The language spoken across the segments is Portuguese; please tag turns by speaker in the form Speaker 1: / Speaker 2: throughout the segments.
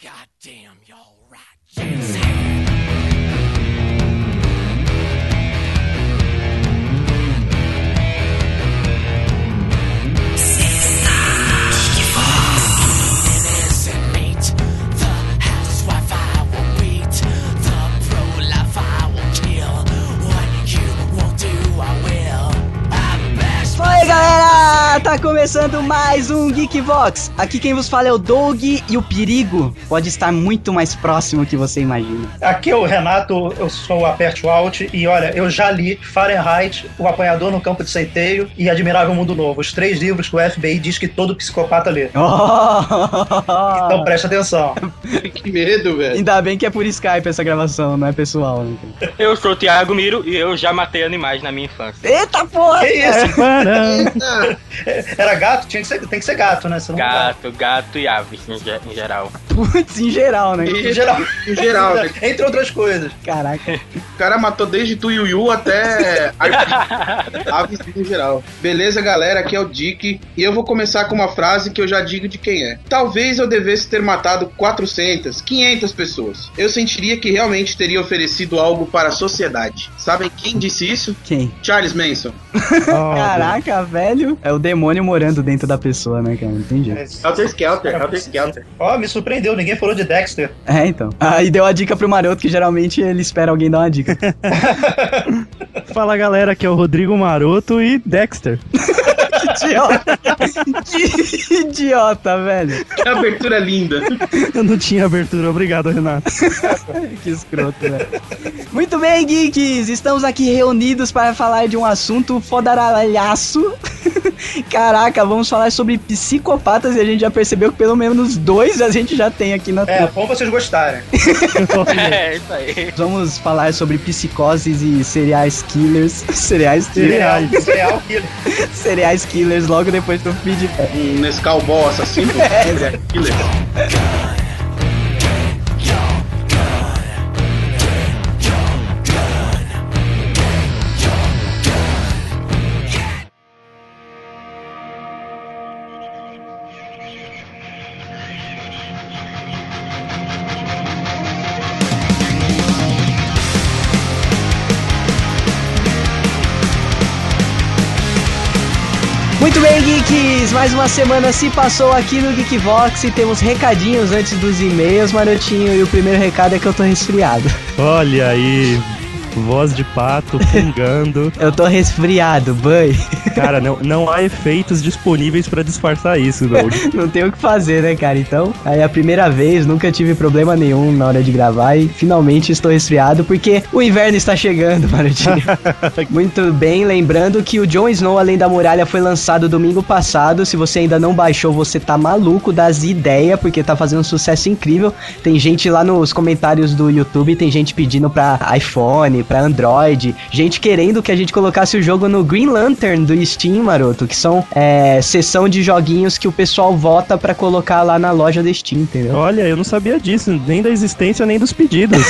Speaker 1: Goddamn, y'all right. Jazz.
Speaker 2: Oi galera, tá começando mais um Geekbox. Aqui quem vos fala é o Doug e o perigo pode estar muito mais próximo que você imagina.
Speaker 3: Aqui é o Renato, eu sou o Aperte Walt e olha, eu já li Fahrenheit, O Apanhador no Campo de Seiteio e Admirável Mundo Novo, os três livros que o FBI diz que todo psicopata lê. Então
Speaker 2: Oh!
Speaker 3: preste atenção.
Speaker 4: Que medo, velho.
Speaker 2: Ainda bem que é por Skype essa gravação, não é pessoal. né?
Speaker 5: Eu sou o Thiago Miro e eu já matei animais na minha infância.
Speaker 2: Eita porra!
Speaker 3: Que isso?
Speaker 2: Parã.
Speaker 4: Eita,
Speaker 3: Era gato? Tinha que ser- tem que ser gato, né? Você não-
Speaker 5: Gato, gato e aves em, ge- em geral.
Speaker 2: Putz, em geral, né?
Speaker 3: Em geral,
Speaker 4: em geral, né?
Speaker 3: entre outras coisas.
Speaker 2: Caraca.
Speaker 4: o cara matou desde Tuiuiu até aves em geral. Beleza, galera? Aqui é o Dick e eu vou começar com uma frase que eu já digo de quem é. Talvez eu devesse ter matado 400, 500 pessoas. Eu sentiria que realmente teria oferecido algo para a sociedade. Sabem quem disse isso?
Speaker 2: Quem?
Speaker 4: Charles Manson.
Speaker 2: Caraca, velho. É o demônio morando dentro da pessoa, né, cara? Entendi.
Speaker 4: Helter É Skelter, Helter Skelter.
Speaker 3: Ó, me surpreendeu, ninguém falou de Dexter.
Speaker 2: É, então. Aí deu a dica pro maroto que geralmente ele espera alguém dar uma dica.
Speaker 6: Fala galera, aqui é o Rodrigo Maroto e Dexter.
Speaker 2: Idiota. que idiota, velho.
Speaker 4: Que abertura linda.
Speaker 6: Eu não tinha abertura, obrigado Renato.
Speaker 2: Que escroto, velho. Muito bem, geeks! Estamos aqui reunidos para falar de um assunto fodaralhaço. Caraca, vamos falar sobre psicopatas e a gente já percebeu que pelo menos dois a gente já tem aqui na
Speaker 3: É,
Speaker 2: turma.
Speaker 3: bom vocês gostarem.
Speaker 5: É, isso aí.
Speaker 2: Vamos falar sobre psicoses e cereais killers. Cereais killers.
Speaker 3: Cereal, cereal killer.
Speaker 2: cereais killers logo depois do feedback.
Speaker 4: Um Nescau Ball assassino. Killer.
Speaker 2: Muito bem, geeks! Mais uma semana se passou aqui no Geekvox e temos recadinhos antes dos e-mails, Marotinho. E o primeiro recado é que eu tô resfriado.
Speaker 6: Olha aí, voz de pato pingando.
Speaker 2: Eu tô resfriado, banho.
Speaker 6: Cara, não, não há efeitos disponíveis pra disfarçar isso, Doug.
Speaker 2: Não tem o que fazer, né, cara? Então, aí a primeira vez, nunca tive problema nenhum na hora de gravar e finalmente estou resfriado porque o inverno está chegando, Marotinho. Muito bem, lembrando que o Jon Snow Além da Muralha foi lançado domingo passado. Se você ainda não baixou, você tá maluco das ideias, porque tá fazendo um sucesso incrível. Tem gente lá nos comentários do YouTube, tem gente pedindo pra iPhone, pra Android, gente querendo que a gente colocasse o jogo no Green Lantern do Steam, maroto, que são é, sessão de joguinhos que o pessoal vota pra colocar lá na loja do Steam, entendeu?
Speaker 6: Olha, eu não sabia disso, nem da existência, nem dos pedidos.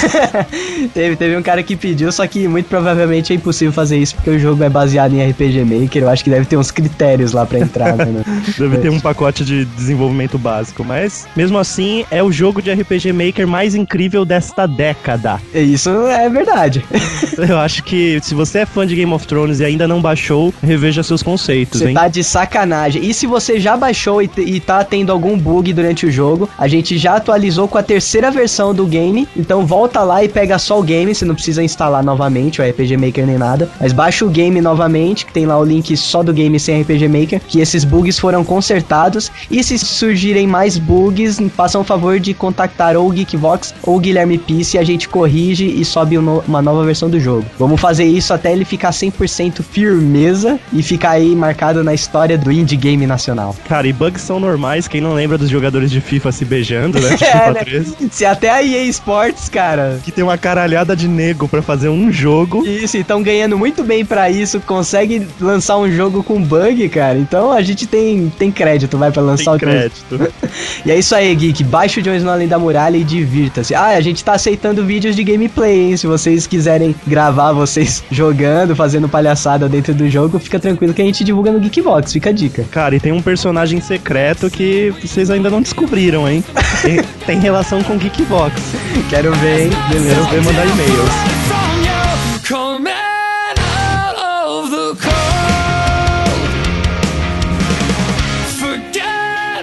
Speaker 2: Teve, teve um cara que pediu, só que muito provavelmente é impossível fazer isso, porque o jogo é baseado em RPG Maker, eu acho que deve ter uns critérios lá pra entrar, né?
Speaker 6: Deve ter um pacote de desenvolvimento básico, mas mesmo assim é o jogo de RPG Maker mais incrível desta década.
Speaker 2: Isso é verdade.
Speaker 6: Eu acho que se você é fã de Game of Thrones e ainda não baixou, reveja seus conceitos,
Speaker 2: Você
Speaker 6: hein?
Speaker 2: tá de sacanagem. E se você já baixou e, te- e tá tendo algum bug durante o jogo, a gente já atualizou com a terceira versão do game. Então volta lá e pega só o game. Você não precisa instalar novamente o RPG Maker nem nada. Mas baixa o game novamente, que tem lá o link só do game sem RPG Maker. Que esses bugs foram consertados. E se surgirem mais bugs, façam o favor de contactar ou o Geekvox ou o Guilherme Pisse. A gente corrige e sobe um no- uma nova versão do jogo. Vamos fazer isso até ele ficar 100% firmeza e ficar aí marcado na história do indie game nacional.
Speaker 6: Cara, e bugs são normais, quem não lembra dos jogadores de FIFA se beijando, né? Tipo,
Speaker 2: É,
Speaker 6: FIFA
Speaker 2: né?
Speaker 6: 13,
Speaker 2: Se até a EA Sports, cara.
Speaker 6: Que tem uma caralhada de nego pra fazer um jogo.
Speaker 2: Isso, e tão ganhando muito bem pra isso, consegue lançar um jogo com bug, cara. Então a gente tem, tem crédito, vai, pra lançar
Speaker 6: Sem
Speaker 2: o jogo.
Speaker 6: crédito.
Speaker 2: E é isso aí, Geek. Baixe o Jones no Além da Muralha e divirta-se. Ah, a gente tá aceitando vídeos de gameplay, hein? Se vocês quiserem quiserem gravar vocês jogando, fazendo palhaçada dentro do jogo, fica tranquilo que a gente divulga no Geekbox, fica a dica.
Speaker 6: Cara, e tem um personagem secreto que vocês ainda não descobriram, hein? Tem- Tem relação com Geekbox.
Speaker 2: Quero ver, hein?
Speaker 6: Beleza, eu vou mandar e-mails.
Speaker 1: Coming out of the cold. Forget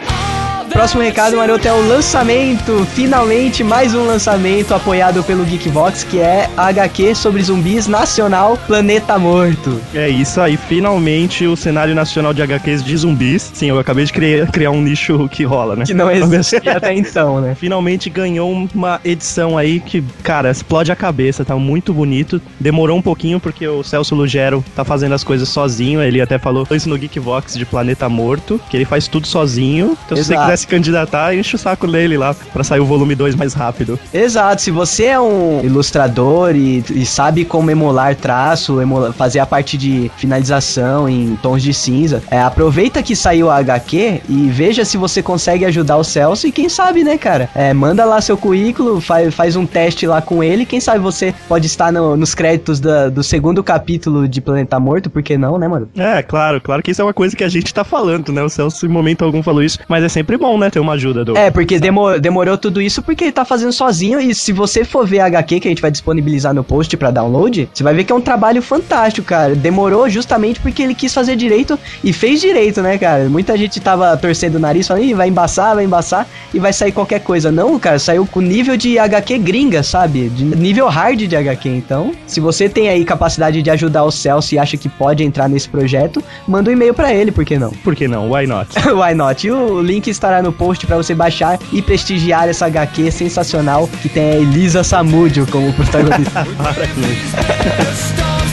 Speaker 1: all that
Speaker 2: Próximo recado,
Speaker 1: you
Speaker 2: Maroto, é o lançamento. Finalmente, mais um lançamento apoiado pelo Geekbox, que é a HQ sobre zumbis nacional Planeta Morto.
Speaker 6: É isso aí, finalmente o cenário nacional de HQs de zumbis. Sim, eu acabei de criar, criar um nicho que rola, né?
Speaker 2: Que não existia até então, né?
Speaker 6: Finalmente ganhou uma edição aí que, cara, explode a cabeça, tá muito bonito. Demorou um pouquinho porque o Celso Lugero tá fazendo as coisas sozinho, ele até falou isso no Geekvox de Planeta Morto, que ele faz tudo sozinho. Então se você
Speaker 2: Exato.
Speaker 6: quiser se candidatar, enche o saco dele lá pra sair o volume 2 mais rápido.
Speaker 2: Exato, se você é um ilustrador e, e sabe como emular traço, emula- fazer a parte de finalização em tons de cinza, é, aproveita que saiu a HQ e veja se você consegue ajudar o Celso e quem sabe, né, cara? É, manda lá seu currículo, faz, faz um teste lá com ele, quem sabe você pode estar no- nos créditos da- do segundo capítulo de Planeta Morto, por que não, né, mano?
Speaker 6: É, claro, claro que isso é uma coisa que a gente tá falando, né? O Celso em momento algum falou isso, mas é sempre bom, né, ter uma ajuda do
Speaker 2: É, porque demo- demorou tudo isso porque ele tá fazendo sozinho. E se você for ver a HQ que a gente vai disponibilizar no post pra download, você vai ver que é um trabalho fantástico, cara. Demorou justamente porque ele quis fazer direito e fez direito, né, cara? Muita gente tava torcendo o nariz, falando, Ih, vai embaçar, vai embaçar e vai sair qualquer coisa. Não, cara, saiu com nível de HQ gringa, sabe? De nível hard de HQ. Então, se você tem aí capacidade de ajudar o Celso e acha que pode entrar nesse projeto, manda um e-mail pra ele, por que não?
Speaker 6: Por que não? Why not?
Speaker 2: Why not? E o link estará no post pra você baixar e prestigiar essa HQ sensacional que tem a Elisa Samudio como protagonista.
Speaker 1: Stomped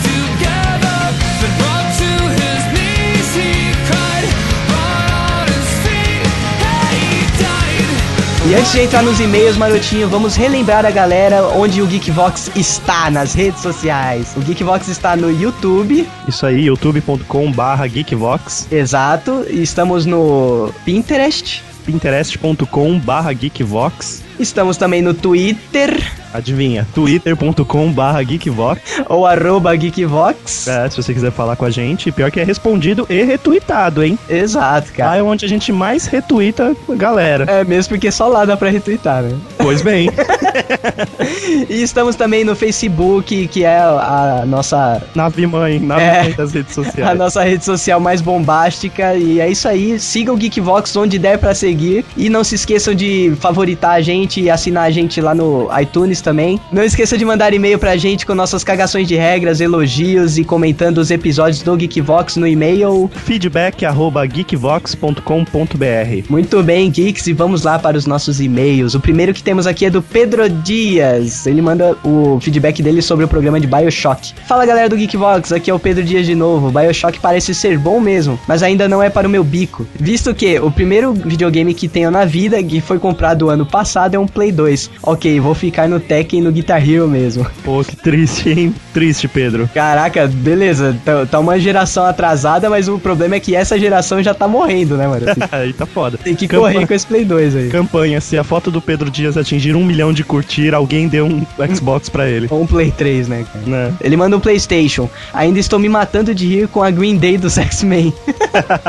Speaker 1: together, been brought to his knees. He cried, brought out his feet. He died.
Speaker 2: e antes de entrar nos e-mails, Marotinho, vamos relembrar a galera onde o Geekvox está nas redes sociais. O Geekvox está no YouTube,
Speaker 6: Isso aí, youtube.com/barra geekvox,
Speaker 2: exato. e Estamos no Pinterest.
Speaker 6: pinterest.com/barra geekvox.
Speaker 2: Estamos também no Twitter,
Speaker 6: Adivinha, twitter.com/barra geekvox.
Speaker 2: ou arroba Geekvox.
Speaker 6: É, se você quiser falar com a gente, pior que é respondido e retweetado, hein?
Speaker 2: Exato,
Speaker 6: Lá
Speaker 2: cara.
Speaker 6: é onde a gente mais retuita a galera.
Speaker 2: É mesmo porque só lá dá pra retweetar, né?
Speaker 6: Pois bem,
Speaker 2: E estamos também no Facebook, que é a nossa
Speaker 6: nave mãe, nave
Speaker 2: É.
Speaker 6: mãe das redes
Speaker 2: a
Speaker 6: sociais.
Speaker 2: nossa rede social mais bombástica. E é isso aí. Siga o Geekvox onde der pra seguir. E não se esqueçam de favoritar a gente e assinar a gente lá no iTunes também. Não esqueça de mandar e-mail pra gente com nossas cagações de regras, elogios e comentando os episódios do Geekvox no e-mail.
Speaker 6: Feedback arroba geekvox.com.br.
Speaker 2: Muito bem, geeks, e vamos lá para os nossos e-mails. O primeiro que temos aqui é do Pedro Dias. Ele manda o feedback dele sobre o programa de BioShock. Fala galera do Geekvox, aqui é o Pedro Dias de novo. BioShock parece ser bom mesmo, mas ainda não é para o meu bico. Visto que o primeiro videogame que tenho na vida, que foi comprado ano passado, é um Play 2. OK, vou ficar no Tekken e no Guitar Hero mesmo.
Speaker 6: Pô, que triste, hein? Triste, Pedro.
Speaker 2: Caraca, beleza, tá, tá uma geração atrasada, mas o problema é que essa geração já tá morrendo, né, mano? Tem-
Speaker 6: aí tá foda.
Speaker 2: Tem que
Speaker 6: Campa-
Speaker 2: correr com esse Play 2 aí.
Speaker 6: Campanha, se a foto do Pedro Dias atingir um milhão de curtir, alguém deu um Xbox pra ele.
Speaker 2: Ou um Play 3, né, cara?
Speaker 6: Né?
Speaker 2: Ele manda um PlayStation. Ainda estou me matando de rir com a Green Day dos X-Men.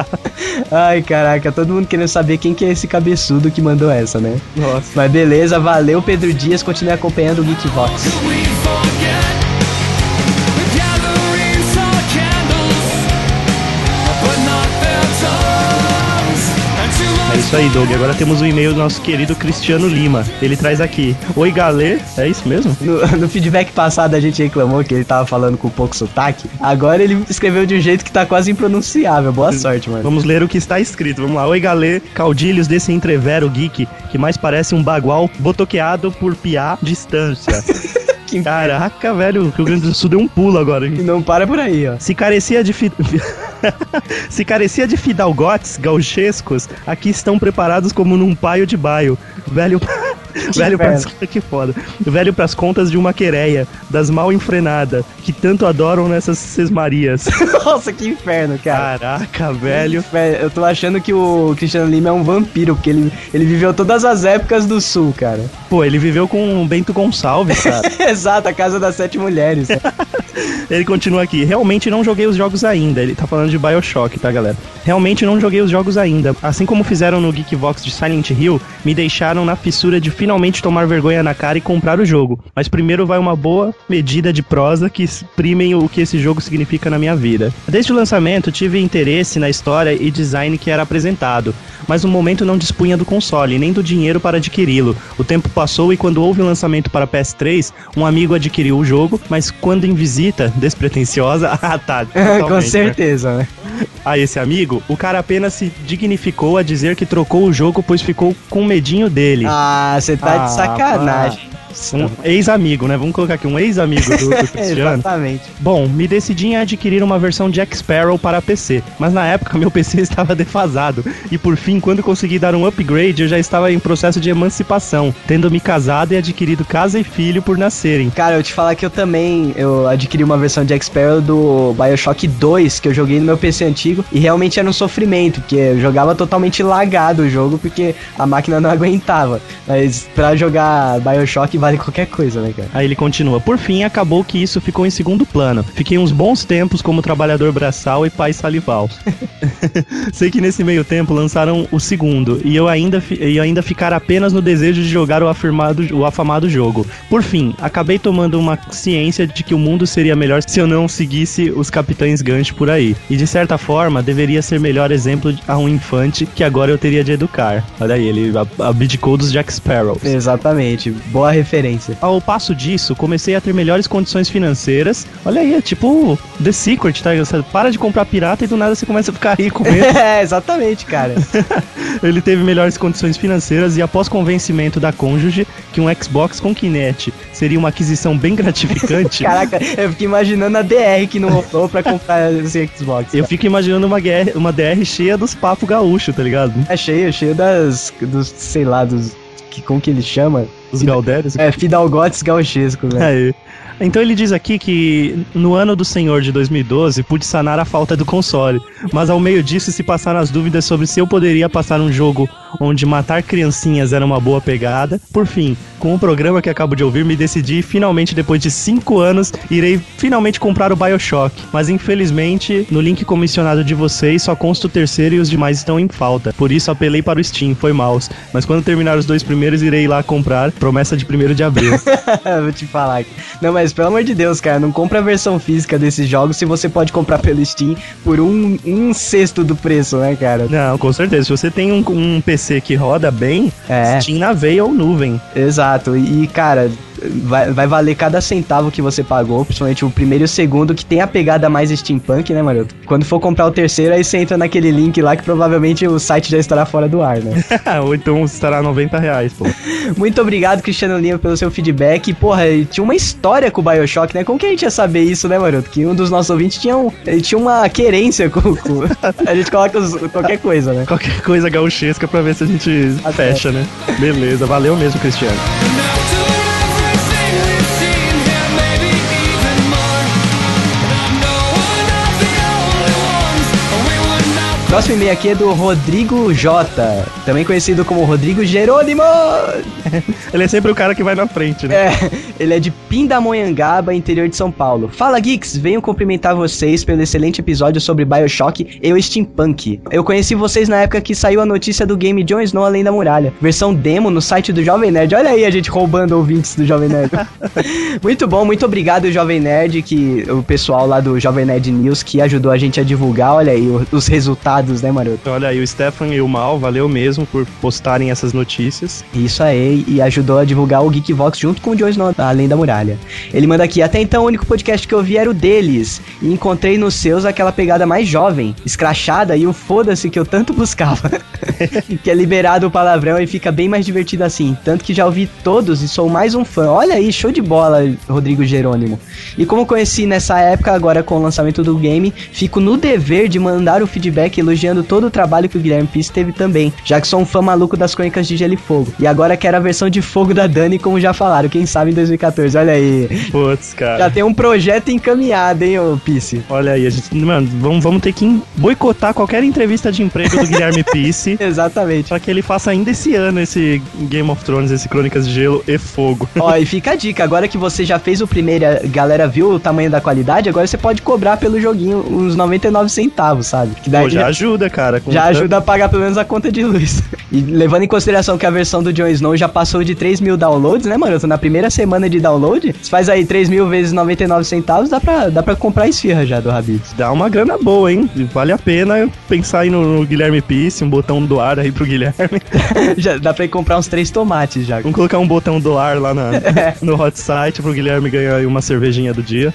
Speaker 2: Ai, caraca, todo mundo querendo saber quem que é esse cabeçudo que mandou essa, né?
Speaker 6: Nossa.
Speaker 2: Mas beleza, valeu Pedro Dias, continue acompanhando o Geekbox.
Speaker 1: We forget. We're gathering tall candles, but not their tongues. And too
Speaker 6: É
Speaker 1: much
Speaker 6: isso aí, Doug. Agora temos o e-mail do nosso querido Cristiano Lima. Ele traz aqui. Oi, galê. É isso mesmo?
Speaker 2: No, no feedback passado a gente reclamou que ele tava falando com pouco sotaque. Agora ele escreveu de um jeito que tá quase impronunciável. Boa sorte, mano.
Speaker 6: Vamos ler o que está escrito. Vamos lá. Oi, galê. Caudilhos desse entrevero geek que mais parece um bagual botoqueado por piá distância.
Speaker 2: Que-
Speaker 6: Caraca, velho. O Rio Grande do Sul deu um pulo agora. hein?
Speaker 2: E não para por aí, ó.
Speaker 6: Se é carecia de fi... Se carecia de fidalgotes gauchescos, aqui estão preparados como num paio de baio. Velho velho pras... que foda. Velho pras contas de uma quereia, das mal enfrenada, que tanto adoram nessas sesmarias.
Speaker 2: Nossa, que inferno, cara.
Speaker 6: Caraca, velho.
Speaker 2: Velho, Eu tô achando que o Cristiano Lima é um vampiro, porque ele, ele viveu todas as épocas do sul, cara.
Speaker 6: Pô, ele viveu com o Bento Gonçalves, cara.
Speaker 2: Exato, a casa das sete mulheres.
Speaker 6: Ele continua aqui. Realmente não joguei os jogos ainda. Ele tá falando de Bioshock, tá, galera? Realmente não joguei os jogos ainda. Assim como fizeram no Geekbox de Silent Hill, me deixaram na fissura de finalmente tomar vergonha na cara e comprar o jogo. Mas primeiro vai uma boa medida de prosa que exprimem o que esse jogo significa na minha vida. Desde o lançamento, tive interesse na história e design que era apresentado, mas no momento não dispunha do console, nem do dinheiro para adquiri-lo. O tempo passou e quando houve o lançamento para PS3, um amigo adquiriu o jogo, mas quando em visita, despretensiosa, ah tá, totalmente,
Speaker 2: É, Com
Speaker 6: né?
Speaker 2: certeza, né?
Speaker 6: a esse amigo, o cara apenas se dignificou a dizer que trocou o jogo, pois ficou com medinho dele.
Speaker 2: Ah, você tá
Speaker 6: Ah,
Speaker 2: de sacanagem.
Speaker 6: Um ex-amigo, né? Vamos colocar aqui um ex-amigo do, do Cristiano.
Speaker 2: Exatamente.
Speaker 6: Bom, me decidi em adquirir uma versão Jack Sparrow para PC, mas na época meu PC estava defasado, e por fim, quando consegui dar um upgrade, eu já estava em processo de emancipação, tendo me casado e adquirido casa e filho por nascerem.
Speaker 2: Cara, eu te falar que eu também eu adquiri uma versão de Jack Sparrow do Bioshock 2 que eu joguei no meu PC antigo e realmente era um sofrimento, porque eu jogava totalmente lagado o jogo porque a máquina não aguentava. Mas pra jogar Bioshock vale qualquer coisa, né, cara?
Speaker 6: Aí ele continua. Por fim, acabou que isso ficou em segundo plano. Fiquei uns bons tempos como trabalhador braçal e pai salival. Sei que nesse meio tempo lançaram o segundo, e eu ainda, fi- e eu ainda ficar apenas no desejo de jogar o, afirmado, o afamado jogo. Por fim, acabei tomando uma ciência de que o mundo seria melhor se eu não seguisse os capitães Gantt por aí. E de certa forma, deveria ser melhor exemplo a um infante que agora eu teria de educar. Olha aí, ele ab- abdicou dos Jack Sparrows.
Speaker 2: Exatamente, boa referência.
Speaker 6: Ao passo disso, comecei a ter melhores condições financeiras. Olha aí, é tipo The Secret, tá? Você para de comprar pirata e do nada você começa a ficar rico mesmo.
Speaker 2: é, exatamente, cara.
Speaker 6: Ele teve melhores condições financeiras e após convencimento da cônjuge que um Xbox com Kinect seria uma aquisição bem gratificante.
Speaker 2: Caraca, eu fiquei imaginando a DR que não rolou pra comprar esse Xbox. Eu
Speaker 6: Eu fico imaginando uma, guerra, uma DR cheia dos papos gaúcho, tá ligado?
Speaker 2: é cheio, cheio das. dos, sei lá, dos. Que, como que ele chama?
Speaker 6: Dos Galdérios.
Speaker 2: É, Fidalgotes Gauchesco, velho.
Speaker 6: Aí. Então ele diz aqui que no ano do Senhor de 2012 pude sanar a falta do console, mas ao meio disso se passaram as dúvidas sobre se eu poderia passar um jogo onde matar criancinhas era uma boa pegada. Por fim, com o programa que acabo de ouvir, me decidi e finalmente, depois de 5 anos, irei finalmente comprar o Bioshock. Mas infelizmente, no link comissionado de vocês só consta o terceiro e os demais estão em falta. Por isso apelei para o Steam, foi maus. Mas quando terminar os dois primeiros, irei lá comprar. Promessa de 1 de abril.
Speaker 2: Eu Vou te falar. Não, mas pelo amor de Deus, cara, não compra a versão física desses jogos se você pode comprar pelo Steam por um, um sexto do preço, né, cara?
Speaker 6: Não, com certeza. Se você tem um, um PC que roda bem,
Speaker 2: É.
Speaker 6: Steam na veia ou nuvem.
Speaker 2: Exato. E, cara, vai, vai valer cada centavo que você pagou, principalmente o primeiro e o segundo, que tem a pegada mais steampunk, né, maroto? Quando for comprar o terceiro, aí você entra naquele link lá que provavelmente o site já estará fora do ar, né?
Speaker 6: ou então estará 90 reais, pô.
Speaker 2: Muito obrigado, Cristiano Lima, pelo seu feedback. E, Porra, e tinha uma história com o Bioshock, né? Como que a gente ia saber isso, né, Maroto? Que um dos nossos ouvintes tinha, um, ele tinha uma querência com, com- A gente coloca os- qualquer coisa, né?
Speaker 6: Qualquer coisa gauchesca pra ver se a gente
Speaker 2: Tá
Speaker 6: fecha, né? Beleza, valeu mesmo, Cristiano.
Speaker 1: Enough to everything we've seen here, maybe even more. And I know we're not the only ones, or we would not
Speaker 2: Próximo e-mail aqui é do Rodrigo J, também conhecido como Rodrigo Jerônimo.
Speaker 6: Ele é sempre o cara que vai na frente, né?
Speaker 2: É, ele é de Pindamonhangaba, interior de São Paulo. Fala, geeks! Venho cumprimentar vocês pelo excelente episódio sobre Bioshock e o Steampunk. Eu conheci vocês na época que saiu a notícia do game Jon Snow Além da Muralha, versão demo no site do Jovem Nerd. Olha aí a gente roubando ouvintes do Jovem Nerd. muito bom, muito obrigado, Jovem Nerd, que o pessoal lá do Jovem Nerd News que ajudou a gente a divulgar. Olha aí o- os resultados, né, maroto?
Speaker 6: Então, olha aí, o Stefan e o Mal, valeu mesmo por postarem essas notícias.
Speaker 2: Isso aí, e ajudou a divulgar o Geekvox junto com o Jon Snow, além da muralha. Ele manda aqui, até então o único podcast que eu vi era o deles, e encontrei nos seus aquela pegada mais jovem, escrachada e o foda-se que eu tanto buscava. que é liberado o palavrão e fica bem mais divertido assim, tanto que já ouvi todos e sou mais um fã. Olha aí, show de bola, Rodrigo Jerônimo. E como conheci nessa época, agora com o lançamento do game, fico no dever de mandar o feedback elogiando todo o trabalho que o Guilherme Pires teve também, já que sou um fã maluco das crônicas de Gelo e Fogo. E agora quero a versão de Fogo da Dani, como já falaram, quem sabe em 2014. Olha aí.
Speaker 6: Putz,
Speaker 2: Já
Speaker 6: cara.
Speaker 2: tem um projeto encaminhado, hein, ô Pisse?
Speaker 6: Olha aí, a gente. Mano, vamos, vamos ter que boicotar qualquer entrevista de emprego do Guilherme Pisse.
Speaker 2: Exatamente.
Speaker 6: Pra que ele faça ainda esse ano esse Game of Thrones, esse Crônicas de Gelo e Fogo.
Speaker 2: Ó, e fica a dica, agora que você já fez o primeiro, a galera viu o tamanho da qualidade, agora você pode cobrar pelo joguinho uns 99 centavos, sabe? Que daí
Speaker 6: Pô, já ajuda, cara. com
Speaker 2: É, Já
Speaker 6: tanto-
Speaker 2: ajuda a pagar pelo menos a conta de luz. E levando em consideração que a versão do Jon Snow já passou de 3 mil downloads, né, mano? Eu tô na primeira semana de download. Você faz aí 3 mil vezes 99 centavos, dá pra, dá pra comprar a esfirra já do Rabitz.
Speaker 6: Dá uma grana boa, hein? Vale a pena pensar aí no, no Guilherme Pisse, um botão doar aí pro Guilherme.
Speaker 2: já dá pra ir comprar uns três tomates já.
Speaker 6: Vamos colocar um botão doar lá na, no hot site pro Guilherme ganhar aí uma cervejinha do dia.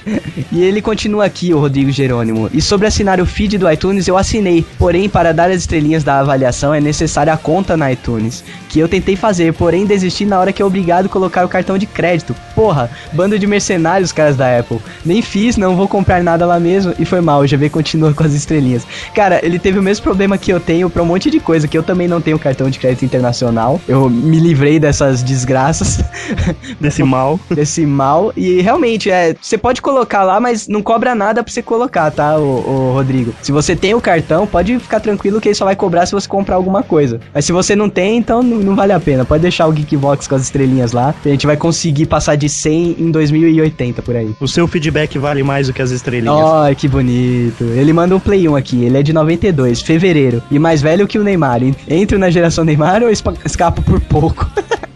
Speaker 2: E ele continua aqui, o Rodrigo Jerônimo. E sobre assinar o feed do iTunes, eu assinei. Porém, para dar as estrelinhas da avaliação, é necessária a conta na iTunes. Que eu tentei fazer, porém desisti na hora que é obrigado a colocar o cartão de crédito. Porra, bando de mercenários, caras da Apple. Nem fiz, não vou comprar nada lá mesmo. E foi mal, o GV continua com as estrelinhas. Cara, ele teve o mesmo problema que eu tenho pra um monte de coisa, que eu também não tenho cartão de crédito internacional. Eu me livrei dessas desgraças.
Speaker 6: Desse mal.
Speaker 2: desse mal. E realmente, é, você pode colocar lá, mas não cobra nada pra você colocar, tá, ô, ô, Rodrigo? Se você tem o cartão, pode ficar tranquilo que ele só vai cobrar se você comprar alguma coisa. Mas se você não tem, então não, não vale a pena. Pode deixar o Geekbox com as estrelinhas lá. que A gente vai conseguir passar de 100 em 2080 por aí.
Speaker 6: O seu feedback vale mais do que as estrelinhas.
Speaker 2: Ai, que bonito. Ele manda um Play 1 aqui. Ele é de 92, fevereiro. E mais velho que o Neymar. Entro na geração Neymar ou espa- escapo por pouco?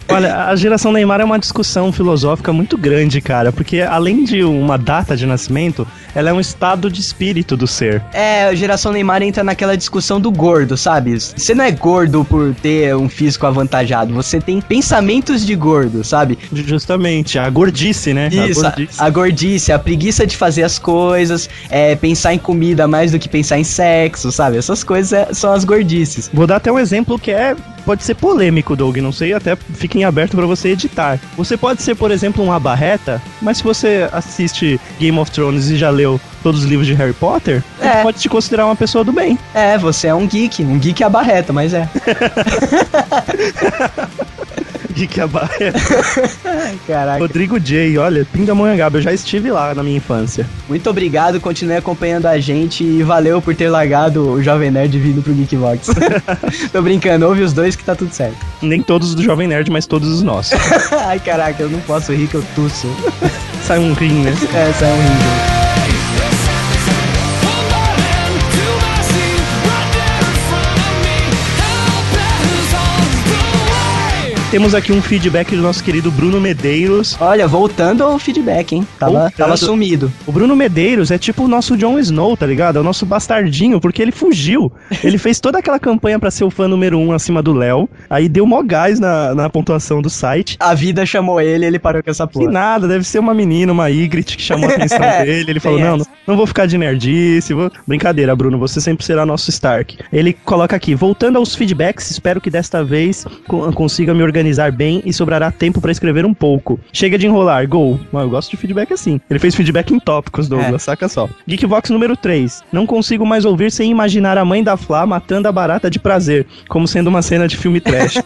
Speaker 6: Olha, a geração Neymar é uma discussão filosófica muito grande, cara, porque além de uma data de nascimento, ela é um estado de espírito do ser.
Speaker 2: É, a geração Neymar entra naquela discussão do gordo, sabe? Você não é gordo por ter um físico avantajado, você tem pensamentos de gordo, sabe?
Speaker 6: Ju- Justamente, a gordice, né?
Speaker 2: Isso,
Speaker 6: a
Speaker 2: a
Speaker 6: gordice.
Speaker 2: a gordice, a preguiça de fazer as coisas, é, pensar em comida mais do que pensar em sexo, sabe? Essas coisas é- são as gordices.
Speaker 6: Vou dar até um exemplo que é pode ser polêmico, Doug, não sei, até fiquem aberto pra você editar. Você pode ser, por exemplo, uma barreta, mas se você assiste Game of Thrones e já leu todos os livros de Harry Potter,
Speaker 2: É.
Speaker 6: você pode te considerar uma pessoa do bem.
Speaker 2: É, você é um geek, um geek abarreta, mas é.
Speaker 6: De que a barreta.
Speaker 2: Ai, Caraca.
Speaker 6: Rodrigo J, olha, Pindamonhangaba, eu já estive lá na minha infância.
Speaker 2: Muito obrigado, continue acompanhando a gente e valeu por ter largado o Jovem Nerd vindo pro Geekbox. Tô brincando, ouve os dois que tá tudo certo.
Speaker 6: Nem todos do Jovem Nerd, mas todos os nossos.
Speaker 2: Ai, caraca, eu não posso rir que eu tuço.
Speaker 6: Sai um rim, né?
Speaker 2: Essa é horrível.
Speaker 6: Temos aqui um feedback do nosso querido Bruno Medeiros.
Speaker 2: Olha, voltando ao feedback, hein? Tava,
Speaker 6: Voltando.
Speaker 2: tava sumido.
Speaker 6: O Bruno Medeiros é tipo o nosso Jon Snow, tá ligado? É o nosso bastardinho, porque ele fugiu. Ele fez toda aquela campanha pra ser o fã número um acima do Léo. Aí deu mó gás na, na pontuação do site.
Speaker 2: A vida chamou ele ele parou com essa
Speaker 6: Que
Speaker 2: porra.
Speaker 6: nada, deve ser uma menina, uma Ygritte que chamou a atenção
Speaker 2: É,
Speaker 6: dele.
Speaker 2: tem
Speaker 6: Ele falou: não,
Speaker 2: essa.
Speaker 6: não vou ficar de nerdice. vou-" Brincadeira, Bruno, você sempre será nosso Stark. Ele coloca aqui: voltando aos feedbacks, espero que desta vez co- consiga me organizar bem e sobrará tempo pra escrever um pouco. Chega de enrolar, gol. Mano, eu gosto de feedback assim. Ele fez feedback em tópicos,
Speaker 2: É.
Speaker 6: Douglas, saca só. Geekvox número 3. Não consigo mais ouvir sem imaginar a mãe da Flá matando a barata de prazer, como sendo uma cena de filme trash.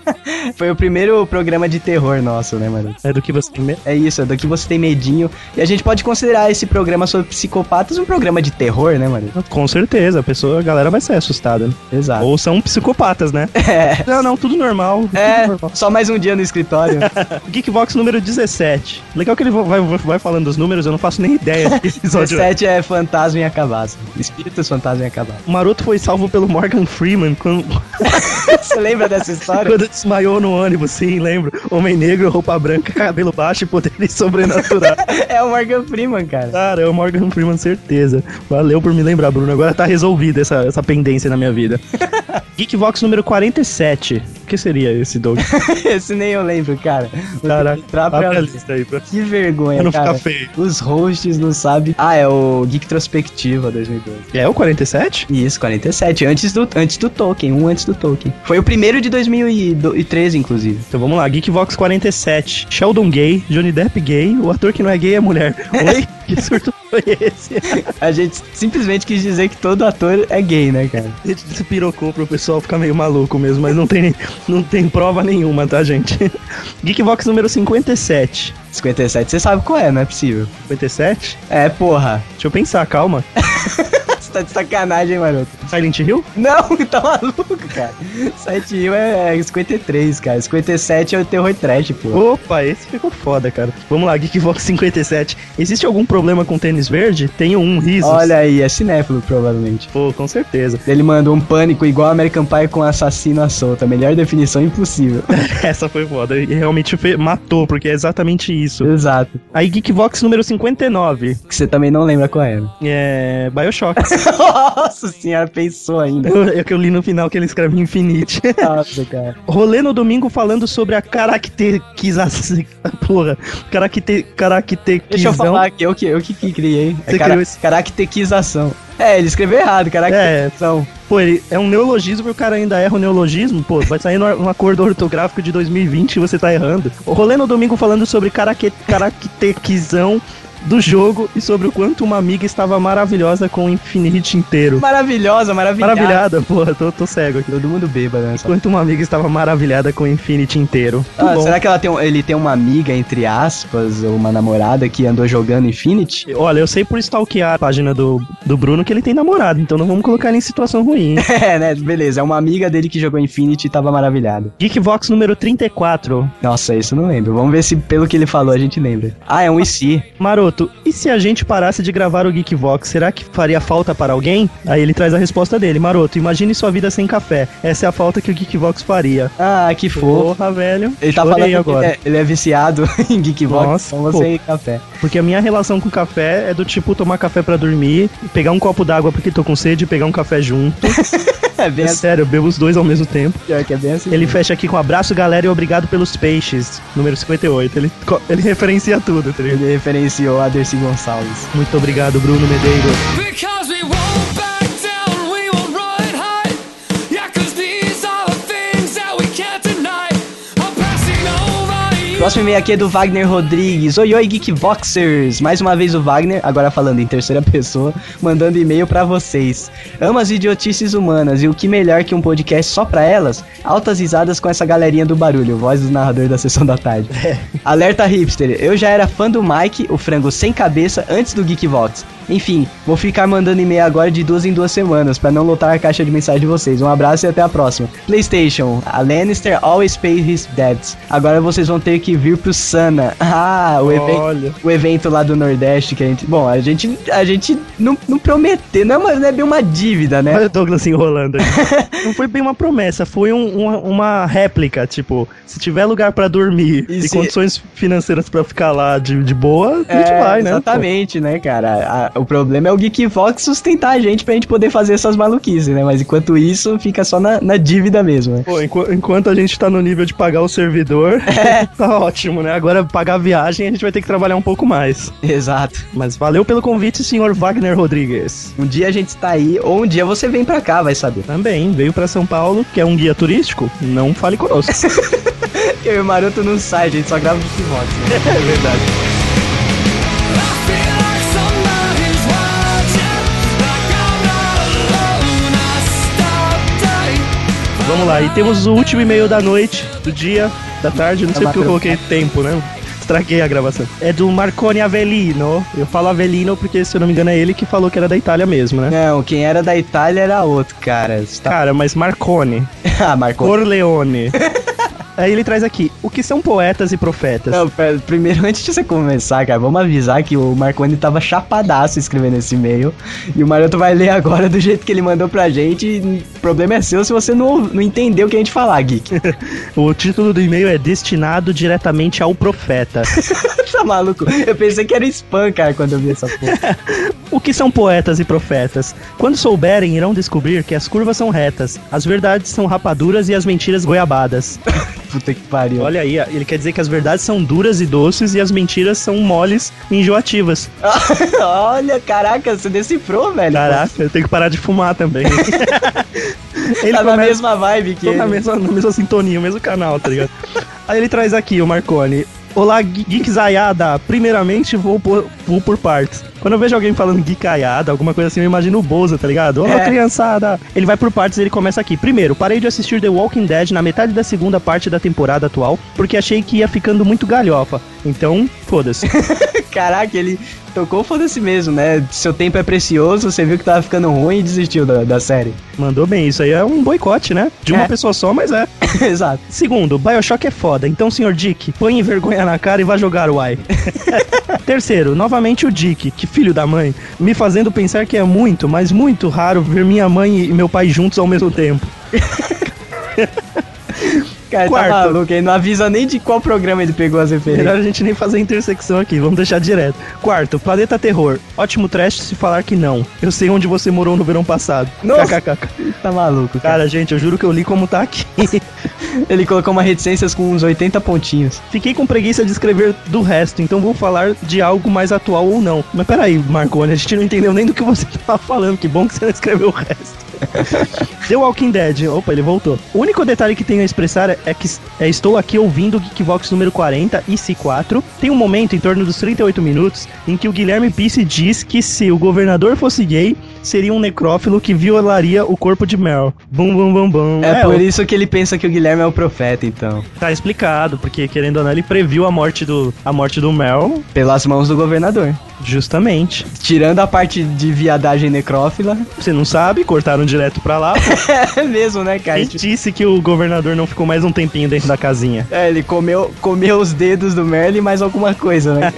Speaker 2: Foi o primeiro programa de terror nosso, né, mano?
Speaker 6: é do que você tem medo?
Speaker 2: É isso, é do que você tem medinho. E a gente pode considerar esse programa sobre psicopatas um programa de terror, né, mano?
Speaker 6: Com certeza, a pessoa, a galera vai ser assustada. né?
Speaker 2: Exato.
Speaker 6: Ou são psicopatas, né?
Speaker 2: É.
Speaker 6: Não, não, tudo normal.
Speaker 2: É,
Speaker 6: Tudo normal.
Speaker 2: só mais um dia no escritório.
Speaker 6: Geekbox número 17. Legal que ele vai, vai- vai falando dos números, eu não faço nem ideia do que episódio. é.
Speaker 2: 17 é fantasma em acabaça. Espíritos fantasma em acabaça.
Speaker 6: O Maroto foi salvo pelo Morgan Freeman quando,
Speaker 2: Você lembra dessa história?
Speaker 6: quando desmaiou no ônibus, sim, lembro. Homem negro, roupa branca, cabelo baixo e poderes sobrenaturais.
Speaker 2: É o Morgan Freeman, cara.
Speaker 6: Cara, é o Morgan Freeman, certeza. Valeu por me lembrar, Bruno. Agora tá resolvida essa, essa pendência na minha vida. Geekvox número 47. O que seria esse, Doug?
Speaker 2: Esse nem eu lembro, cara. Vou ter que
Speaker 6: Caraca, tá
Speaker 2: entrar
Speaker 6: abre a
Speaker 2: pra-
Speaker 6: lista aí pra
Speaker 2: Que vergonha,
Speaker 6: Pra não
Speaker 2: cara.
Speaker 6: ficar feio.
Speaker 2: Os hosts não sabem. Ah, é o Geek Trospectiva 2012.
Speaker 6: É o 47?
Speaker 2: Isso, 47. Antes do, antes do Tolkien, um antes do Tolkien. Foi o primeiro de 2013, inclusive.
Speaker 6: Então vamos lá, Geekvox 47. Sheldon gay, Johnny Depp gay, o ator que não é gay é mulher. Oi? que surto foi esse?
Speaker 2: A gente simplesmente quis dizer que todo ator é gay, né, cara?
Speaker 6: A gente se pirocou pro pessoal ficar meio maluco mesmo, mas não tem, não tem prova nenhuma, tá, gente? Geekbox número 57.
Speaker 2: 57, você sabe qual é, não é possível.
Speaker 6: 57?
Speaker 2: É, porra.
Speaker 6: Deixa eu pensar, calma.
Speaker 2: Você tá de sacanagem, hein, maroto.
Speaker 6: Silent Hill?
Speaker 2: Não, tá maluco, cara. 7 Hill é é 53, cara. 57 é o terror trash, pô.
Speaker 6: Opa, esse ficou foda, cara. Vamos lá, Geekbox 57. Existe algum problema com tênis verde? Tenho um, risos.
Speaker 2: Olha aí, é cinéfilo, provavelmente.
Speaker 6: Pô, com certeza.
Speaker 2: Ele mandou um pânico igual American Pie com assassino à solta. Melhor definição impossível.
Speaker 6: Essa foi foda. E realmente fe- matou, porque é exatamente isso.
Speaker 2: Exato.
Speaker 6: Aí, Geekbox número 59.
Speaker 2: Que você também não lembra qual né? era.
Speaker 6: É. Bioshock.
Speaker 2: Nossa senhora, pensou ainda.
Speaker 6: É que eu li no final que ele escreve Infinite.
Speaker 2: Nossa, cara.
Speaker 6: Rolê no domingo falando sobre a caracterização. Porra. Caracter... Caracterização.
Speaker 2: Deixa eu falar que eu que, eu que, que criei.
Speaker 6: Você
Speaker 2: É cara-
Speaker 6: criou esse-
Speaker 2: caractequização. É, ele escreveu errado, caractequização.
Speaker 6: Pô, ele é um neologismo e o cara ainda erra o neologismo? Pô, vai sair no, no acordo ortográfico de 2020 e você tá errando. O rolê no domingo falando sobre caraque, caractequizão do jogo e sobre o quanto uma amiga estava maravilhosa com o Infinite
Speaker 2: É.
Speaker 6: inteiro.
Speaker 2: Maravilhosa, maravilhosa.
Speaker 6: Maravilhada, porra, tô, tô cego aqui.
Speaker 2: Todo mundo bêbado nessa.
Speaker 6: Quanto uma amiga estava maravilhada com o Infinite inteiro. Muito
Speaker 2: Ah,
Speaker 6: bom.
Speaker 2: será que ela tem, um- ele tem uma amiga, entre aspas, ou uma namorada que andou jogando Infinity?
Speaker 6: Olha, eu sei por stalkear a página do, do Bruno que ele tem namorado, então não vamos colocar ele em situação ruim. hein?
Speaker 2: É, né? Beleza, é uma amiga dele que jogou Infinity e tava maravilhada.
Speaker 6: Geekvox número 34.
Speaker 2: Nossa, isso eu não lembro. Vamos ver se pelo que ele falou a gente lembra. Ah, é um IC.
Speaker 6: Maroto, e se a gente parasse de gravar o Geekvox, será que faria falta para alguém? Aí ele traz a resposta dele. Maroto, imagine sua vida sem café. Essa é a falta que o Geekvox faria.
Speaker 2: Ah, que fofo.
Speaker 6: Porra, velho.
Speaker 2: Ele tá
Speaker 6: Chorei
Speaker 2: falando que
Speaker 6: agora.
Speaker 2: Ele, é, ele é viciado em Geekbox,
Speaker 6: Nossa,
Speaker 2: então você e café.
Speaker 6: Porque a minha relação com café é do tipo tomar café pra dormir, pegar um copo d'água porque tô com sede e pegar um café junto.
Speaker 2: É bem
Speaker 6: É
Speaker 2: assim,
Speaker 6: sério, eu bebo os dois ao mesmo tempo.
Speaker 2: pior que é bem assim.
Speaker 6: Ele fecha aqui com abraço, galera, e obrigado pelos peixes. Número 58. Ele, co- ele referencia tudo, tá ligado?
Speaker 2: Ele referenciou a Dercy Gonçalves.
Speaker 6: Muito obrigado, Bruno Medeiros.
Speaker 1: Because we won't back down, we will run high. Yeah, 'cause these are the things that we can't deny. I'm passing over you.
Speaker 2: Próximo e-mail aqui é do Wagner Rodrigues. Oi, oi, Geekboxers! Mais uma vez o Wagner, agora falando em terceira pessoa, mandando e-mail pra vocês. Amo as idiotices humanas e o que melhor que um podcast só pra elas? Altas risadas com essa galerinha do barulho, voz do narrador da sessão da tarde. Alerta hipster, eu já era fã do Mike, o frango sem cabeça, antes do Geekbox. Enfim, vou ficar mandando e-mail agora de duas em duas semanas pra não lotar a caixa de mensagem de vocês. Um abraço e até a próxima. PlayStation, a Lannister always pays his debts. Agora vocês vão ter que vir pro Sana. Ah, o evento.
Speaker 6: Olha.
Speaker 2: O evento lá do Nordeste que a gente. Bom, a gente. A gente não, não prometeu. Não é, uma, não é bem uma dívida, né?
Speaker 6: Olha o Douglas enrolando aí. Não foi bem uma promessa, foi um- uma, uma réplica. Tipo, se tiver lugar pra dormir
Speaker 2: E
Speaker 6: e,
Speaker 2: se-
Speaker 6: condições financeiras pra ficar lá de, de boa, a gente
Speaker 2: É,
Speaker 6: vai, né?
Speaker 2: Exatamente, né, cara? A- o problema é o Geekvox sustentar a gente pra gente poder fazer essas maluquices, né? Mas enquanto isso, fica só na, na dívida mesmo, né?
Speaker 6: Pô, Pô, enqu- enquanto a gente tá no nível de pagar o servidor, tá ótimo, né? Agora pagar a viagem a gente vai ter que trabalhar um pouco mais.
Speaker 2: Exato.
Speaker 6: Mas valeu pelo convite, senhor Wagner Rodrigues.
Speaker 2: Um dia a gente está aí, ou um dia você vem pra cá, vai saber.
Speaker 6: Também veio pra São Paulo, quer um guia turístico? Não fale conosco.
Speaker 2: Eu e o Maroto não sai, a gente só grava o Geekvox, né?
Speaker 6: é verdade.
Speaker 1: I feel like somebody's watching, like I'm not alone. I stopped dying.
Speaker 6: Vamos lá, e temos o último e-mail da noite, do dia, da tarde,
Speaker 2: Tá
Speaker 6: não sei porque eu coloquei tempo, né? Estraguei a gravação. É do Marconi Avellino. Eu falo Avellino porque, se eu não me engano, é ele que falou que era da Itália mesmo, né?
Speaker 2: Não, quem era da Itália era outro, cara. Você tá-
Speaker 6: Cara, mas Marconi.
Speaker 2: ah, marcou.
Speaker 6: Corleone. Aí ele traz aqui, o que são poetas e profetas?
Speaker 2: Não, pera, primeiro, antes de você começar, cara, vamos avisar que o Marconi tava chapadaço escrevendo esse e-mail. E o Maroto vai ler agora do jeito que ele mandou pra gente. e O problema é seu se você não, não entendeu o que a gente falar, Geek.
Speaker 6: O título do e-mail é Destinado Diretamente ao Profeta.
Speaker 2: tá maluco? Eu pensei que era spam, cara, quando eu vi essa porra.
Speaker 6: O que são poetas e profetas? Quando souberem, irão descobrir que as curvas são retas, as verdades são rapaduras e as mentiras goiabadas.
Speaker 2: Puta que pariu.
Speaker 6: Olha aí, ele quer dizer que as verdades são duras e doces e as mentiras são moles e enjoativas.
Speaker 2: Olha, caraca, você decifrou, velho.
Speaker 6: Caraca, eu tenho que parar de fumar também. ele
Speaker 2: Tá na
Speaker 6: começa
Speaker 2: mesma vibe que
Speaker 6: tô na
Speaker 2: ele.
Speaker 6: mesma, na mesma sintonia, o mesmo canal, tá ligado? aí ele traz aqui o Marconi. Olá, Ge- Geekzaiada! Primeiramente, vou por, vou por partes. Quando eu vejo alguém falando geekaiada, alguma coisa assim, eu imagino o Boza, tá ligado? Ô,
Speaker 2: É.
Speaker 6: criançada! Ele vai por partes e ele começa aqui. Primeiro, parei de assistir The Walking Dead na metade da segunda parte da temporada atual, porque achei que ia ficando muito galhofa. Então, foda-se.
Speaker 2: Caraca, ele tocou foda-se mesmo, né? Seu tempo é precioso, você viu que tava ficando ruim e desistiu da, da série.
Speaker 6: Mandou bem, isso aí é um boicote, né? De uma
Speaker 2: É.
Speaker 6: pessoa só, mas é.
Speaker 2: Exato.
Speaker 6: Segundo, Bioshock é foda, então, senhor Dick, põe vergonha na cara e vá jogar o ai. Terceiro, novamente o Dick, que filho da mãe, me fazendo pensar que é muito, mas muito raro ver minha mãe e meu pai juntos ao mesmo tempo.
Speaker 2: Cara,
Speaker 6: Quarto.
Speaker 2: tá maluco, ele não avisa nem de qual programa ele pegou as referências.
Speaker 6: Melhor a gente nem fazer intersecção aqui, vamos deixar direto. Quarto, Planeta Terror. Ótimo trash se falar que não. Eu sei onde você morou no verão passado.
Speaker 2: Nossa.
Speaker 6: KKK.
Speaker 2: Tá maluco, cara.
Speaker 6: Cara, gente, eu juro que eu li como tá aqui.
Speaker 2: Ele colocou uma reticências com uns 80 pontinhos.
Speaker 6: Fiquei com preguiça de escrever do resto, então vou falar de algo mais atual ou não. Mas peraí, Marconi, a gente não entendeu nem do que você tava falando. Que bom que você não escreveu o resto. The Walking Dead. Opa, ele voltou. O único detalhe que tenho a expressar é que s- é, estou aqui ouvindo o Geekvox número 40, IC4. Tem um momento, em torno dos 38 minutos, em que o Guilherme Pisse diz que se o governador fosse gay, seria um necrófilo que violaria o corpo de Meryl. Bum, bum, bum, bum.
Speaker 2: É, por
Speaker 6: o-
Speaker 2: isso que ele pensa que o Guilherme é o profeta, então.
Speaker 6: Tá explicado, porque querendo ou não, ele previu a morte do, a morte do Mel,
Speaker 2: Pelas mãos do governador.
Speaker 6: justamente.
Speaker 2: Tirando a parte de viadagem necrófila.
Speaker 6: Você não sabe, cortaram direto pra lá. pô.
Speaker 2: é mesmo, né, cara?
Speaker 6: Quem disse que o governador não ficou mais um tempinho dentro da casinha?
Speaker 2: É, ele comeu, comeu os dedos do Merlin e mais alguma coisa, né?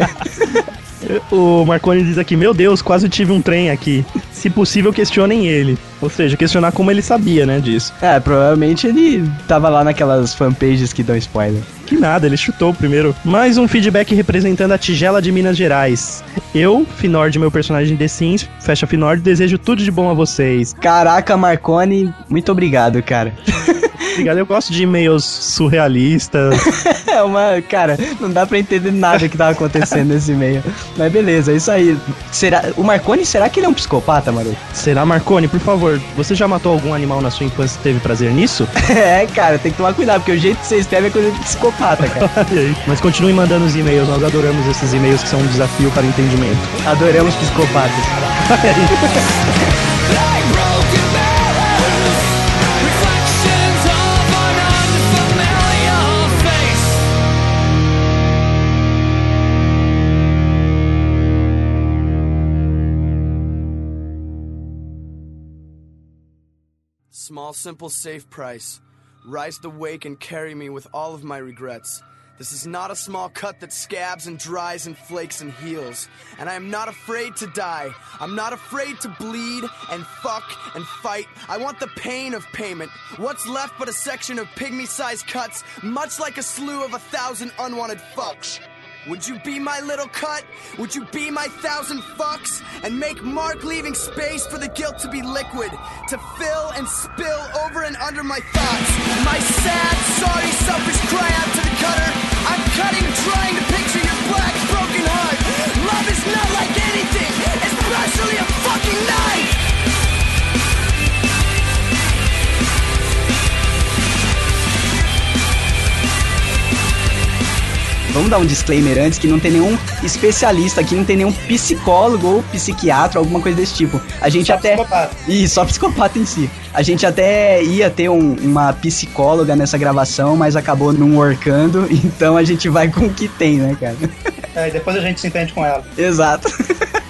Speaker 6: O Marconi diz aqui: Meu Deus, quase tive um trem aqui. Se possível, questionem ele. Ou seja, questionar como ele sabia, né, disso.
Speaker 2: é, provavelmente ele tava lá naquelas fanpages que dão spoiler.
Speaker 6: Que nada, ele chutou primeiro. Mais um feedback representando a tigela de Minas Gerais. Eu, Finord, meu personagem The Sims, fecha Finord, desejo tudo de bom a vocês.
Speaker 2: Caraca, Marconi, muito obrigado, cara.
Speaker 6: Obrigado, eu gosto de e-mails surrealistas.
Speaker 2: É uma. Cara, não dá pra entender nada que tava acontecendo nesse e-mail. Mas beleza, é isso aí. Será, o Marconi, será que ele é um psicopata, Maru?
Speaker 6: Será, Marconi, por favor, você já matou algum animal na sua infância e teve prazer nisso?
Speaker 2: É, cara, tem que tomar cuidado, porque o jeito que você escreve é coisa de psicopata, cara.
Speaker 6: Mas continue mandando os e-mails, nós adoramos esses e-mails que são um desafio para o entendimento.
Speaker 2: Adoramos psicopatas.
Speaker 1: Like broken mirrors, reflections of an unfamiliar face.
Speaker 7: Small, simple, safe price. Rise to wake and carry me with all of my regrets. This is not a small cut that scabs and dries and flakes and heals. And I am not afraid to die. I'm not afraid to bleed and fuck and fight. I want the pain of payment. What's left but a section of pygmy sized cuts, much like a slew of a thousand unwanted fucks. Would you be my little cut? Would you be my thousand fucks? And make Mark leaving space for the guilt to be liquid, to fill and spill over and under my thoughts. My sad, sorry, selfish cry out to the cutter. I'm cutting, trying to picture your black, broken heart. Love is not like anything, especially a fucking knife!
Speaker 2: Vamos dar um disclaimer antes que não tem nenhum especialista aqui, não tem nenhum psicólogo ou psiquiatra, alguma coisa desse tipo. A gente
Speaker 3: Só
Speaker 2: até.
Speaker 3: psicopata.
Speaker 2: Ih, só psicopata em si. A gente até ia ter um- uma psicóloga nessa gravação, mas acabou não workando, então a gente vai com o que tem, né, cara?
Speaker 3: É, e depois a gente se entende com ela.
Speaker 2: Exato.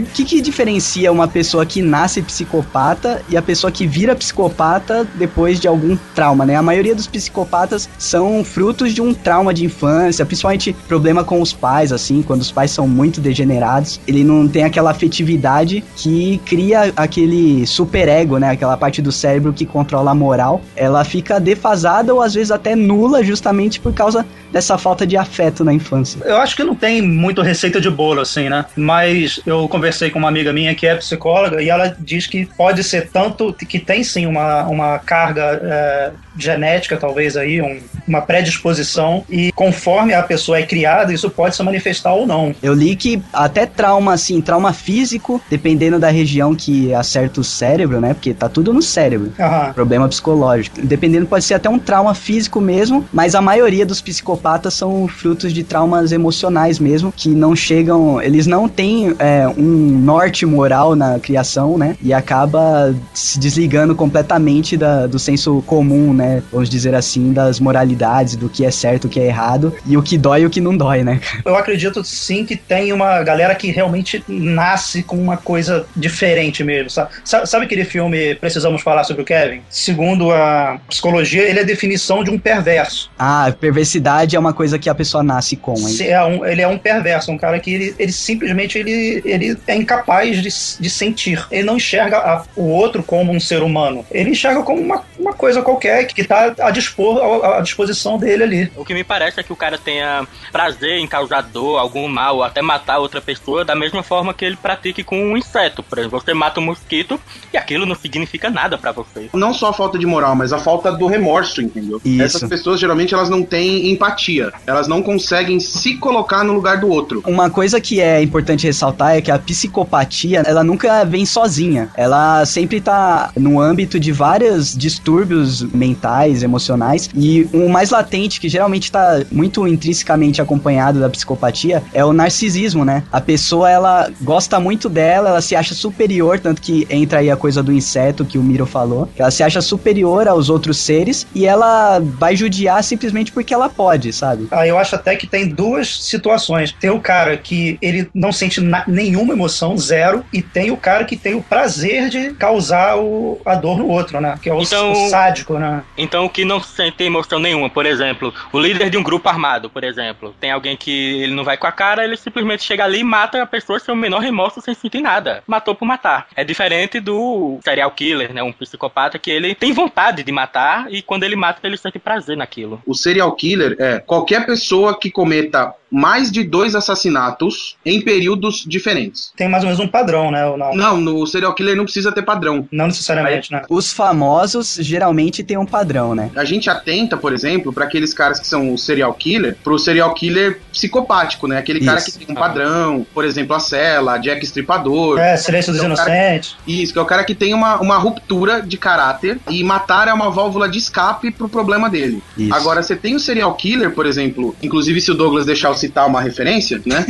Speaker 2: O que, que diferencia uma pessoa que nasce psicopata e a pessoa que vira psicopata depois de algum trauma, né? A maioria dos psicopatas são frutos de um trauma de infância, principalmente problema com os pais, assim, quando os pais são muito degenerados, ele não tem aquela afetividade que cria aquele superego, né? Aquela parte do cérebro que controla a moral, ela fica defasada ou às vezes até nula justamente por causa dessa falta de afeto na infância.
Speaker 3: Eu acho que não tem muito receita de bolo, assim, né? Mas eu conversei com uma amiga minha que é psicóloga e ela diz que pode ser tanto que tem sim uma, uma carga é, genética, talvez aí, um, uma predisposição e conforme a pessoa é criada, isso pode se manifestar ou não.
Speaker 2: Eu li que até trauma, assim, trauma físico, dependendo da região que acerta o cérebro, né? Porque tá tudo no cérebro.
Speaker 3: Aham.
Speaker 2: Problema psicológico. Dependendo, pode ser até um trauma físico mesmo, mas a maioria dos psicopatas são frutos de traumas emocionais mesmo, que não chegam. Eles não têm é, um norte moral na criação, né? E acaba se desligando completamente da- do senso comum, né? Vamos dizer assim, das moralidades, do que é certo, o que é errado, e o que dói e o que não dói, né?
Speaker 3: Eu acredito sim que tem uma galera que realmente nasce com uma coisa diferente mesmo. sa- sa- Sabe, aquele filme Precisamos Falar sobre o Kevin? Segundo a psicologia, ele é a definição de um perverso.
Speaker 2: Ah, perversidade é uma coisa que a pessoa nasce com, hein?
Speaker 3: Se é um- ele é um perverso, um cara que ele, ele simplesmente ele, ele é incapaz de, s- de sentir. Ele não enxerga a- o outro como um ser humano. Ele enxerga como uma, uma coisa qualquer que está à, dispor, à- à disposição dele ali.
Speaker 5: O que me parece é que o cara tenha prazer em causar dor, algum mal, ou até matar outra pessoa, da mesma forma que ele pratique com um inseto. Por exemplo, você mata um mosquito e aquilo não significa nada pra você.
Speaker 4: Não só a falta de moral, mas a falta do remorso, entendeu?
Speaker 2: Isso.
Speaker 4: Essas pessoas geralmente elas não têm empatia. Elas não conseguem se colocar no lugar do outro.
Speaker 2: Uma coisa que é importante ressaltar é que a psicopatia, ela nunca vem sozinha. Ela sempre tá no âmbito de vários distúrbios mentais, emocionais. E o mais latente, que geralmente tá muito intrinsecamente acompanhado da psicopatia, é o narcisismo, né? A pessoa, ela gosta muito dela, ela se acha superior, tanto que entra aí a coisa do inseto que o Miro falou, que ela se acha superior aos outros seres e ela vai judiar simplesmente porque ela pode, sabe?
Speaker 3: Ah, eu acho até que tem duas situações. Tem o cara que ele não sente na- nenhuma emoção, zero, e tem o cara que tem o prazer de causar o- a dor no outro, né? Que é o,
Speaker 5: Então-
Speaker 3: o sádico, né?
Speaker 5: Então, o que não sente emoção nenhuma, por exemplo, o líder de um grupo armado, por exemplo, tem alguém que ele não vai com a cara, ele simplesmente chega ali e mata a pessoa sem o menor remorso, sem sentir nada. Matou por matar. É diferente do serial killer, né? Um psicopata que ele tem vontade de matar e quando ele mata, ele sente prazer naquilo.
Speaker 4: O serial killer é qualquer pessoa que cometa mais de dois assassinatos em períodos diferentes.
Speaker 3: Tem mais ou menos um padrão, né? Ou Não,
Speaker 4: Não, no serial killer não precisa ter padrão.
Speaker 3: não necessariamente, né?
Speaker 2: Os famosos geralmente têm um padrão, né?
Speaker 4: A gente atenta, por exemplo, para aqueles caras que são o serial killer, pro serial killer psicopático, né? Aquele cara
Speaker 2: Isso.
Speaker 4: que tem um padrão, por exemplo, a Cela, Jack Estripador.
Speaker 3: É, silêncio dos
Speaker 4: É o cara-
Speaker 3: inocentes.
Speaker 4: Isso, que é o cara que tem uma, uma ruptura de caráter e matar é uma válvula de escape pro problema dele.
Speaker 2: Isso.
Speaker 4: Agora, você tem o serial killer, por exemplo, inclusive se o Douglas deixar eu citar uma referência, né?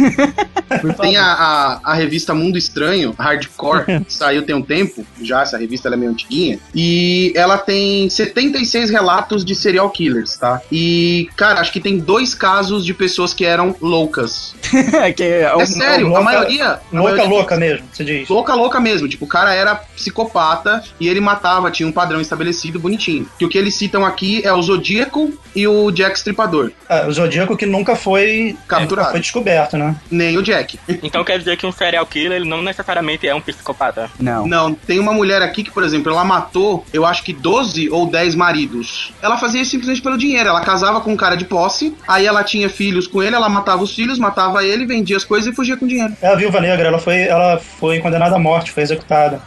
Speaker 4: tem a, a, a revista Mundo Estranho, Hardcore, que saiu tem um tempo, já essa revista ela é meio antiguinha, e ela tem 76 relatos de serial killers, tá? E, cara, acho que tem dois casos de pessoas que eram loucas.
Speaker 2: que é um-
Speaker 4: É sério,
Speaker 3: louca-
Speaker 4: a maioria... a
Speaker 3: Louca,
Speaker 4: maioria-
Speaker 3: louca mesmo, você diz.
Speaker 4: Louca, louca mesmo. Tipo, o cara era psicopata e ele matava, tinha um padrão estabelecido, bonitinho. Que o que eles citam aqui é o Zodíaco e o Jack Stripador,
Speaker 3: Ah, o Zodíaco que nunca foi,
Speaker 4: capturado.
Speaker 3: foi descoberto, né?
Speaker 4: Nem o Jack.
Speaker 5: Então quer dizer que um serial killer ele não necessariamente é um psicopata.
Speaker 2: Não.
Speaker 4: Não, tem uma mulher aqui que, por exemplo, ela matou, eu acho que 12 ou 10 maridos. Ela fazia isso simplesmente pelo dinheiro. Ela casava com um cara de posse, aí ela tinha filhos com ele, ela matava os filhos, matava ele, vendia as coisas e fugia com o dinheiro.
Speaker 3: É a Viúva Negra, ela foi, ela foi condenada à morte, foi executada.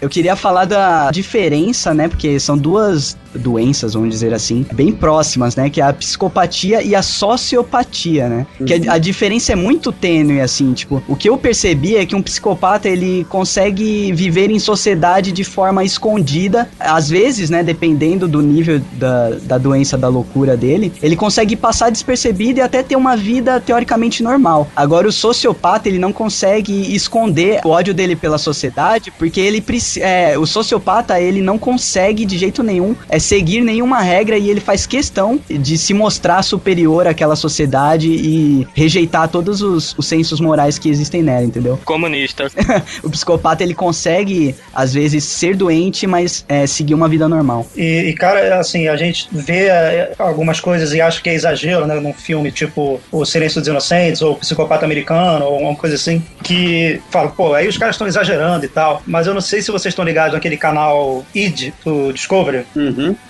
Speaker 2: Eu queria falar da diferença, né? Porque são duas doenças, vamos dizer assim, bem próximas, né? Que é a psicopatia e a sociopatia, né? Que a, a diferença é muito tênue, assim, tipo, o que eu percebi é que um psicopata ele consegue viver em sociedade de forma escondida, às vezes, né? Dependendo do nível da, da doença, da loucura dele, ele consegue passar despercebido e até ter uma vida teoricamente normal. Agora, o sociopata ele não consegue esconder o ódio dele pela sociedade, porque ele preci- é, o sociopata ele não consegue de jeito nenhum é seguir nenhuma regra e ele faz questão de se mostrar superior àquela sociedade e rejeitar todos os, os sensos morais que existem nela, entendeu?
Speaker 5: Comunistas.
Speaker 2: O psicopata ele consegue às vezes ser doente, mas é, seguir uma vida normal.
Speaker 3: E, e, cara, assim, a gente vê eh, algumas coisas e acha que é exagero, né? Num filme tipo O Silêncio dos Inocentes ou O Psicopata Americano ou alguma coisa assim, que fala, pô, aí os caras estão exagerando e tal. Mas eu não sei se vocês estão ligados naquele canal id do Discovery,
Speaker 4: Uhum.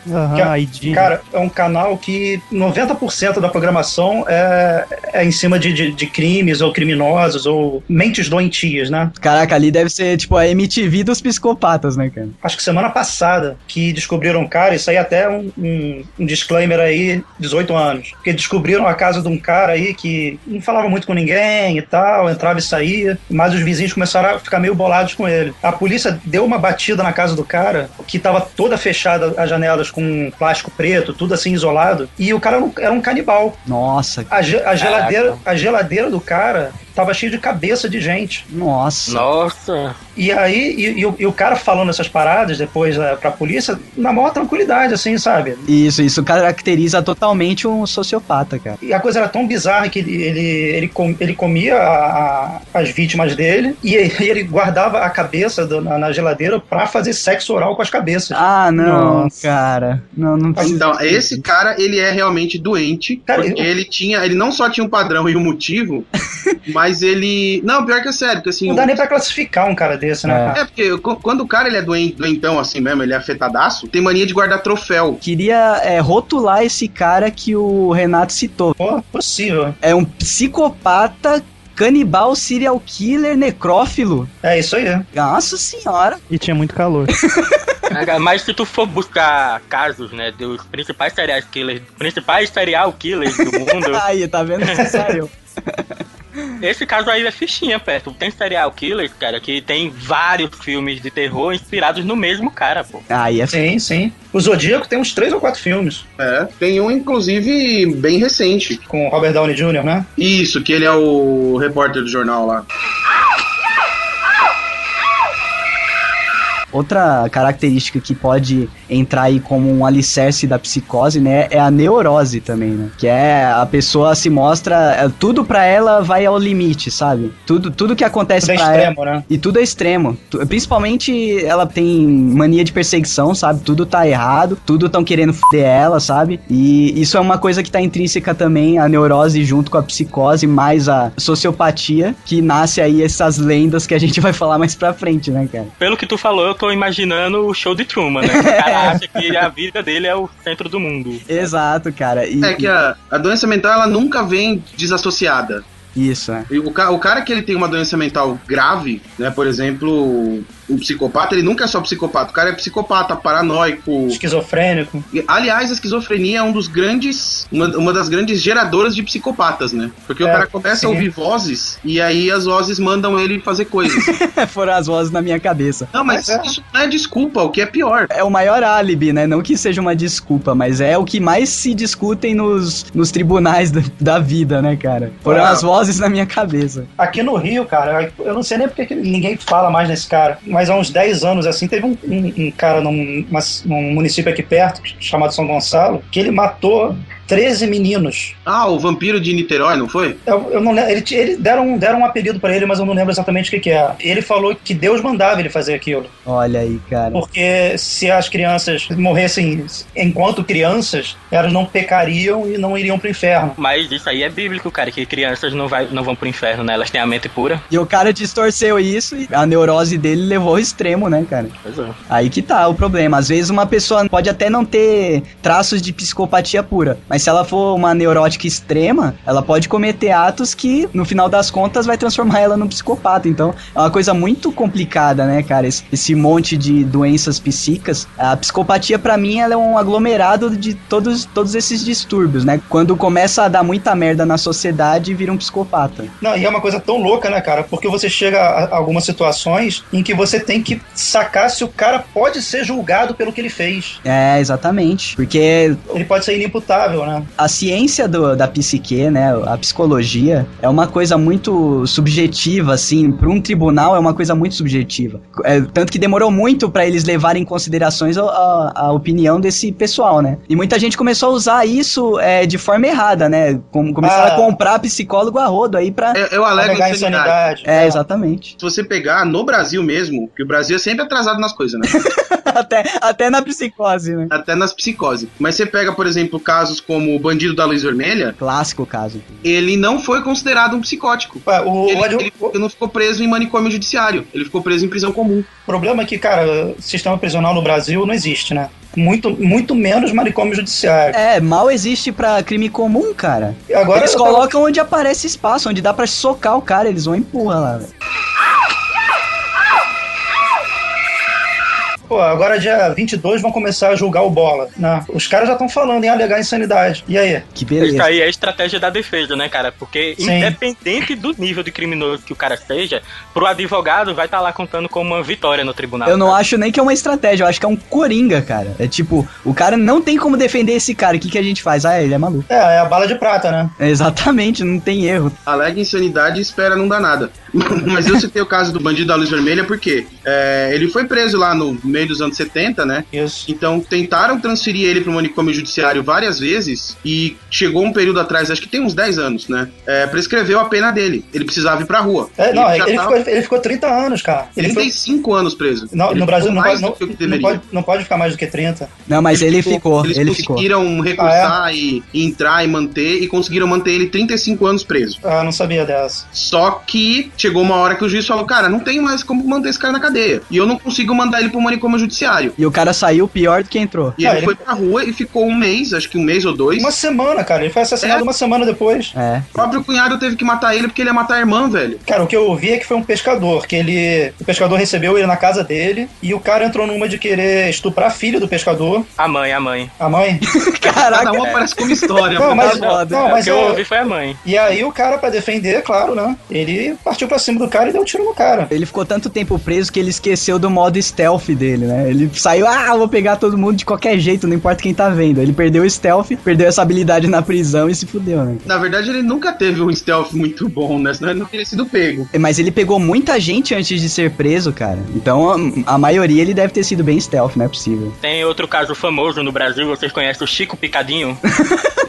Speaker 3: Brasil. Que é-
Speaker 6: Aham, ID.
Speaker 3: Cara, é um canal que 90% da programação é, é em cima de, de, de crimes ou criminosos ou mentes doentias, né?
Speaker 2: Caraca, ali deve ser tipo a MTV dos psicopatas, né, cara?
Speaker 3: Acho que semana passada que descobriram um cara, isso aí até um, um, um disclaimer aí, 18 anos, porque descobriram a casa de um cara aí que não falava muito com ninguém e tal, entrava e saía, mas os vizinhos começaram a ficar meio bolados com ele. A polícia deu uma batida na casa do cara, que tava toda fechada as janelas com plástico preto, tudo assim isolado, e o cara era um- era um canibal.
Speaker 2: Nossa,
Speaker 3: A, ge- a geladeira, a geladeira do cara tava cheia de cabeça de gente.
Speaker 2: nossa.
Speaker 5: Nossa.
Speaker 3: E aí, e, e o, e o cara falando essas paradas depois eh, pra polícia, na maior tranquilidade, assim, sabe?
Speaker 2: Isso, isso caracteriza totalmente um sociopata, cara.
Speaker 3: E a coisa era tão bizarra que ele, ele, ele, com- ele comia a- a- as vítimas dele e ele ele guardava a cabeça do- na, na geladeira pra fazer sexo oral com as cabeças.
Speaker 2: Ah, não,
Speaker 6: Nossa.
Speaker 2: cara. Não, não precisa.
Speaker 4: Então, esse cara, ele é realmente doente,
Speaker 3: Cara,
Speaker 4: porque
Speaker 3: eu-
Speaker 4: ele tinha, ele não só tinha um padrão e um motivo, mas ele, não, pior que é sério, porque assim,
Speaker 3: Não dá nem pra classificar um cara desse, né?
Speaker 2: É.
Speaker 3: cara?
Speaker 4: é porque qu- quando o cara ele é doente, doentão assim mesmo, ele é afetadaço, tem mania de guardar troféu.
Speaker 2: Queria é, rotular esse cara que o Renato citou.
Speaker 3: Pô, possível.
Speaker 2: É um psicopata, canibal, serial killer, necrófilo.
Speaker 3: É isso aí.
Speaker 2: Nossa senhora.
Speaker 6: E tinha muito calor.
Speaker 5: Cara, Mas se tu for buscar casos, né, dos principais serial killers, principais serial killers do mundo,
Speaker 2: Aí, tá vendo? Saiu.
Speaker 5: Esse caso aí é fichinha, perto. Tem serial killers, cara, que tem vários filmes de terror inspirados no mesmo cara, pô.
Speaker 2: Aí é. f-
Speaker 3: Sim, sim. O Zodíaco tem uns três ou quatro filmes
Speaker 4: É, tem um inclusive bem recente.
Speaker 3: com o Robert Downey Jr., né?
Speaker 4: Isso, que ele é o repórter do jornal lá.
Speaker 2: Outra característica que pode entrar aí como um alicerce da psicose, né? É a neurose também, né? Que é a pessoa se mostra. é, Tudo pra ela vai ao limite, sabe? Tudo, tudo que acontece
Speaker 3: Tudo é
Speaker 2: pra ela.
Speaker 3: extremo, né?
Speaker 2: E tudo é extremo. Tu- Principalmente ela tem mania de perseguição, sabe? Tudo tá errado, tudo tão querendo foder ela, sabe? E isso é uma coisa que tá intrínseca também, a neurose junto com a psicose, mais a sociopatia, que nasce aí essas lendas que a gente vai falar mais pra frente, né, cara?
Speaker 5: Pelo que tu falou, eu tô imaginando o show de Truman, né? O cara acha que a vida dele é o centro do mundo.
Speaker 2: Exato, cara. E,
Speaker 4: É que a, a doença mental ela nunca vem desassociada.
Speaker 2: Isso, é.
Speaker 4: E O, ca- o cara que ele tem uma doença mental grave, né? Por exemplo, o psicopata, ele nunca é só psicopata. O cara é psicopata, paranoico.
Speaker 3: Esquizofrênico.
Speaker 4: E, Aliás, a esquizofrenia é um dos grandes, uma, uma das grandes geradoras de psicopatas, né? Porque o
Speaker 3: É,
Speaker 4: cara começa
Speaker 3: sim.
Speaker 4: a ouvir vozes e aí as vozes mandam ele fazer coisas.
Speaker 2: Foram as vozes na minha cabeça.
Speaker 4: não, mas
Speaker 3: Mas é.
Speaker 4: isso não é desculpa, o que é pior.
Speaker 2: É o maior álibi, né? Não que seja uma desculpa, mas é o que mais se discutem nos, nos tribunais da, da vida, né, cara? Foram
Speaker 4: Ah.
Speaker 2: as vozes na minha cabeça.
Speaker 3: Aqui no Rio, cara, eu não sei nem porque que ninguém fala mais nesse cara, mas há uns 10 anos, assim, teve um, um- um cara num, uma- num município aqui perto, chamado São Gonçalo, que ele matou 13 meninos.
Speaker 4: Ah, o vampiro de Niterói, não foi?
Speaker 3: Eu, eu não lembro, ele, ti- ele- deram, um- deram um apelido pra ele, mas eu não lembro exatamente o que, que é. Ele falou que Deus mandava ele fazer aquilo,
Speaker 2: Olha aí, cara.
Speaker 3: porque se as crianças morressem enquanto crianças, elas não pecariam e não iriam pro inferno.
Speaker 5: Mas isso aí é bíblico, cara, que crianças não, vai, não vão pro inferno, né? Elas têm a mente pura.
Speaker 2: E o cara distorceu isso e a neurose dele levou ao extremo, né, cara?
Speaker 5: Pois é.
Speaker 2: Aí que tá o problema. Às vezes uma pessoa pode até não ter traços de psicopatia pura, mas se ela for uma neurótica extrema, ela pode cometer atos que, no final das contas, vai transformar ela num psicopata. Então, é uma coisa muito complicada, né, cara? Esse, esse monte de doenças psíquicas. A psicopatia, pra mim, ela é um aglomerado de todos, todos esses distúrbios, né? Quando começa a dar muita merda na sociedade, vira um psicopata.
Speaker 3: Não, e é uma coisa tão louca, né, cara? Porque você chega a a algumas situações em que você tem que sacar se o cara pode ser julgado pelo que ele fez.
Speaker 2: É, exatamente. Porque
Speaker 3: Ele pode ser inimputável, né?
Speaker 2: a ciência do- da psique, né, a psicologia, é uma coisa muito subjetiva, assim, para um tribunal é uma coisa muito subjetiva. É, tanto que demorou muito para eles levarem em considerações a, a- a opinião desse pessoal, né? E muita gente começou a usar isso é, de forma errada, né? Com, começaram
Speaker 3: Ah.
Speaker 2: a comprar psicólogo a rodo aí pra...
Speaker 4: É, Eu, eu alego
Speaker 3: Alegar
Speaker 4: insanidade.
Speaker 3: insanidade.
Speaker 2: É, exatamente.
Speaker 4: Se você pegar no Brasil mesmo, que o Brasil é sempre atrasado nas coisas, né?
Speaker 2: até, até na psicose, né?
Speaker 4: Até nas psicoses. Mas você pega, por exemplo, casos como o Bandido da Luz Vermelha,
Speaker 2: Clássico caso.
Speaker 4: ele não foi considerado um psicótico.
Speaker 3: Ué, É, o,
Speaker 4: Ele,
Speaker 3: o adi-
Speaker 4: ele- ele não ficou preso em manicômio judiciário, ele ficou preso em prisão comum.
Speaker 3: O problema é que, cara, sistema prisional no Brasil não existe, né? Muito, muito menos manicômio judiciário.
Speaker 2: É, mal existe pra crime comum, cara.
Speaker 3: E Agora
Speaker 2: eles
Speaker 3: eu tava-
Speaker 2: colocam onde aparece espaço, onde dá pra socar o cara, eles vão empurrar lá, velho.
Speaker 3: Pô, agora dia 22 vão começar a julgar o Bola, né? Os caras já estão falando em alegar insanidade. E aí?
Speaker 2: Que
Speaker 5: Isso
Speaker 2: beleza.
Speaker 5: aí é a estratégia da defesa, né, cara? Porque
Speaker 3: Sim.
Speaker 5: independente do nível de criminoso que o cara seja, pro advogado vai estar lá contando com uma vitória no tribunal.
Speaker 2: Eu não
Speaker 5: cara.
Speaker 2: acho nem que é uma estratégia, eu acho que é um coringa, cara. É tipo, o cara não tem como defender esse cara, o que, que a gente faz? Ah, ele é maluco.
Speaker 3: É, é a bala de prata, né?
Speaker 2: É, exatamente, não tem erro.
Speaker 4: Alega insanidade e espera não dar nada. Mas eu citei o caso do bandido da luz vermelha porque é, ele foi preso lá no meio dos anos 70, né?
Speaker 3: Isso.
Speaker 4: Então tentaram transferir ele para o manicômio judiciário várias vezes e chegou um período atrás, acho que tem uns 10 anos, né? É, prescreveu a pena dele. Ele precisava ir pra rua.
Speaker 3: É, não,
Speaker 4: já
Speaker 3: ele,
Speaker 4: tava
Speaker 3: ficou, ele ficou 30 anos, cara. Ele foi-
Speaker 4: 35 anos preso.
Speaker 3: Não,
Speaker 4: Ele
Speaker 3: no
Speaker 4: ficou
Speaker 3: Brasil não
Speaker 4: mais
Speaker 3: pode,
Speaker 4: do
Speaker 3: não,
Speaker 4: que o que
Speaker 3: não
Speaker 4: deveria.
Speaker 3: pode, não pode ficar mais do que 30.
Speaker 2: Não, mas ele ficou, ele ficou.
Speaker 3: Ah, é?
Speaker 4: conseguiram recursar e e entrar e manter, e conseguiram manter ele 35 anos preso.
Speaker 3: Ah, não sabia dessa.
Speaker 4: Só que chegou uma hora que o juiz falou: Cara, não tem mais como manter esse cara na cadeia. E eu não consigo mandar ele pro manicômio judiciário.
Speaker 2: E o cara saiu pior do que entrou.
Speaker 4: E
Speaker 3: Ah,
Speaker 4: ele,
Speaker 3: ele-
Speaker 4: foi pra rua e ficou um mês, acho que um mês ou dois.
Speaker 3: Uma semana, cara. Ele foi assassinado
Speaker 4: É?
Speaker 3: uma semana depois.
Speaker 2: É.
Speaker 4: O próprio cunhado teve que matar ele porque ele ia matar a irmã, velho.
Speaker 3: Cara, o que eu ouvi é que foi um pescador, que ele. O pescador recebeu ele na casa dele e o cara entrou numa de querer estuprar a filha do pescador,
Speaker 5: A mãe, a mãe.
Speaker 3: a mãe.
Speaker 4: Cada
Speaker 2: Caraca,
Speaker 4: um aparece com uma história.
Speaker 3: Não,
Speaker 4: mano.
Speaker 3: mas,
Speaker 2: foda.
Speaker 3: não,
Speaker 5: É,
Speaker 3: mas
Speaker 5: o que eu
Speaker 3: é-
Speaker 5: ouvi foi a mãe.
Speaker 3: E aí o cara, pra defender, claro, né? Ele partiu pra cima do cara e deu um tiro no cara.
Speaker 2: ele ficou tanto tempo preso que ele esqueceu do modo stealth dele, né? Ele saiu, ah, vou pegar todo mundo de qualquer jeito, não importa quem tá vendo. Ele perdeu o stealth, perdeu essa habilidade na prisão e se fudeu, né?
Speaker 4: Na verdade, ele nunca teve um stealth muito bom, né? Senão ele não teria sido pego.
Speaker 2: Mas ele pegou muita gente antes de ser preso, cara. Então a, a maioria ele deve ter sido bem stealth, não é possível.
Speaker 5: Tem outro caso famoso no Brasil, vocês conhecem o Chico Picadinho?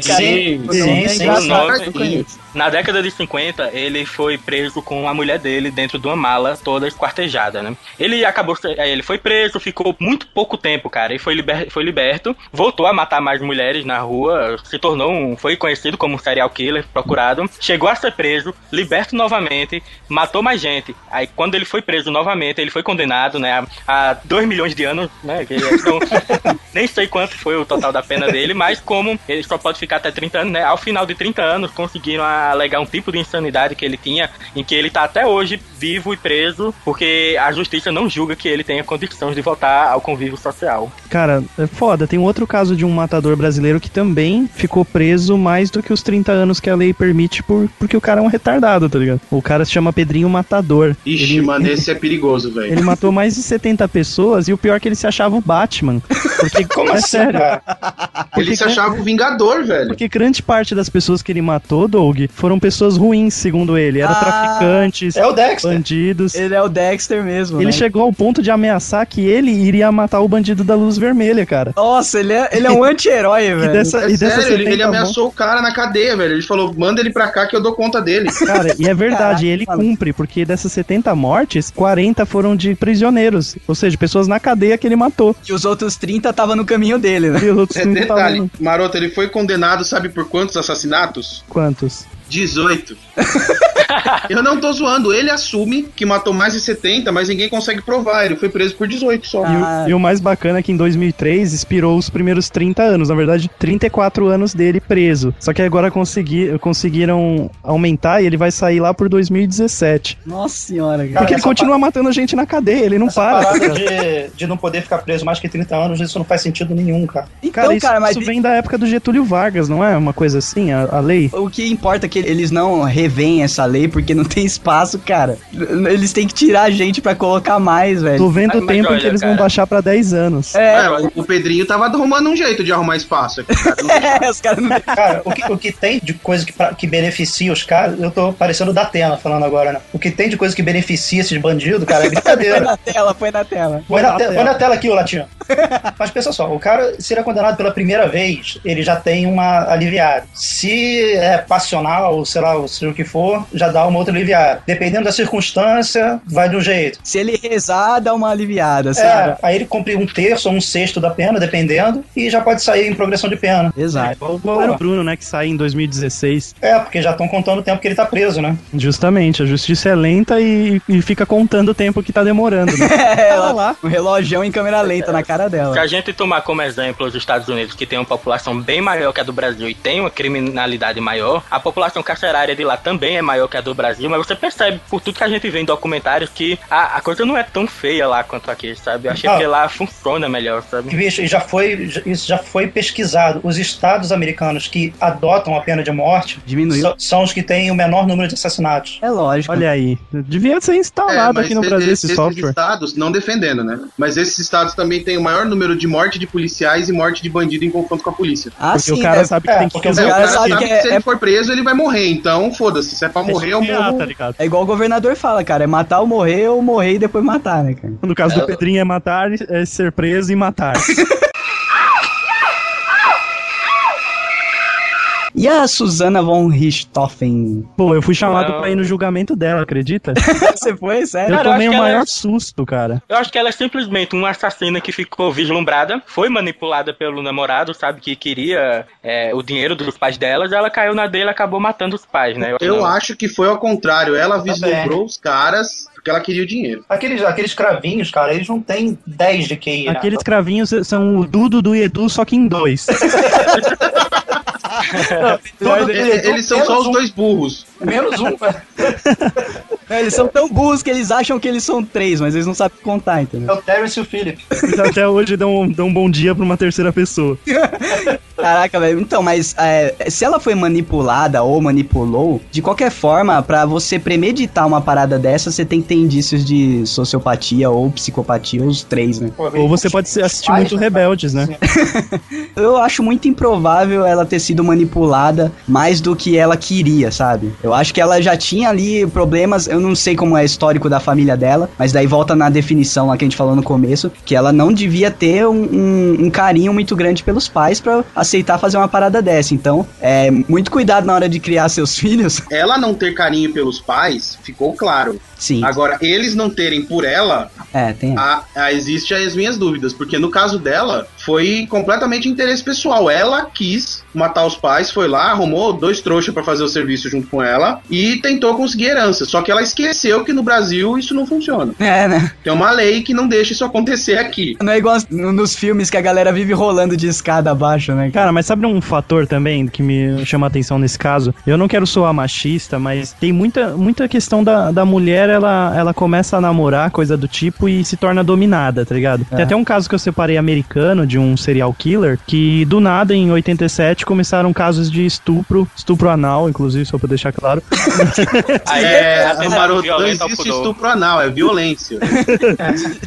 Speaker 3: Sim, sim, sim.
Speaker 5: Não, não,
Speaker 4: Mas eu
Speaker 5: sim.
Speaker 4: conheço.
Speaker 5: Na década de 50, ele foi preso com a mulher dele dentro de uma mala toda esquartejada, né? Ele acabou, se- eh, ele foi preso, ficou muito pouco tempo, cara, e foi, liber- foi liberto, voltou a matar mais mulheres na rua, se tornou um, foi conhecido como um serial killer procurado, chegou a ser preso, liberto novamente, matou mais gente. Aí quando ele foi preso novamente, ele foi condenado, né, a 2 milhões de anos, né? que são- nem sei quanto foi o total da pena dele, mas como ele só pode ficar até 30 anos, né? Ao final de 30 anos, conseguiram alegar um tipo de insanidade que ele tinha, em que ele tá até hoje vivo e preso, porque a justiça não julga que ele tenha condições de voltar ao convívio social.
Speaker 6: Cara, é foda. Tem um outro caso de um matador brasileiro que também ficou preso mais do que os 30 anos que a lei permite, por, porque o cara é um retardado, tá ligado? O cara se chama Pedrinho Matador.
Speaker 4: Ixi,
Speaker 6: Ele-
Speaker 4: mano, esse é perigoso, velho.
Speaker 6: Ele matou mais de 70 pessoas e o pior é que ele se achava o Batman. Porque,
Speaker 3: Como
Speaker 6: é
Speaker 3: assim,
Speaker 6: sério.
Speaker 3: cara?
Speaker 6: Porque,
Speaker 4: Ele se achava o Vingador, velho.
Speaker 6: porque grande parte das pessoas que ele matou, Doug, foram pessoas ruins, segundo ele. Eram
Speaker 2: Ah,
Speaker 6: traficantes,
Speaker 3: É o Dexter.
Speaker 6: bandidos.
Speaker 2: Ele é o Dexter mesmo.
Speaker 6: Ele
Speaker 2: né?
Speaker 6: chegou ao ponto de ameaçar que ele iria matar o bandido da luz vermelha, cara.
Speaker 2: Nossa, ele é, ele é um anti-herói,
Speaker 6: E
Speaker 2: velho.
Speaker 6: dessa,
Speaker 4: É
Speaker 6: e dessa tá
Speaker 4: sério, ele,
Speaker 6: 70
Speaker 4: ele ameaçou o cara na cadeia, velho. Ele falou, manda ele pra cá que eu dou conta dele.
Speaker 6: Cara, e é verdade,
Speaker 2: Caraca,
Speaker 6: ele
Speaker 2: maluco.
Speaker 6: cumpre, porque dessas 70 mortes, 40 foram de prisioneiros, ou seja, pessoas na cadeia que ele matou.
Speaker 2: E os outros 30 tava no caminho dele, né?
Speaker 6: E os outros
Speaker 4: É
Speaker 6: 30
Speaker 4: detalhe,
Speaker 6: tavam-
Speaker 4: Maroto, ele foi condenado, sabe por quantos assassinatos?
Speaker 6: Quantos?
Speaker 4: 18. Eu não tô zoando, ele assume que matou mais de 70, mas ninguém consegue provar. Ele foi preso por 18 só.
Speaker 6: E, o-
Speaker 2: Ah.
Speaker 6: e o mais bacana é que em 2003 expirou os primeiros 30 anos, na verdade, 34 anos dele preso. Só que agora consegui, conseguiram aumentar e ele vai sair lá por 2017.
Speaker 2: Nossa senhora, cara.
Speaker 6: Porque ele
Speaker 3: essa
Speaker 6: continua matando gente na cadeia, ele não
Speaker 3: Essa
Speaker 6: para.
Speaker 3: parada de, de não poder ficar preso mais que 30 anos, isso não faz sentido nenhum, cara.
Speaker 2: Então,
Speaker 6: Cara,
Speaker 2: cara,
Speaker 6: isso,
Speaker 2: mas
Speaker 6: isso vem da época do Getúlio Vargas, não é? Uma coisa assim, a, a lei.
Speaker 2: O que importa é que eles não revêem essa lei porque não tem espaço, cara. Eles têm que tirar a gente pra colocar mais,
Speaker 6: Tô
Speaker 2: velho.
Speaker 6: vendo
Speaker 5: Mas-
Speaker 6: o
Speaker 5: mas
Speaker 6: tempo em que
Speaker 5: olha,
Speaker 6: eles vão
Speaker 5: cara.
Speaker 6: baixar pra 10 anos.
Speaker 2: É,
Speaker 4: É, o, o Pedrinho tava arrumando um jeito de arrumar espaço aqui, cara. Não
Speaker 2: é, os caras não.
Speaker 3: Cara, o que, o que tem de coisa que, pra- que beneficia os caras, eu tô parecendo da Atena falando agora, né? O que tem de coisa que beneficia esses bandidos, cara, é
Speaker 2: Foi
Speaker 3: brincadeira.
Speaker 2: na tela, foi na tela.
Speaker 3: Põe
Speaker 6: Põe na
Speaker 3: na, te-
Speaker 6: tela.
Speaker 3: põe na tela aqui, ô Latino. Mas pensa só, o cara, se ele é condenado pela primeira vez, ele já tem uma aliviada. Se é passional, matar, ou sei lá, ou seja o que for, já dá uma outra aliviada. Dependendo da circunstância, vai de um jeito.
Speaker 2: Se ele rezar, dá uma aliviada,
Speaker 3: É,
Speaker 2: sabe?
Speaker 3: aí ele cumpre um terço ou um sexto da pena, dependendo, e já pode sair em progressão de pena.
Speaker 2: Exato.
Speaker 6: Igual igual
Speaker 3: Claro.
Speaker 6: o Bruno, né, que sai em 2016.
Speaker 3: É, porque já estão contando o tempo que ele tá preso, né?
Speaker 6: Justamente, a justiça é lenta e, e fica contando o tempo que tá demorando, né?
Speaker 2: Ela lá, um relógio em câmera lenta na cara
Speaker 5: Se
Speaker 2: dela.
Speaker 5: a gente tomar como exemplo os Estados Unidos, que tem uma população bem maior que a do Brasil e tem uma criminalidade maior, a população carcerária de lá também é maior que a do Brasil, mas você percebe por tudo que a gente vê em documentários que a, a coisa não é tão feia lá quanto aqui, sabe? Eu achei
Speaker 3: Ah.
Speaker 5: que lá funciona melhor, sabe?
Speaker 3: Bicho, e já foi, já- isso já foi pesquisado. Os estados americanos que adotam a pena de morte
Speaker 2: Diminuiu.
Speaker 3: so- são os que têm o menor número de assassinatos.
Speaker 2: É lógico.
Speaker 6: Olha aí, devia ser
Speaker 4: é,
Speaker 6: instalado Tá aqui no
Speaker 4: e-
Speaker 6: Brasil
Speaker 4: e-
Speaker 6: esse software.
Speaker 4: estados, não defendendo, né? Mas esses estados também têm o maior número de morte de policiais e morte de bandido em confronto com a polícia.
Speaker 2: Ah,
Speaker 6: Porque
Speaker 2: sim,
Speaker 6: o cara
Speaker 2: né?
Speaker 6: sabe que
Speaker 3: é,
Speaker 6: tem que
Speaker 3: porque
Speaker 4: É,
Speaker 2: Mas
Speaker 4: o
Speaker 2: o
Speaker 4: cara
Speaker 2: cara sabe
Speaker 4: sabe
Speaker 2: que
Speaker 4: que,
Speaker 2: é-
Speaker 4: se ele
Speaker 2: é-
Speaker 4: for preso, ele vai morrer. Então, foda-se. Se é pra morrer, eu morro.
Speaker 6: tá ligado?
Speaker 2: É igual o governador fala, cara. É matar ou morrer, ou morrer e depois matar, né, cara?
Speaker 6: No caso
Speaker 4: É.
Speaker 6: do Pedrinho é matar, é ser preso e matar.
Speaker 2: E a Susana von Richthofen?
Speaker 6: Pô, eu fui chamado
Speaker 5: Não.
Speaker 6: pra ir no julgamento dela, acredita?
Speaker 2: Você foi? Sério?
Speaker 6: Eu
Speaker 5: Cara, eu acho
Speaker 6: tomei o
Speaker 5: que ela-
Speaker 6: maior susto, cara.
Speaker 5: Eu acho que ela é simplesmente uma assassina que ficou vislumbrada, foi manipulada pelo namorado, sabe? Que queria é, o dinheiro dos pais delas, ela caiu na dele e acabou matando os pais, né?
Speaker 4: Eu
Speaker 5: não-
Speaker 4: acho que foi ao contrário. Ela
Speaker 3: bem.
Speaker 4: vislumbrou os caras porque ela queria o dinheiro.
Speaker 3: Aqueles, aqueles cravinhos, cara, eles não têm 10 de QI, né?
Speaker 6: Aqueles cravinhos são o Dudu do Edu, só que em dois.
Speaker 3: Todo-
Speaker 4: E- Eles são só os dois burros.
Speaker 3: Menos um.
Speaker 2: É, Eles são tão burros que eles acham que eles são três, mas eles não sabem contar, entendeu?
Speaker 3: É o Terence e o Philip.
Speaker 6: Eles até hoje dão, dão um bom dia pra uma terceira pessoa.
Speaker 2: Caraca, velho. Então, mas é, se ela foi manipulada ou manipulou, de qualquer forma, pra você premeditar uma parada dessa, você tem que ter indícios de sociopatia ou psicopatia, os três, né?
Speaker 6: Ou você pode se- assistir
Speaker 3: um
Speaker 6: muito Rebeldes, né?
Speaker 2: Eu acho muito improvável ela ter sido manipulada mais do que ela queria, sabe? Eu acho que ela já tinha ali problemas, eu não sei como é histórico da família dela, mas daí volta na definição lá que a gente falou no começo, que ela não devia ter um, um- um carinho muito grande pelos pais pra aceitar fazer uma parada dessa. Então, é muito cuidado na hora de criar seus filhos.
Speaker 4: Ela não ter carinho pelos pais, ficou claro.
Speaker 2: Sim,
Speaker 4: Agora, eles não terem por ela,
Speaker 2: é, tem.
Speaker 4: a, a- existe as minhas dúvidas. Porque no caso dela, foi completamente interesse pessoal. Ela quis matar os pais, foi lá, arrumou dois trouxas pra fazer o serviço junto com ela e tentou conseguir herança. Só que ela esqueceu que no Brasil isso não funciona.
Speaker 2: É, né?
Speaker 4: Tem uma lei que não deixa isso acontecer aqui.
Speaker 2: Não é igual no- nos filmes que a galera vive rolando de escada abaixo, né?
Speaker 6: Cara, mas sabe um fator também que me chama a atenção nesse caso? Eu não quero soar machista, mas tem muita, muita questão da, da mulher, ela, ela começa a namorar, coisa do tipo, e se torna dominada, tá ligado?
Speaker 2: É.
Speaker 6: Tem até um caso que eu separei americano de um serial killer, que do nada, em 87, começaram casos de estupro, estupro anal, inclusive, só pra deixar claro.
Speaker 5: Aí
Speaker 4: É, é
Speaker 5: a tentativa
Speaker 4: maroto, não
Speaker 5: violenta ao
Speaker 4: existe
Speaker 5: pudor.
Speaker 4: estupro anal, é violência.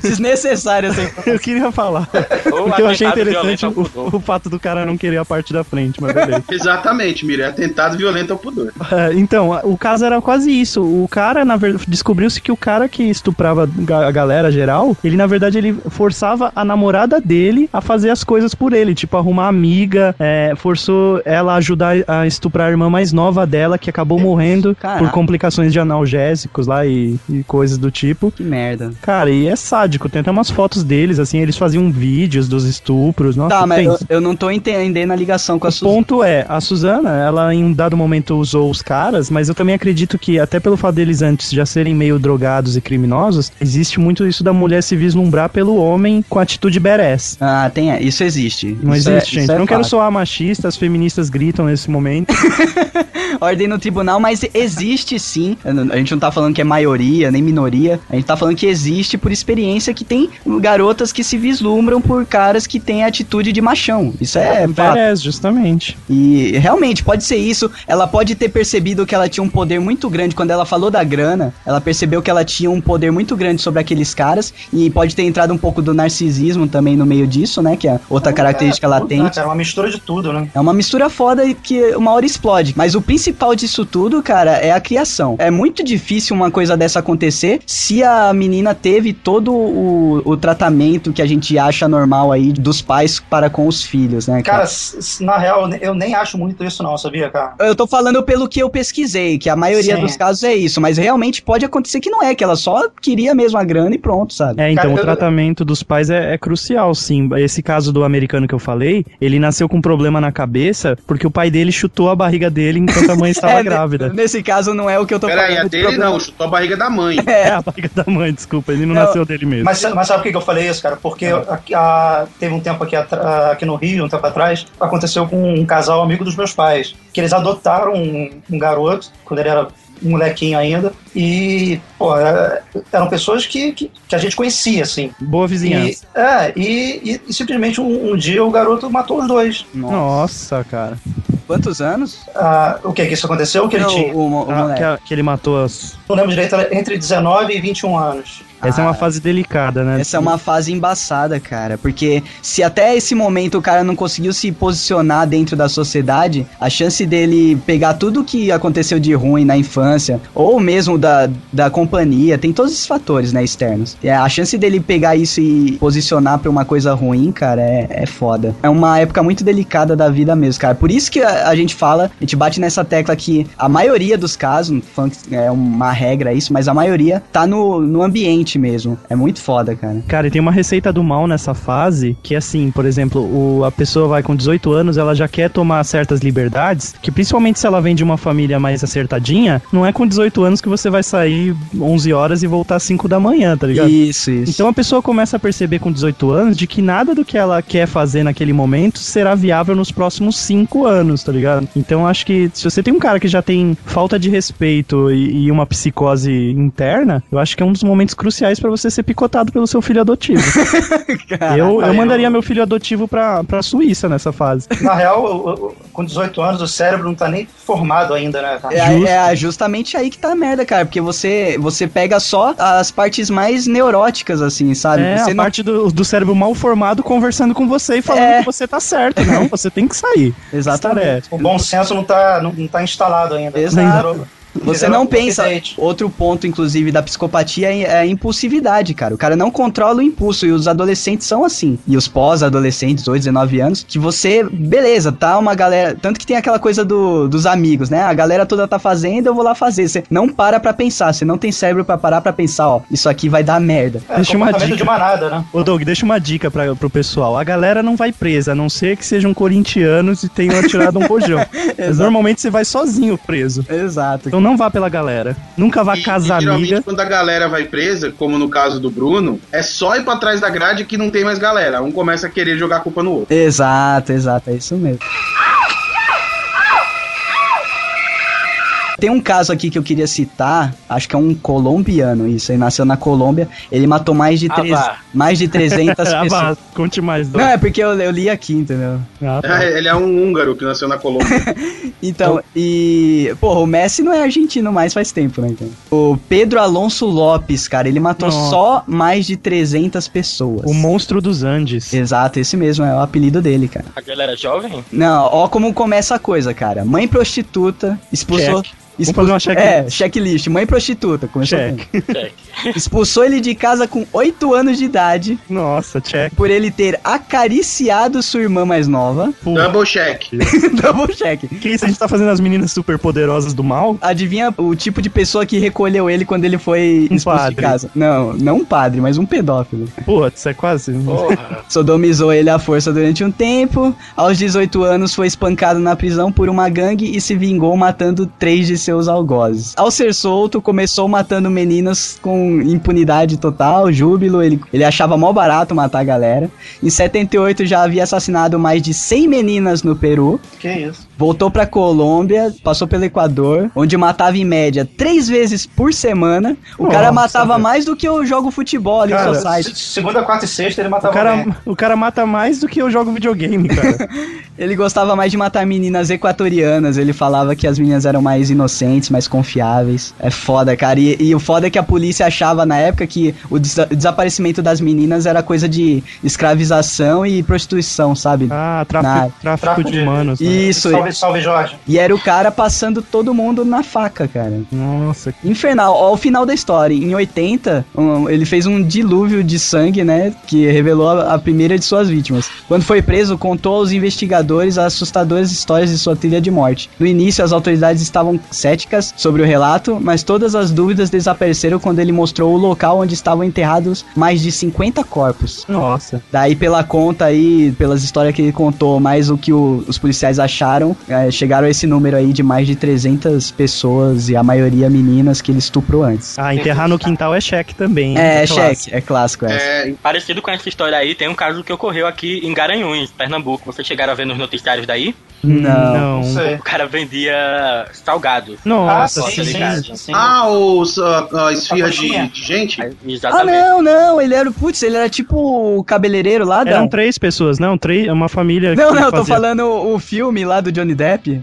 Speaker 2: Desnecessário essa
Speaker 6: Eu queria falar.
Speaker 5: Ou
Speaker 6: Porque eu achei
Speaker 5: atentado
Speaker 6: interessante
Speaker 5: violento ao
Speaker 6: o,
Speaker 5: pudor.
Speaker 6: o fato do cara não querer a parte da frente, mas beleza.
Speaker 4: Exatamente, Mira, é atentado violento ao pudor.
Speaker 6: É, então, a- o caso era quase isso. O cara, na verdade, descobriu-se que o cara que estuprava ga- a galera geral, ele, na verdade, ele forçava a namorada dele a fazer as coisas por ele, tipo, arrumar amiga, é, forçou ela a ajudar a estuprar a irmã mais nova dela, que acabou morrendo
Speaker 2: É, Caraca.
Speaker 6: por complicações de analgésicos lá e, e coisas do tipo.
Speaker 2: Que merda.
Speaker 6: Cara, e é sádico, tem até umas fotos deles, assim, eles faziam vídeos dos estupros, nossa,
Speaker 2: Tá, mas
Speaker 6: pensa.
Speaker 2: eu, eu não tô entendendo a ligação com a
Speaker 6: O
Speaker 2: Suzana.
Speaker 6: ponto é, a Suzana, ela em um dado momento usou os caras, mas eu também acredito que, até pelo fato deles antes já serem meio drogados e criminosos, existe muito isso da mulher se vislumbrar pelo homem com atitude badass.
Speaker 2: Ah, tem. é, Isso existe.
Speaker 6: Não
Speaker 2: Isso
Speaker 6: existe,
Speaker 2: é-
Speaker 6: gente.
Speaker 2: isso é
Speaker 6: não quero
Speaker 2: fato.
Speaker 6: soar machista, as feministas gritam nesse momento.
Speaker 2: Ordem no tribunal, mas existe sim. A gente não tá falando que é maioria, nem minoria. A gente tá falando que existe por experiência que tem garotas que se vislumbram por caras que têm atitude de machão. Isso é fato.
Speaker 6: badass, justamente.
Speaker 2: E realmente, pode ser isso. Ela pode ter percebido que ela tinha um poder muito grande. Quando ela falou da grana, ela percebeu que ela tinha um poder muito grande sobre aqueles caras. E pode ter entrado um pouco do narcisismo também no meio disso, né? que é outra característica
Speaker 3: Puta,
Speaker 2: latente.
Speaker 3: Cara, é uma mistura de tudo, né?
Speaker 2: É uma mistura foda e que uma hora explode. Mas o principal disso tudo, cara, é a criação. É muito difícil uma coisa dessa acontecer se a menina teve todo o, o tratamento que a gente acha normal aí dos pais para com os filhos, né,
Speaker 3: Cara, s- s- na real, eu nem acho muito isso, não, sabia, cara?
Speaker 2: Eu tô falando pelo que eu pesquisei, que a maioria
Speaker 3: Sim.
Speaker 2: dos casos é isso, mas realmente pode acontecer que não é, que ela só queria mesmo a grana e pronto, sabe?
Speaker 6: É, então
Speaker 3: Cara,
Speaker 6: o
Speaker 3: eu-
Speaker 6: tratamento dos pais é, é crucial, sim. Esse caso do americano que eu falei, ele nasceu com um problema na cabeça porque o pai dele chutou a barriga dele enquanto a mãe estava
Speaker 2: É,
Speaker 6: grávida.
Speaker 2: n- Nesse caso não é o que eu tô
Speaker 4: Peraí,
Speaker 2: falando.
Speaker 4: a
Speaker 2: do
Speaker 4: dele
Speaker 2: problema.
Speaker 4: não, chutou a barriga da mãe.
Speaker 6: É a barriga da mãe, desculpa, ele não,
Speaker 2: Não,
Speaker 6: nasceu dele mesmo.
Speaker 3: Mas, sa- mas sabe por que que eu falei isso, cara? Porque a- a- teve um tempo aqui, atra- aqui no Rio, um tempo atrás, aconteceu com um casal amigo dos meus pais, que eles adotaram um, um garoto, quando ele era um molequinho ainda, e, pô, era- eram pessoas que, que, que a gente conhecia, assim.
Speaker 6: Boa vizinhança.
Speaker 3: E, é, e, e- e simplesmente um, um dia o garoto matou os dois.
Speaker 6: Nossa, cara.
Speaker 2: Quantos anos?
Speaker 3: Ah, o que que isso aconteceu? O que ele
Speaker 2: Não,
Speaker 3: tinha?
Speaker 2: o, o, o
Speaker 6: Ah,
Speaker 2: moleque.
Speaker 6: que, a- que ele matou as.
Speaker 3: Não lembro direito, era entre 19 e 21 anos.
Speaker 6: Essa é
Speaker 2: Ah.
Speaker 6: uma fase delicada, né?
Speaker 2: Essa é uma fase embaçada, cara, porque se até esse momento o cara não conseguiu se posicionar dentro da sociedade, a chance dele pegar tudo que aconteceu de ruim na infância, ou mesmo da, da companhia, tem todos esses fatores, né, externos. E a chance dele pegar isso e posicionar pra uma coisa ruim, cara, é, é foda. É uma época muito delicada da vida mesmo, cara. Por isso que a, a gente fala, a gente bate nessa tecla que a maioria dos casos, não falando que é uma regra isso, mas a maioria tá no, no ambiente mesmo. É muito foda, cara.
Speaker 6: Cara, e tem uma receita do mal nessa fase que, assim, por exemplo, o, a pessoa vai com 18 anos, ela já quer tomar certas liberdades, que principalmente se ela vem de uma família mais acertadinha, não é com 18 anos que você vai sair 11 horas e voltar às 5 da manhã, tá ligado?
Speaker 2: Isso, isso.
Speaker 6: Então a pessoa começa a perceber com 18 anos de que nada do que ela quer fazer naquele momento será viável nos próximos 5 anos, tá ligado? Então acho que se você tem um cara que já tem falta de respeito e, e uma psicose interna, eu acho que é um dos momentos cruciais pra você ser picotado pelo seu filho adotivo. eu, eu
Speaker 3: aí
Speaker 6: mandaria meu filho adotivo pra, pra Suíça nessa fase.
Speaker 3: Na real, o- o- com 18 anos, o cérebro não tá nem formado ainda, né? cara?
Speaker 2: É, é justamente aí que tá a merda, cara. Porque você, você pega só as partes mais neuróticas, assim, sabe?
Speaker 6: É,
Speaker 2: você
Speaker 6: a
Speaker 2: não-
Speaker 6: parte do, do cérebro mal formado conversando com você e falando
Speaker 2: É.
Speaker 6: que você tá certo. Não, você tem que sair.
Speaker 2: Exatamente.
Speaker 6: Tarefa.
Speaker 3: O bom senso não tá, não, não tá instalado ainda.
Speaker 2: Exato. Você não
Speaker 3: é
Speaker 2: pensa.
Speaker 3: Update.
Speaker 2: Outro ponto, inclusive, da psicopatia é é a impulsividade, cara. O cara não controla o impulso e os adolescentes são assim. E os pós-adolescentes, 18, 19 anos, que você, beleza, tá uma galera. Tanto que tem aquela coisa do, dos amigos, né? A galera toda tá fazendo, eu vou lá fazer. Você não para pra pensar, você não tem cérebro pra parar pra pensar, ó, isso aqui vai dar merda.
Speaker 3: É,
Speaker 6: Deixa uma
Speaker 3: comportamento
Speaker 6: dica.
Speaker 3: de manada, né?
Speaker 6: Ô Doug, deixa uma dica pra, pro pessoal. A galera não vai presa, a não ser que sejam corintianos e tenham atirado um rojão. Mas normalmente você vai sozinho preso.
Speaker 2: Exato.
Speaker 6: Então não vá pela galera. Nunca vá
Speaker 4: E-
Speaker 6: casar
Speaker 4: e geralmente,
Speaker 6: amiga.
Speaker 4: quando a galera vai presa, como no caso do Bruno, é só ir pra trás da grade que não tem mais galera. Um começa a querer jogar a culpa no outro.
Speaker 2: Exato, exato, é isso mesmo. Tem um caso aqui que eu queria citar, acho que é um colombiano, isso, ele nasceu na Colômbia, ele matou mais de,
Speaker 5: Ah,
Speaker 2: treze-
Speaker 5: vá.
Speaker 2: mais de 300
Speaker 6: Ah,
Speaker 2: pessoas.
Speaker 6: vá, conte mais, Doug.
Speaker 2: Não, é porque eu, eu li aqui, entendeu?
Speaker 6: Ah, tá.
Speaker 4: É, ele é um húngaro que nasceu na Colômbia.
Speaker 2: Então, e. Porra, o Messi não é argentino mais faz tempo, né? Então. O Pedro Alonso Lopes, cara, ele matou
Speaker 6: Nossa.
Speaker 2: só mais de 300 pessoas.
Speaker 6: O monstro dos Andes.
Speaker 2: Exato, esse mesmo é o apelido dele, cara.
Speaker 5: A galera é jovem?
Speaker 2: Não, ó como começa a coisa, cara. Mãe prostituta, expulsou.
Speaker 6: Vamos fazer uma checklist.
Speaker 2: É, checklist. Mãe prostituta, começou
Speaker 6: Check.
Speaker 2: bem. Expulsou ele de casa com 8 anos de idade
Speaker 6: Nossa, check.
Speaker 2: por ele ter acariciado sua irmã mais nova.
Speaker 6: Pô,
Speaker 4: Double check.
Speaker 2: Double check.
Speaker 6: que isso? A gente tá fazendo as meninas super poderosas do mal?
Speaker 2: Adivinha o tipo de pessoa que recolheu ele quando ele foi
Speaker 6: Um
Speaker 2: expulso de
Speaker 6: padre.
Speaker 2: casa? Não, não um padre, mas um pedófilo.
Speaker 6: Putz, é quase.
Speaker 5: Porra.
Speaker 2: Sodomizou ele à força durante um tempo. Aos 18 anos, foi espancado na prisão por uma gangue e se vingou matando três de seus algozes. Ao ser solto, começou matando meninas com impunidade total, júbilo. Ele, ele achava mó barato matar a galera. Em 78, já havia assassinado mais de 100 meninas no Peru.
Speaker 3: Que isso.
Speaker 2: Voltou pra Colômbia, passou pelo Equador, onde matava em média três vezes por semana. O cara
Speaker 6: Nossa,
Speaker 2: matava
Speaker 6: velho.
Speaker 2: mais do que eu jogo futebol ali
Speaker 6: Cara,
Speaker 2: no society.
Speaker 3: Se- Segunda, quarta e sexta ele
Speaker 4: Tá
Speaker 6: O
Speaker 3: matava
Speaker 6: cara,
Speaker 3: alguém.
Speaker 6: o cara mata mais do que eu jogo videogame, cara.
Speaker 2: Ele gostava mais de matar meninas equatorianas, ele falava que as meninas eram mais inocentes, mais confiáveis. É foda, cara. E, e o foda é que a polícia achava na época que o des- desaparecimento das meninas era coisa de escravização e prostituição, sabe?
Speaker 6: Ah, tráfico,
Speaker 2: Na-
Speaker 6: tráfico
Speaker 3: Tráfico
Speaker 6: de
Speaker 3: de-
Speaker 6: humanos. né?
Speaker 2: Isso,
Speaker 3: Salve, salve, Jorge.
Speaker 2: e era o cara passando todo mundo na faca, cara.
Speaker 6: Nossa,
Speaker 2: Infernal, ó, o final da história. Em 80, um, ele fez um dilúvio de sangue, né? Que revelou a, a primeira de suas vítimas. Quando foi preso, contou aos investigadores as assustadoras histórias de sua trilha de morte. No início, as autoridades estavam céticas sobre o relato, mas todas as dúvidas desapareceram quando ele mostrou o local onde estavam enterrados mais de 50 corpos.
Speaker 6: nossa.
Speaker 2: Daí, pela conta aí, pelas histórias que ele contou, mais o que o- os policiais acharam, eh, chegaram a esse número aí de mais de 300 pessoas e a maioria meninas que ele estuprou antes.
Speaker 6: Ah, enterrar no quintal é cheque também. hein?
Speaker 2: É,
Speaker 6: clássico.
Speaker 2: cheque, é clássico essa.
Speaker 4: É,
Speaker 5: Parecido com essa história aí, tem um caso que ocorreu aqui em Garanhuns, Pernambuco. Vocês chegaram a ver nos noticiários daí?
Speaker 2: Não.
Speaker 6: Não.
Speaker 3: Não sei.
Speaker 5: O cara vendia salgados.
Speaker 6: Nossa,
Speaker 3: Ah,
Speaker 5: tá
Speaker 3: sim, sim,
Speaker 5: ligado?
Speaker 3: sim, sim.
Speaker 4: ah, os, a, a esfirra
Speaker 3: coxinha.
Speaker 4: de, de gente?
Speaker 5: Aí,
Speaker 2: Ah,
Speaker 5: Exatamente.
Speaker 2: não, não, ele era, putz, ele era tipo o cabeleireiro lá da...
Speaker 6: Eram três pessoas, não? Três, é uma família.
Speaker 2: Então. Não,
Speaker 6: um que
Speaker 2: não, eu tô
Speaker 6: fazia-
Speaker 2: falando o, o filme lá do Johnny Depp.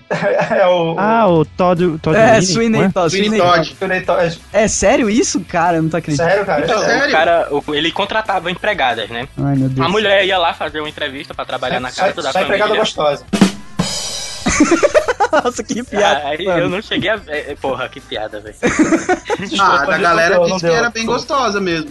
Speaker 3: É o.
Speaker 6: Ah, o Todd. Todd
Speaker 2: é,
Speaker 6: Sweeney, não
Speaker 2: Sweeney Todd.
Speaker 4: Sweeney
Speaker 2: Sweeney
Speaker 4: Todd.
Speaker 2: Todd.
Speaker 3: é
Speaker 2: É sério isso, cara? Eu Não tô acreditando.
Speaker 3: sério, cara.
Speaker 4: Então,
Speaker 3: é sério.
Speaker 5: O cara, o- ele contratava empregadas, né?
Speaker 2: Ai, meu Deus.
Speaker 5: A mulher ia lá fazer uma entrevista pra
Speaker 6: é
Speaker 5: trabalhar na
Speaker 3: Só-
Speaker 5: casa da
Speaker 3: Só empregada
Speaker 5: família.
Speaker 3: gostosa.
Speaker 2: Nossa, que piada.
Speaker 5: Aí
Speaker 2: mano.
Speaker 5: eu não cheguei a ver. é, Porra, que piada, velho.
Speaker 4: Ah,
Speaker 3: Desculpa,
Speaker 4: da
Speaker 3: não
Speaker 4: galera
Speaker 3: deu, não
Speaker 4: disse que
Speaker 3: deu.
Speaker 4: era bem gostosa mesmo.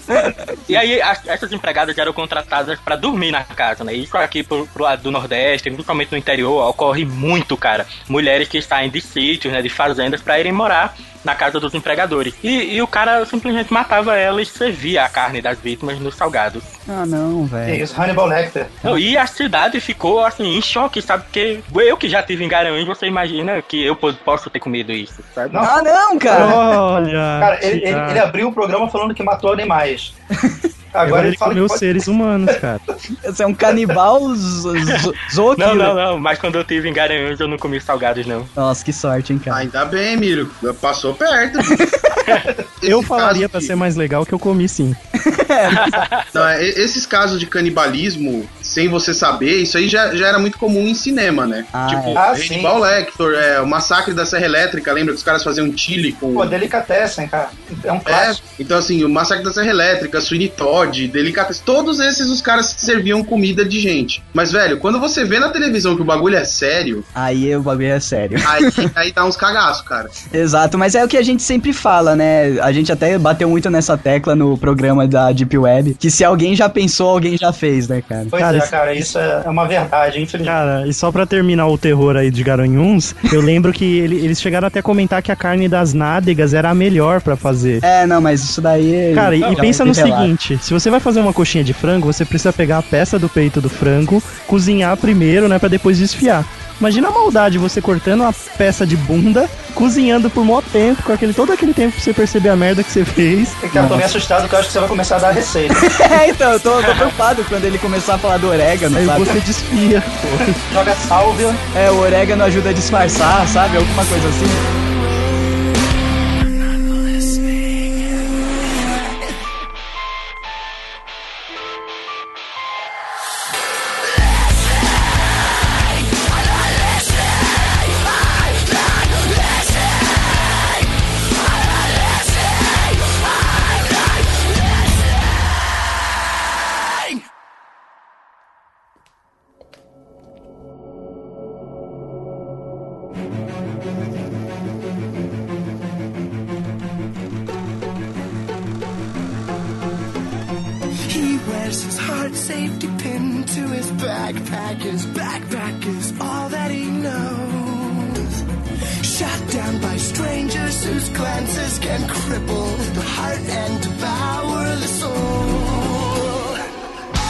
Speaker 5: E aí, as- essas empregadas eram contratadas pra dormir na casa, né? Isso aqui pro, pro lado do Nordeste, principalmente no interior, ocorre muito, cara. Mulheres que saem de sítios, né, de fazendas, pra irem morar na casa dos empregadores. E, e o cara simplesmente matava ela e servia a carne das vítimas nos salgados.
Speaker 2: Ah, não,
Speaker 6: É.
Speaker 3: Que
Speaker 2: velho.
Speaker 3: É isso, Hannibal Lecter.
Speaker 5: Não, e a cidade ficou, assim, em choque, sabe? Porque eu que já tive em Garanhuns, você imagina que eu po- posso ter comido isso, sabe?
Speaker 3: Não,
Speaker 2: Ah, não, cara.
Speaker 6: Olha.
Speaker 3: Cara, ele,
Speaker 6: que
Speaker 3: ele-
Speaker 6: da-
Speaker 3: ele abriu o programa falando que matou animais.
Speaker 6: Agora,
Speaker 3: Agora
Speaker 6: ele
Speaker 3: ele fala que
Speaker 6: comeu
Speaker 3: pode...
Speaker 6: seres humanos, cara.
Speaker 2: Você é um canibal zo- zo- zoofilo.
Speaker 5: Não, não, não, mas quando eu tive em Garanhuns eu não comi salgados, não.
Speaker 2: Nossa, que sorte, hein, cara.
Speaker 4: Ainda bem, Emílio. Passou perto.
Speaker 6: Eu
Speaker 4: Esse
Speaker 6: falaria
Speaker 4: caso
Speaker 6: pra
Speaker 4: de-
Speaker 6: ser mais legal que eu comi sim.
Speaker 4: Não, é, e- esses casos de canibalismo, sem você saber, isso aí já, já era muito comum em cinema, né?
Speaker 2: Ah,
Speaker 4: tipo,
Speaker 3: é. Ah, sim.
Speaker 4: Hannibal Lecter, é, o massacre da Serra Elétrica, lembra que os caras faziam um chile com...
Speaker 3: Pô, delicatessen, cara. É um
Speaker 4: É,
Speaker 3: clássico.
Speaker 4: então assim, o Massacre da Serra Elétrica, Sweeney Todd, Delicatessen, todos esses os caras serviam comida de gente. Mas, velho, quando você vê na televisão que o bagulho é sério,
Speaker 2: Aí o bagulho é sério.
Speaker 4: aí, aí dá uns cagaços, cara.
Speaker 2: Exato, mas é o que a gente sempre fala, né? A gente até bateu muito nessa tecla no programa da Deep Web, que se alguém já pensou, alguém já fez, né, cara?
Speaker 3: Pois
Speaker 6: cara,
Speaker 3: é,
Speaker 6: isso-
Speaker 3: cara, isso é é uma verdade, infelizmente.
Speaker 6: Cara, e só pra terminar o terror aí de Garanhuns, eu lembro que ele- eles chegaram até a comentar que a carne das nádegas era a melhor pra fazer.
Speaker 2: É, não, mas isso daí. é
Speaker 6: Cara, e, e
Speaker 2: Não,
Speaker 6: pensa no
Speaker 2: sei tá lá.
Speaker 6: seguinte: se você vai fazer uma coxinha de frango, você precisa pegar a peça do peito do frango, cozinhar primeiro, né, Pra depois desfiar. Imagina a maldade você cortando uma peça de bunda, cozinhando por mó tempo, com aquele todo aquele tempo pra você perceber a merda que você fez.
Speaker 3: Cara, eu tô meio assustado porque eu acho que você vai começar a dar receita.
Speaker 2: É, então, eu tô, tô preocupado quando ele começar a falar do orégano,
Speaker 6: Aí
Speaker 2: sabe?
Speaker 6: você né? desfia. pô.
Speaker 3: Joga sálvia.
Speaker 2: É, o orégano ajuda a disfarçar, sabe? Alguma coisa assim.
Speaker 7: He wears his heart safety pin to his backpack. His backpack is all that he knows. Shot down by strangers whose glances can cripple the heart and devour the soul.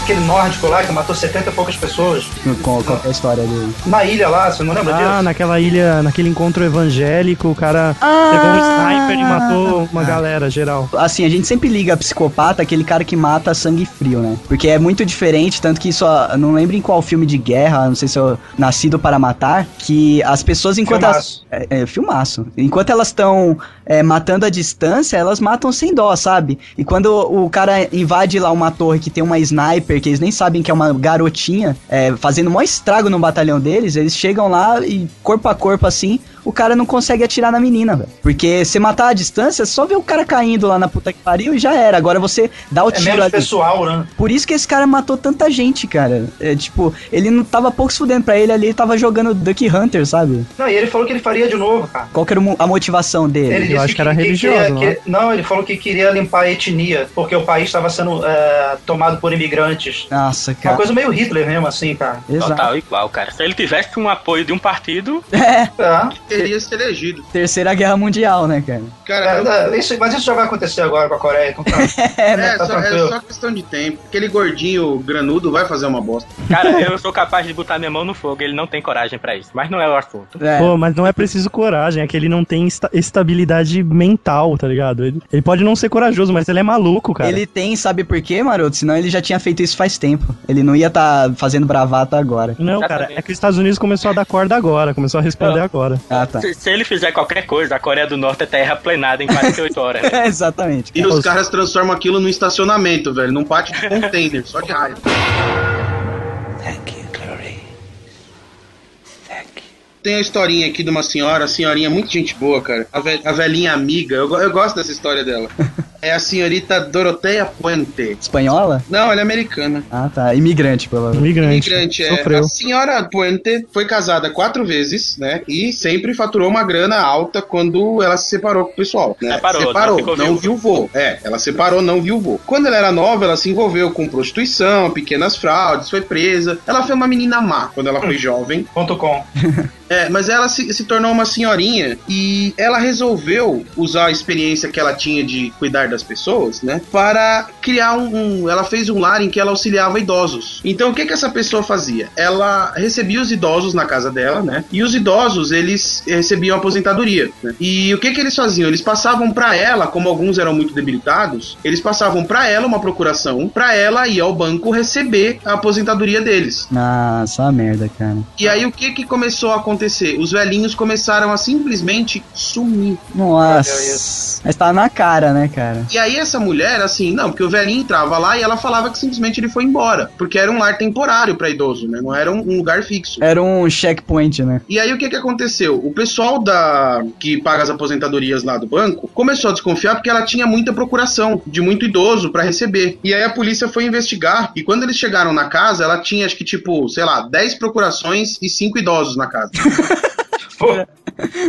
Speaker 3: Aquele nórdico lá que matou 70 e poucas pessoas.
Speaker 2: Com, com a história dele.
Speaker 3: Na ilha lá, você não lembra
Speaker 6: Ah,
Speaker 3: disso?
Speaker 6: naquela ilha, naquele encontro evangélico, o cara pegou
Speaker 2: Ah!
Speaker 6: um sniper e matou
Speaker 3: Ah, É.
Speaker 6: uma galera geral.
Speaker 2: Assim, a gente sempre liga psicopata aquele cara que mata a sangue frio, né? Porque é muito diferente, tanto que isso, ah, não lembro em qual filme de guerra, não sei se eu Nascido para Matar, que as pessoas enquanto
Speaker 3: Filmaço.
Speaker 2: elas... É, é, filmaço. Enquanto elas estão matando à distância, elas matam sem dó, sabe? E quando o cara invade lá uma torre que tem uma sniper, que eles nem sabem que é uma garotinha, é, fazendo o maior estrago no batalhão deles, eles chegam lá e corpo a corpo assim, o cara não consegue atirar na menina, velho. Porque você matar à distância, é só ver o cara caindo lá na puta que pariu e já era. Agora você dá o
Speaker 3: É
Speaker 2: tiro
Speaker 3: menos
Speaker 2: ali.
Speaker 3: pessoal, né?
Speaker 2: Por isso que esse cara matou tanta gente, cara. É tipo, ele não tava pouco se fudendo pra ele ali, ele tava jogando Duck Hunter, sabe?
Speaker 3: Não, e ele falou que ele faria de novo, cara.
Speaker 2: Qual que era mo- a motivação dele?
Speaker 3: Ele
Speaker 6: eu
Speaker 3: disse
Speaker 6: acho que era religioso,
Speaker 3: queria-
Speaker 6: não
Speaker 3: que- não, ele falou que queria limpar a etnia, porque o país estava sendo é, tomado por imigrantes.
Speaker 2: Nossa,
Speaker 3: Uma
Speaker 2: cara.
Speaker 3: coisa meio Hitler mesmo, assim, cara.
Speaker 2: Exato.
Speaker 5: Total, igual, cara. Se ele tivesse um apoio de um partido,
Speaker 2: É,
Speaker 3: É,
Speaker 4: Teria se elegido.
Speaker 2: Terceira Guerra Mundial, né, cara?
Speaker 4: Cara, eu-
Speaker 3: é, é, isso- mas isso já vai acontecer agora com a Coreia, então tá.
Speaker 2: É,
Speaker 4: é,
Speaker 3: tá
Speaker 4: só, é
Speaker 3: tranquilo.
Speaker 4: só questão de tempo. Aquele gordinho granudo vai fazer uma bosta.
Speaker 5: cara, eu sou capaz de botar minha mão no fogo. Ele não tem coragem pra isso. Mas não é o assunto.
Speaker 2: É.
Speaker 6: Pô, mas não é preciso coragem, é que ele não tem esta- estabilidade mental, tá ligado? Ele, ele pode não ser corajoso, mas ele é maluco, cara.
Speaker 2: Ele tem, sabe por quê, Maroto? Senão ele já tinha feito isso faz tempo. Ele não ia tá fazendo bravata agora.
Speaker 6: Não, cara, é que os Estados Unidos começou a dar corda agora, começou a
Speaker 4: É.
Speaker 6: responder agora.
Speaker 2: Ah, tá.
Speaker 5: Se, se ele fizer qualquer coisa, a Coreia do Norte é terra plenada em 48 horas.
Speaker 2: É, Exatamente.
Speaker 4: E os caras transformam aquilo num estacionamento, velho. Num pátio de container, só de raio. Tem a historinha aqui de uma senhora, a senhorinha é muito gente boa, cara. A, ve- a velhinha amiga, eu, go- eu gosto dessa história dela. É a senhorita Doroteia Puente.
Speaker 2: Espanhola?
Speaker 4: Não, ela é americana.
Speaker 2: Ah, tá. Imigrante, provavelmente.
Speaker 6: Imigrante.
Speaker 4: Imigrante, é.
Speaker 6: Sofreu.
Speaker 4: A senhora Puente foi casada quatro vezes, né? E sempre faturou uma grana alta quando ela se separou com o pessoal. Né?
Speaker 5: Separou,
Speaker 4: separou
Speaker 5: ficou
Speaker 4: não
Speaker 5: viúva.
Speaker 4: viu vô. É, ela separou, não viu vô. Quando ela era nova, ela se envolveu com prostituição, pequenas fraudes, foi presa. Ela foi uma menina má quando ela foi jovem.
Speaker 3: Ponto com.
Speaker 4: É, mas ela se, se tornou uma senhorinha e ela resolveu usar a experiência que ela tinha de cuidar das pessoas, né? Para criar um. um- ela fez um lar em que ela auxiliava idosos. Então, o que que essa pessoa fazia? Ela recebia os idosos na casa dela, né? E os idosos, eles recebiam aposentadoria. né? E o que que eles faziam? Eles passavam para ela, como alguns eram muito debilitados, eles passavam para ela uma procuração, para ela ir ao banco receber a aposentadoria deles.
Speaker 2: Ah, só merda, cara.
Speaker 4: E aí o que que começou a acontecer? Os velhinhos começaram a simplesmente sumir.
Speaker 2: Nossa. Mas tá na cara, né, cara?
Speaker 4: E aí essa mulher, assim, não, porque o velhinho entrava lá e ela falava que simplesmente ele foi embora, porque era um lar temporário pra idoso, né? Não era um, um lugar fixo.
Speaker 2: Era um checkpoint, né?
Speaker 4: E aí o que que aconteceu? O pessoal da que paga as aposentadorias lá do banco começou a desconfiar porque ela tinha muita procuração de muito idoso pra receber. E aí a polícia foi investigar e quando eles chegaram na casa, ela tinha acho que tipo, sei lá, 10 procurações e 5 idosos na casa.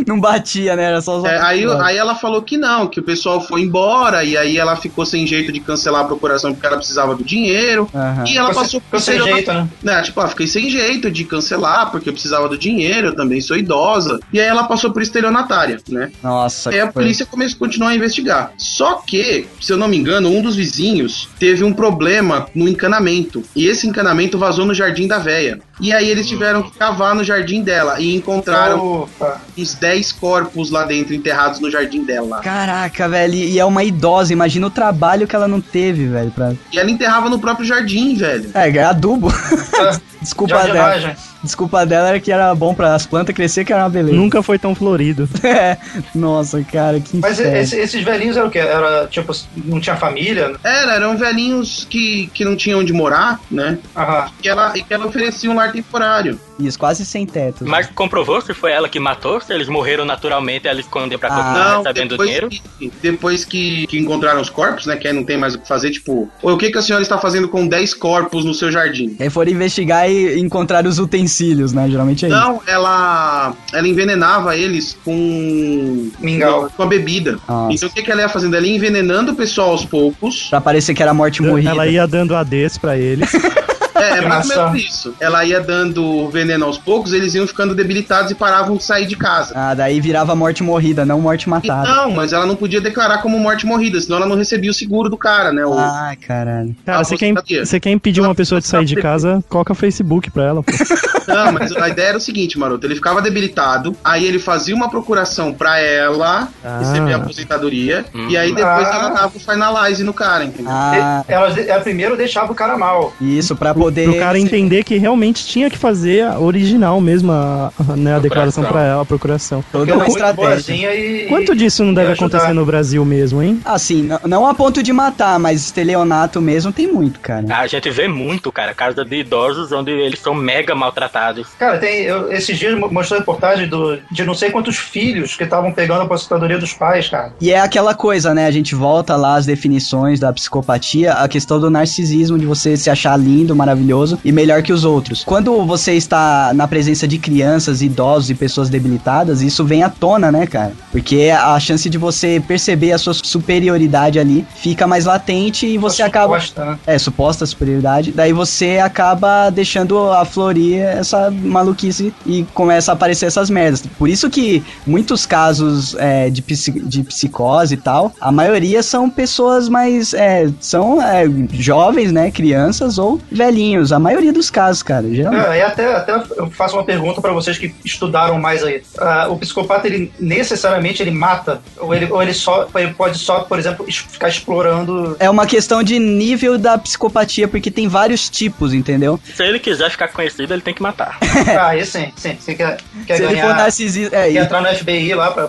Speaker 2: Não batia, né? Era só os
Speaker 4: É, aí, aí ela falou que não, que o pessoal foi embora e aí ela ficou sem jeito de cancelar a procuração porque ela precisava do dinheiro.
Speaker 2: Aham.
Speaker 4: E ela
Speaker 3: Ficou sem-
Speaker 4: passou
Speaker 3: ficou sem
Speaker 4: seriota-
Speaker 3: jeito, né?
Speaker 4: Tipo, ah, fiquei sem jeito de cancelar porque eu precisava do dinheiro, eu também sou idosa. E aí ela passou por estelionatária, né?
Speaker 3: Tá,
Speaker 2: Nossa,
Speaker 4: Aí a polícia começou, continuou a investigar. Só que, se eu não me engano, um dos vizinhos teve um problema no encanamento. E esse encanamento vazou no jardim da véia. E aí eles tiveram que cavar no jardim dela e encontraram
Speaker 3: Opa.
Speaker 4: uns 10 corpos lá dentro enterrados no jardim dela.
Speaker 2: Caraca, velho, e é uma idosa, imagina o trabalho que ela não teve, velho, pra...
Speaker 4: E ela enterrava no próprio jardim, velho.
Speaker 2: É, adubo. Desculpa
Speaker 3: É.
Speaker 2: dela.
Speaker 3: Já de imagem.
Speaker 2: Desculpa dela era que era bom para as plantas crescer, que era uma beleza.
Speaker 6: Nunca foi tão florido.
Speaker 2: É. Nossa, cara, que
Speaker 3: Mas
Speaker 2: inferno.
Speaker 3: esse- esses velhinhos eram o quê? Era, tipo, não tinha família?
Speaker 4: Era, eram velhinhos que, que não tinham onde morar, né?
Speaker 3: Aham.
Speaker 4: E que ela, e que ela oferecia um lar temporário.
Speaker 2: Isso, quase sem teto.
Speaker 5: Mas comprovou se foi ela que matou, se eles morreram naturalmente, ela escondeu pra
Speaker 2: Ah,
Speaker 5: continuar recebendo
Speaker 4: depois,
Speaker 5: tá dinheiro.
Speaker 4: que, depois que, que encontraram os corpos, né? Que aí não tem mais o que fazer, tipo, "Ô, o que, que a senhora está fazendo com 10 corpos no seu jardim?
Speaker 2: Aí foram investigar e encontrar os utensílios, né? Geralmente é isso.
Speaker 4: Não, Então, ela, ela envenenava eles com
Speaker 3: Mingau.
Speaker 4: com a bebida.
Speaker 2: Nossa.
Speaker 4: Então o que, que ela ia fazendo? Ela ia envenenando o pessoal aos poucos.
Speaker 2: Pra parecer que era morte morrida.
Speaker 6: Ela ia dando ADs pra ele.
Speaker 4: É, é mais ou
Speaker 3: Engraçado.
Speaker 4: menos isso. Ela ia dando veneno aos poucos, eles iam ficando debilitados e paravam de sair de casa.
Speaker 2: Ah, daí virava morte morrida, não morte matada.
Speaker 4: Então, mas ela não podia declarar como morte morrida, senão ela não recebia o seguro do cara, né? O-
Speaker 2: Ah, caralho.
Speaker 6: Cara,
Speaker 4: Ah, você
Speaker 6: você quer,
Speaker 4: sabia? Ah,
Speaker 6: você quer impedir uma pessoa de sair de casa, coloca Facebook pra ela. pô.
Speaker 4: Não, mas a ideia era o seguinte, maroto. Ele ficava debilitado, aí ele fazia uma procuração pra ela
Speaker 6: Ah.
Speaker 4: receber a aposentadoria,
Speaker 5: Hum.
Speaker 4: e aí depois
Speaker 3: Ah.
Speaker 4: ela dava o finalize no cara, entendeu?
Speaker 2: Ah,
Speaker 3: Elas, ela primeiro deixava o cara mal.
Speaker 2: isso, pra poder.
Speaker 4: É,
Speaker 6: Pro cara entender que realmente tinha que fazer a original mesmo, a, a- né, a declaração pra ela, a procuração.
Speaker 2: Toda
Speaker 3: Porque ela
Speaker 2: uma
Speaker 3: é muito
Speaker 2: estratégia.
Speaker 3: boazinha e.
Speaker 6: Quanto disso não deve
Speaker 3: e ajudar.
Speaker 6: acontecer no Brasil mesmo, hein?
Speaker 2: Assim, n- não a ponto de matar, mas estelionato mesmo tem muito, cara.
Speaker 5: A gente vê muito, cara, casa de idosos onde eles são mega maltratados.
Speaker 3: Cara, tem, eu, esses dias mo- mostrou reportagem do, de não sei quantos filhos que estavam pegando a aposentadoria dos pais, cara.
Speaker 2: E é aquela coisa, né? A gente volta lá às definições da psicopatia, a questão do narcisismo, de você se achar lindo, maravilhoso e melhor que os outros. Quando você está na presença de crianças, idosos e pessoas debilitadas, isso vem à tona, né, cara? Porque a chance de você perceber a sua superioridade ali fica mais latente e você
Speaker 3: Essa
Speaker 2: acaba.
Speaker 3: suposta, né?
Speaker 2: É, suposta superioridade. Daí você acaba deixando a florir essa maluquice e começa a aparecer essas merdas. Por isso que muitos casos é, de, psi- de psicose e tal, a maioria são pessoas mais. é, são é, jovens, né? Crianças ou velhinhos. A maioria dos casos, cara. Geralmente.
Speaker 3: É, e até, até eu faço uma pergunta pra vocês que estudaram mais aí. Ah, o psicopata, ele necessariamente ele mata? Ou ele, ou ele só ele pode só, por exemplo, es- ficar explorando.
Speaker 2: É uma questão de nível da psicopatia, porque tem vários tipos, entendeu?
Speaker 5: Se ele quiser ficar conhecido, ele tem que matar.
Speaker 3: Ah, aí sim, sim. Você quer, quer
Speaker 2: Se ele for
Speaker 3: ganhar.
Speaker 2: narcisista. É,
Speaker 3: Quer
Speaker 2: e-
Speaker 3: entrar no FBI lá para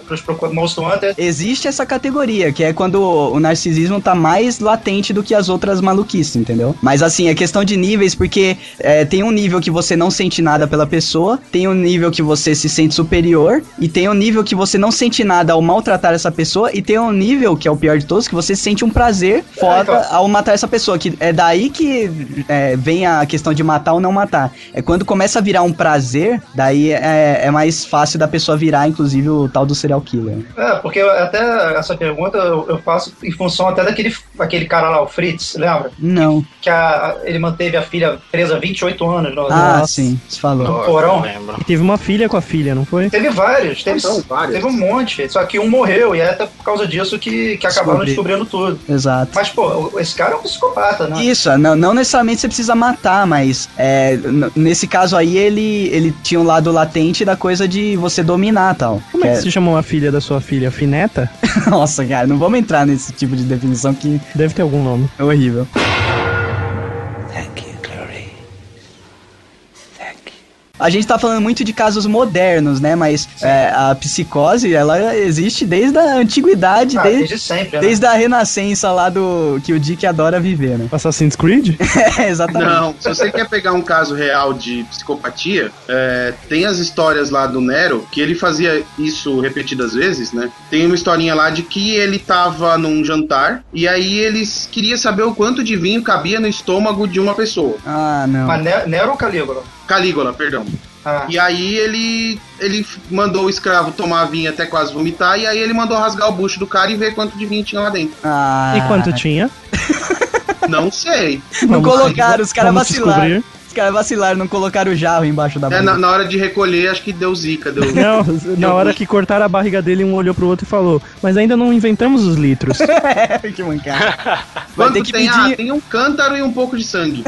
Speaker 3: os Monster Hunter.
Speaker 2: Existe essa categoria, que é quando o narcisismo tá mais latente do que as outras maluquices, entendeu? Mas assim, é questão de níveis, porque é, tem um nível que você não sente nada pela pessoa, tem um nível que você se sente superior, e tem um nível que você não sente nada ao maltratar essa pessoa, e tem um nível, que é o pior de todos, que você sente um prazer foda
Speaker 3: então.
Speaker 2: ao matar essa pessoa. Que é daí que é, vem a questão de matar ou não matar. É quando começa a virar um prazer, daí é, é mais fácil da pessoa virar, inclusive, o tal do serial killer.
Speaker 3: É, porque eu- até essa pergunta eu, eu faço em função até daquele aquele cara lá, o Fritz, lembra?
Speaker 2: Não.
Speaker 3: Que a- a- ele manteve a filha presa 28 anos no,
Speaker 2: Ah,
Speaker 3: no-
Speaker 2: sim, você falou.
Speaker 3: no porão.
Speaker 5: lembro.
Speaker 6: E teve uma filha com a filha, não foi?
Speaker 3: Teve vários, teve,
Speaker 4: Então, vários.
Speaker 3: teve um monte. Só que um morreu, e é até por causa disso que, que acabaram
Speaker 2: Descobri.
Speaker 3: descobrindo tudo.
Speaker 2: Exato.
Speaker 3: Mas, pô, o- esse cara é um psicopata, né?
Speaker 2: Isso, não, não necessariamente você precisa matar, mas é, n- nesse caso aí ele, ele tinha um lado latente da coisa de você dominar tal.
Speaker 6: Como é
Speaker 2: Que
Speaker 6: que se chamou a filha da sua filha? Fineta?
Speaker 2: é- Nossa, cara, não vamos entrar nesse tipo de definição que
Speaker 6: Deve ter algum nome.
Speaker 2: é horrível. A gente tá falando muito de casos modernos, né? Mas é, a psicose, ela existe desde a antiguidade,
Speaker 3: Ah,
Speaker 2: desde,
Speaker 3: desde sempre, né?
Speaker 2: desde a renascença lá do que o Dick adora viver, né?
Speaker 6: Assassin's Creed?
Speaker 2: É, exatamente.
Speaker 4: Não, se você quer pegar um caso real de psicopatia, é, tem as histórias lá do Nero, que ele fazia isso repetidas vezes, né? Tem uma historinha lá de que ele tava num jantar e aí eles queria saber o quanto de vinho cabia no estômago de uma pessoa.
Speaker 2: Ah, não.
Speaker 3: Mas Ne- Nero ou Calígula?
Speaker 4: Calígula, perdão.
Speaker 3: Ah,
Speaker 4: E aí ele, ele mandou o escravo tomar vinho até quase vomitar, e aí ele mandou rasgar o bucho do cara e ver quanto de vinho tinha lá dentro.
Speaker 2: Ah,
Speaker 6: E quanto tinha?
Speaker 4: Não sei.
Speaker 2: Não
Speaker 6: Vamos-
Speaker 2: colocaram, os caras
Speaker 6: vamos
Speaker 2: vacilaram.
Speaker 6: descobrir.
Speaker 2: Os caras vacilaram, não colocaram o jarro embaixo da
Speaker 4: É,
Speaker 2: barriga.
Speaker 4: na, na hora de recolher, acho que deu zica, deu.
Speaker 6: Não, na hora que cortaram a barriga dele, um olhou pro outro e falou: Mas ainda não inventamos os litros.
Speaker 2: que mancada. Vai
Speaker 4: Quanto
Speaker 2: ter que
Speaker 4: tem? Ah,
Speaker 2: pedir.
Speaker 4: tem um cântaro e um pouco de sangue.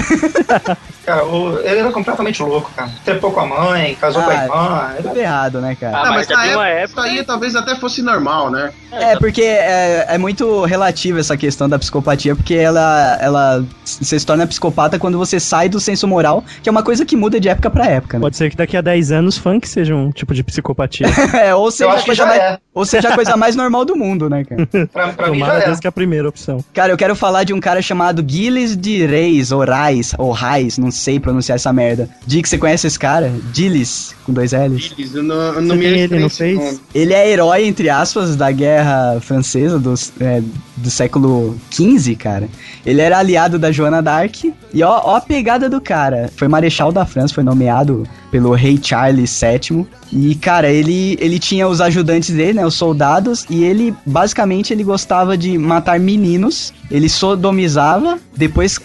Speaker 3: cara, o- ele era completamente louco, cara. Trepou com a mãe, casou com a
Speaker 2: Ah,
Speaker 3: irmã. ele-
Speaker 2: Tudo errado, né, cara?
Speaker 5: Ah,
Speaker 4: Não,
Speaker 5: mas
Speaker 4: na
Speaker 5: teve uma
Speaker 4: isso
Speaker 5: época.
Speaker 4: aí talvez até fosse normal, né?
Speaker 2: É, porque é, é muito relativa essa questão da psicopatia, porque ela, ela s- você se torna psicopata quando você sai do senso moral, que é uma coisa que muda de época pra época, né?
Speaker 6: Pode ser que daqui a 10 anos funk seja um tipo de psicopatia.
Speaker 2: É, ou seja,
Speaker 3: Eu
Speaker 2: a
Speaker 3: acho que
Speaker 2: coisa
Speaker 3: já
Speaker 2: mais,
Speaker 3: é.
Speaker 2: ou seja, a coisa mais normal do mundo, né, cara?
Speaker 3: Pra, pra mim já
Speaker 6: Tomara
Speaker 3: é.
Speaker 6: Deus que é a primeira opção.
Speaker 2: Cara, eu quero falar de um cara chamado Gilles de Reis, ou Reis, ou Reis, não sei pronunciar essa merda. Dick, você conhece esse cara? Gilles, com dois L's.
Speaker 4: Eles, eu não, eu não
Speaker 6: Você
Speaker 4: me
Speaker 6: tem ele
Speaker 4: lembro
Speaker 6: no
Speaker 4: esse
Speaker 6: Face?
Speaker 4: nome.
Speaker 2: Ele é herói, entre aspas, da guerra francesa do, é, do século XV, cara. Ele era aliado da Joana d'Arc. E ó, ó a pegada do cara. Foi marechal da França, foi nomeado pelo rei Charles VII. E, cara, ele, ele tinha os ajudantes dele, né, os soldados. E ele, basicamente, ele gostava de matar meninos. Ele sodomizava, depois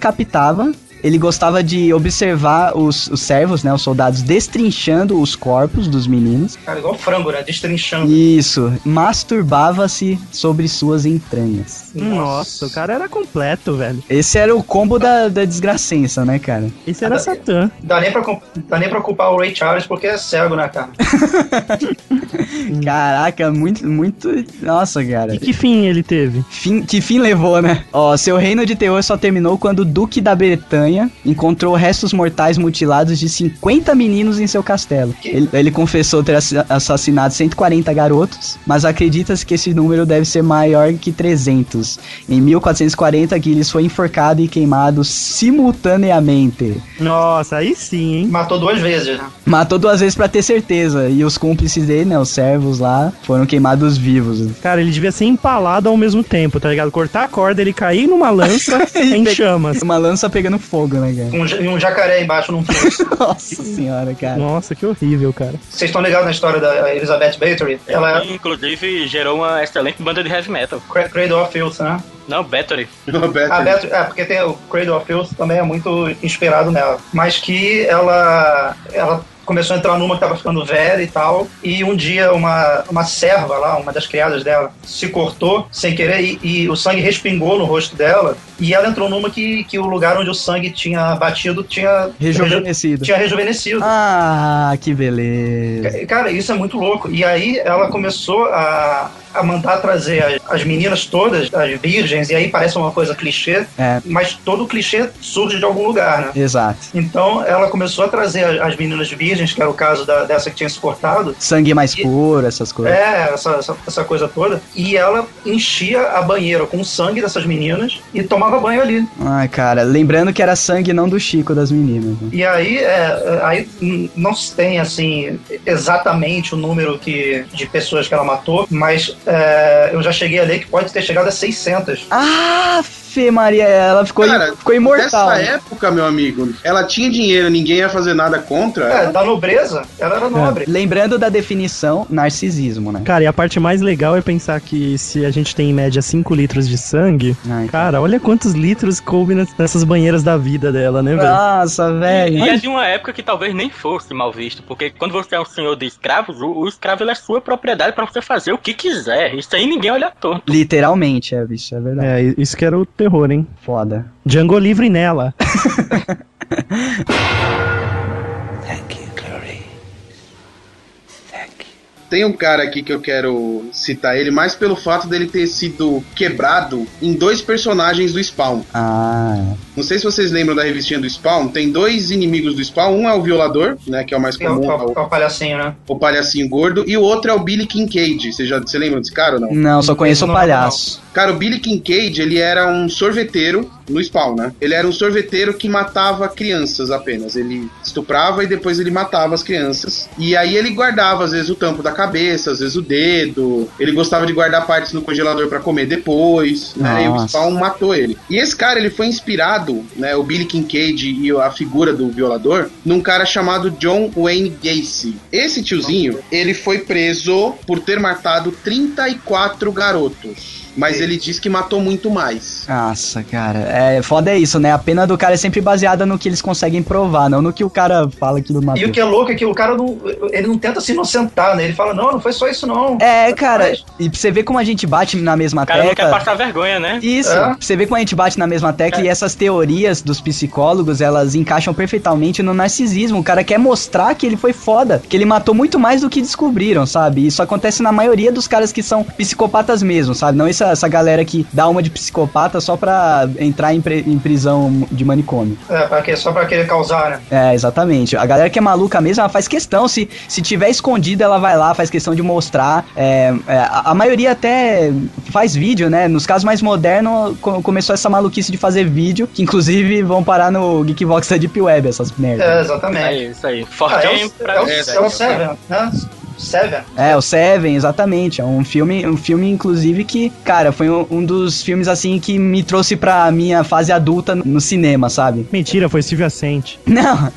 Speaker 2: decapitava. Ele gostava de observar os, os servos, né, os soldados, destrinchando os corpos dos meninos.
Speaker 3: Cara, igual frango, né? Destrinchando.
Speaker 2: Isso, masturbava-se sobre suas entranhas.
Speaker 6: Nossa, o cara era completo, velho.
Speaker 2: Esse era o combo da, da desgracença, né, cara?
Speaker 6: Esse era Satã.
Speaker 3: Dá nem, pra, cu- dá nem pra culpar o Ray Charles porque é cego, né, cara?
Speaker 2: Caraca, muito, muito. Nossa, cara.
Speaker 6: E que fim ele teve?
Speaker 2: Fim- que fim levou, né? Ó, seu reino de terror só terminou quando o Duque da Espanha, encontrou restos mortais mutilados de 50 meninos em seu castelo. Ele, ele confessou ter assi- assassinado 140 garotos, mas acredita-se que esse número deve ser maior que 300. Em 1440, Guilherme foi enforcado e queimado simultaneamente.
Speaker 6: Nossa, aí sim, hein?
Speaker 3: Matou duas vezes, né?
Speaker 2: Matou duas vezes pra ter certeza, e os cúmplices dele, né, os servos lá, foram queimados vivos.
Speaker 6: Cara, ele devia ser empalado ao mesmo tempo, tá ligado? Cortar a corda, ele cair numa lança em
Speaker 2: Pe-
Speaker 6: chamas.
Speaker 2: Uma lança pegando fogo, né, cara?
Speaker 3: Um, ja- e um jacaré embaixo num fluxo.
Speaker 2: Nossa senhora, cara.
Speaker 6: Nossa, que horrível, cara.
Speaker 3: Vocês estão ligados na história da Elizabeth Bathory? Ela é
Speaker 5: E, inclusive, gerou uma excelente banda de heavy metal.
Speaker 3: Cra- Cradle of Filth, né?
Speaker 5: Não, Battery.
Speaker 4: Roberto.
Speaker 3: A Beth, é, porque tem o Cradle of Filth também é muito inspirado nela. Mas que ela, ela começou a entrar numa que tava ficando velha e tal. E um dia uma, uma serva lá, uma das criadas dela, se cortou sem querer e, e o sangue respingou no rosto dela. E ela entrou numa que, que o lugar onde o sangue tinha batido tinha reju-
Speaker 2: Rejuvenescido.
Speaker 3: tinha rejuvenescido.
Speaker 2: Ah, que beleza.
Speaker 3: Cara, isso é muito louco. E aí ela começou a, a mandar trazer as, as meninas todas, as virgens, e aí parece uma coisa clichê,
Speaker 2: É.
Speaker 3: mas todo clichê surge de algum lugar, né?
Speaker 2: Exato.
Speaker 3: Então ela começou a trazer as, as meninas virgens, que era o caso da- dessa que tinha se cortado.
Speaker 2: Sangue mais puro, essas coisas.
Speaker 3: É, essa, essa, essa coisa toda. E ela enchia a banheira com o sangue dessas meninas e tomava banho ali.
Speaker 2: Ai, cara, lembrando que era sangue não do Chico das meninas. né?
Speaker 3: E aí, é, aí hum, não se tem assim exatamente o número que, de pessoas que ela matou, mas é, eu já cheguei a ler que pode ter chegado a 600.
Speaker 2: Ah, Fê Maria, ela ficou,
Speaker 4: Cara,
Speaker 2: ficou imortal.
Speaker 4: Nessa época, meu amigo, ela tinha dinheiro, ninguém ia fazer nada contra.
Speaker 3: É, da nobreza, ela
Speaker 6: É,
Speaker 3: era nobre.
Speaker 2: Lembrando da definição narcisismo, né?
Speaker 6: Cara, e a parte mais legal é pensar que se a gente tem em média 5 litros de sangue,
Speaker 3: Ah, então.
Speaker 2: Ai,
Speaker 6: cara, olha quantos litros coube nas- nessas banheiras da vida dela, né,
Speaker 5: Ah.
Speaker 6: velho?
Speaker 2: Nossa, velho.
Speaker 5: E é de uma época que talvez nem fosse mal visto, porque quando você é um senhor de escravos, o, o escravo ele é sua propriedade pra você fazer o que quiser. Isso aí ninguém olha torto.
Speaker 2: Literalmente, é, bicho, é verdade.
Speaker 6: É, isso que era o terror,
Speaker 3: É.
Speaker 6: hein?
Speaker 2: Foda.
Speaker 6: Django livre nela.
Speaker 4: Tem um cara aqui que eu quero citar ele, mais pelo fato dele ter sido quebrado em dois personagens do Spawn.
Speaker 2: Ah,
Speaker 4: Não sei se vocês lembram da revistinha do Spawn, tem dois inimigos do Spawn, um é o violador, né, que é o mais
Speaker 3: É o,
Speaker 4: comum,
Speaker 3: é
Speaker 4: é o,
Speaker 3: o- é o palhacinho, né?
Speaker 4: o palhacinho gordo, e o outro é o Billy Kincaid. Você já você lembra desse cara ou não?
Speaker 2: não, só conheço
Speaker 3: Não,
Speaker 2: o palhaço.
Speaker 4: Cara, o Billy Kincaid, ele era um sorveteiro no Spawn, né? Ele era um sorveteiro que matava crianças apenas. Ele estuprava e depois ele matava as crianças. E aí ele guardava, às vezes, o tampo da cabeça, às vezes o dedo. Ele gostava de guardar partes no congelador pra comer depois, né? E o
Speaker 2: Nossa.
Speaker 4: Spawn matou ele. E esse cara, ele foi inspirado, né? O Billy Kincaid e a figura do violador, num cara chamado John Wayne Gacy. Esse tiozinho, ele foi preso por ter matado 34 garotos. Mas ele diz que matou muito mais.
Speaker 2: Nossa, cara, é foda é isso, né? A pena do cara é sempre baseada no que eles conseguem provar, não no que o cara fala que não
Speaker 3: E
Speaker 2: matou.
Speaker 3: o que é louco é que o cara não, ele não tenta se inocentar, né? Ele fala, não, não foi só isso não.
Speaker 2: É, cara, e pra você ver como a gente bate na mesma
Speaker 5: O cara não
Speaker 2: tecla.
Speaker 5: quer passar vergonha, né?
Speaker 2: Isso,
Speaker 3: É.
Speaker 2: você vê como a gente bate na mesma tecla e essas teorias dos psicólogos, elas encaixam perfeitamente no narcisismo. O cara quer mostrar que ele foi foda, que ele matou muito mais do que descobriram, sabe? Isso acontece na maioria dos caras que são psicopatas mesmo, sabe? Não essa, essa galera que dá uma de psicopata só pra entrar em, pre- em prisão de manicômio.
Speaker 3: É, pra quê? só pra querer causar, né?
Speaker 2: É, exatamente. A galera que é maluca mesmo, ela faz questão. Se, se tiver escondida, ela vai lá, faz questão de mostrar. É, é, a, a maioria até faz vídeo, né? Nos casos mais modernos, co- começou essa maluquice de fazer vídeo, que inclusive vão parar no Geekbox da Deep Web, essas
Speaker 3: É,
Speaker 2: merdas.
Speaker 5: É
Speaker 3: exatamente.
Speaker 5: isso aí.
Speaker 3: Ah, é
Speaker 5: Fortinho
Speaker 3: o,
Speaker 5: pra
Speaker 3: é o,
Speaker 5: é,
Speaker 3: é o Seven, né? Seven.
Speaker 2: É, o Seven, exatamente. É um filme, um filme inclusive que, cara, foi um, um dos filmes assim que me trouxe pra minha fase adulta no cinema, sabe?
Speaker 6: Mentira, foi Silvia Sente.
Speaker 2: Não,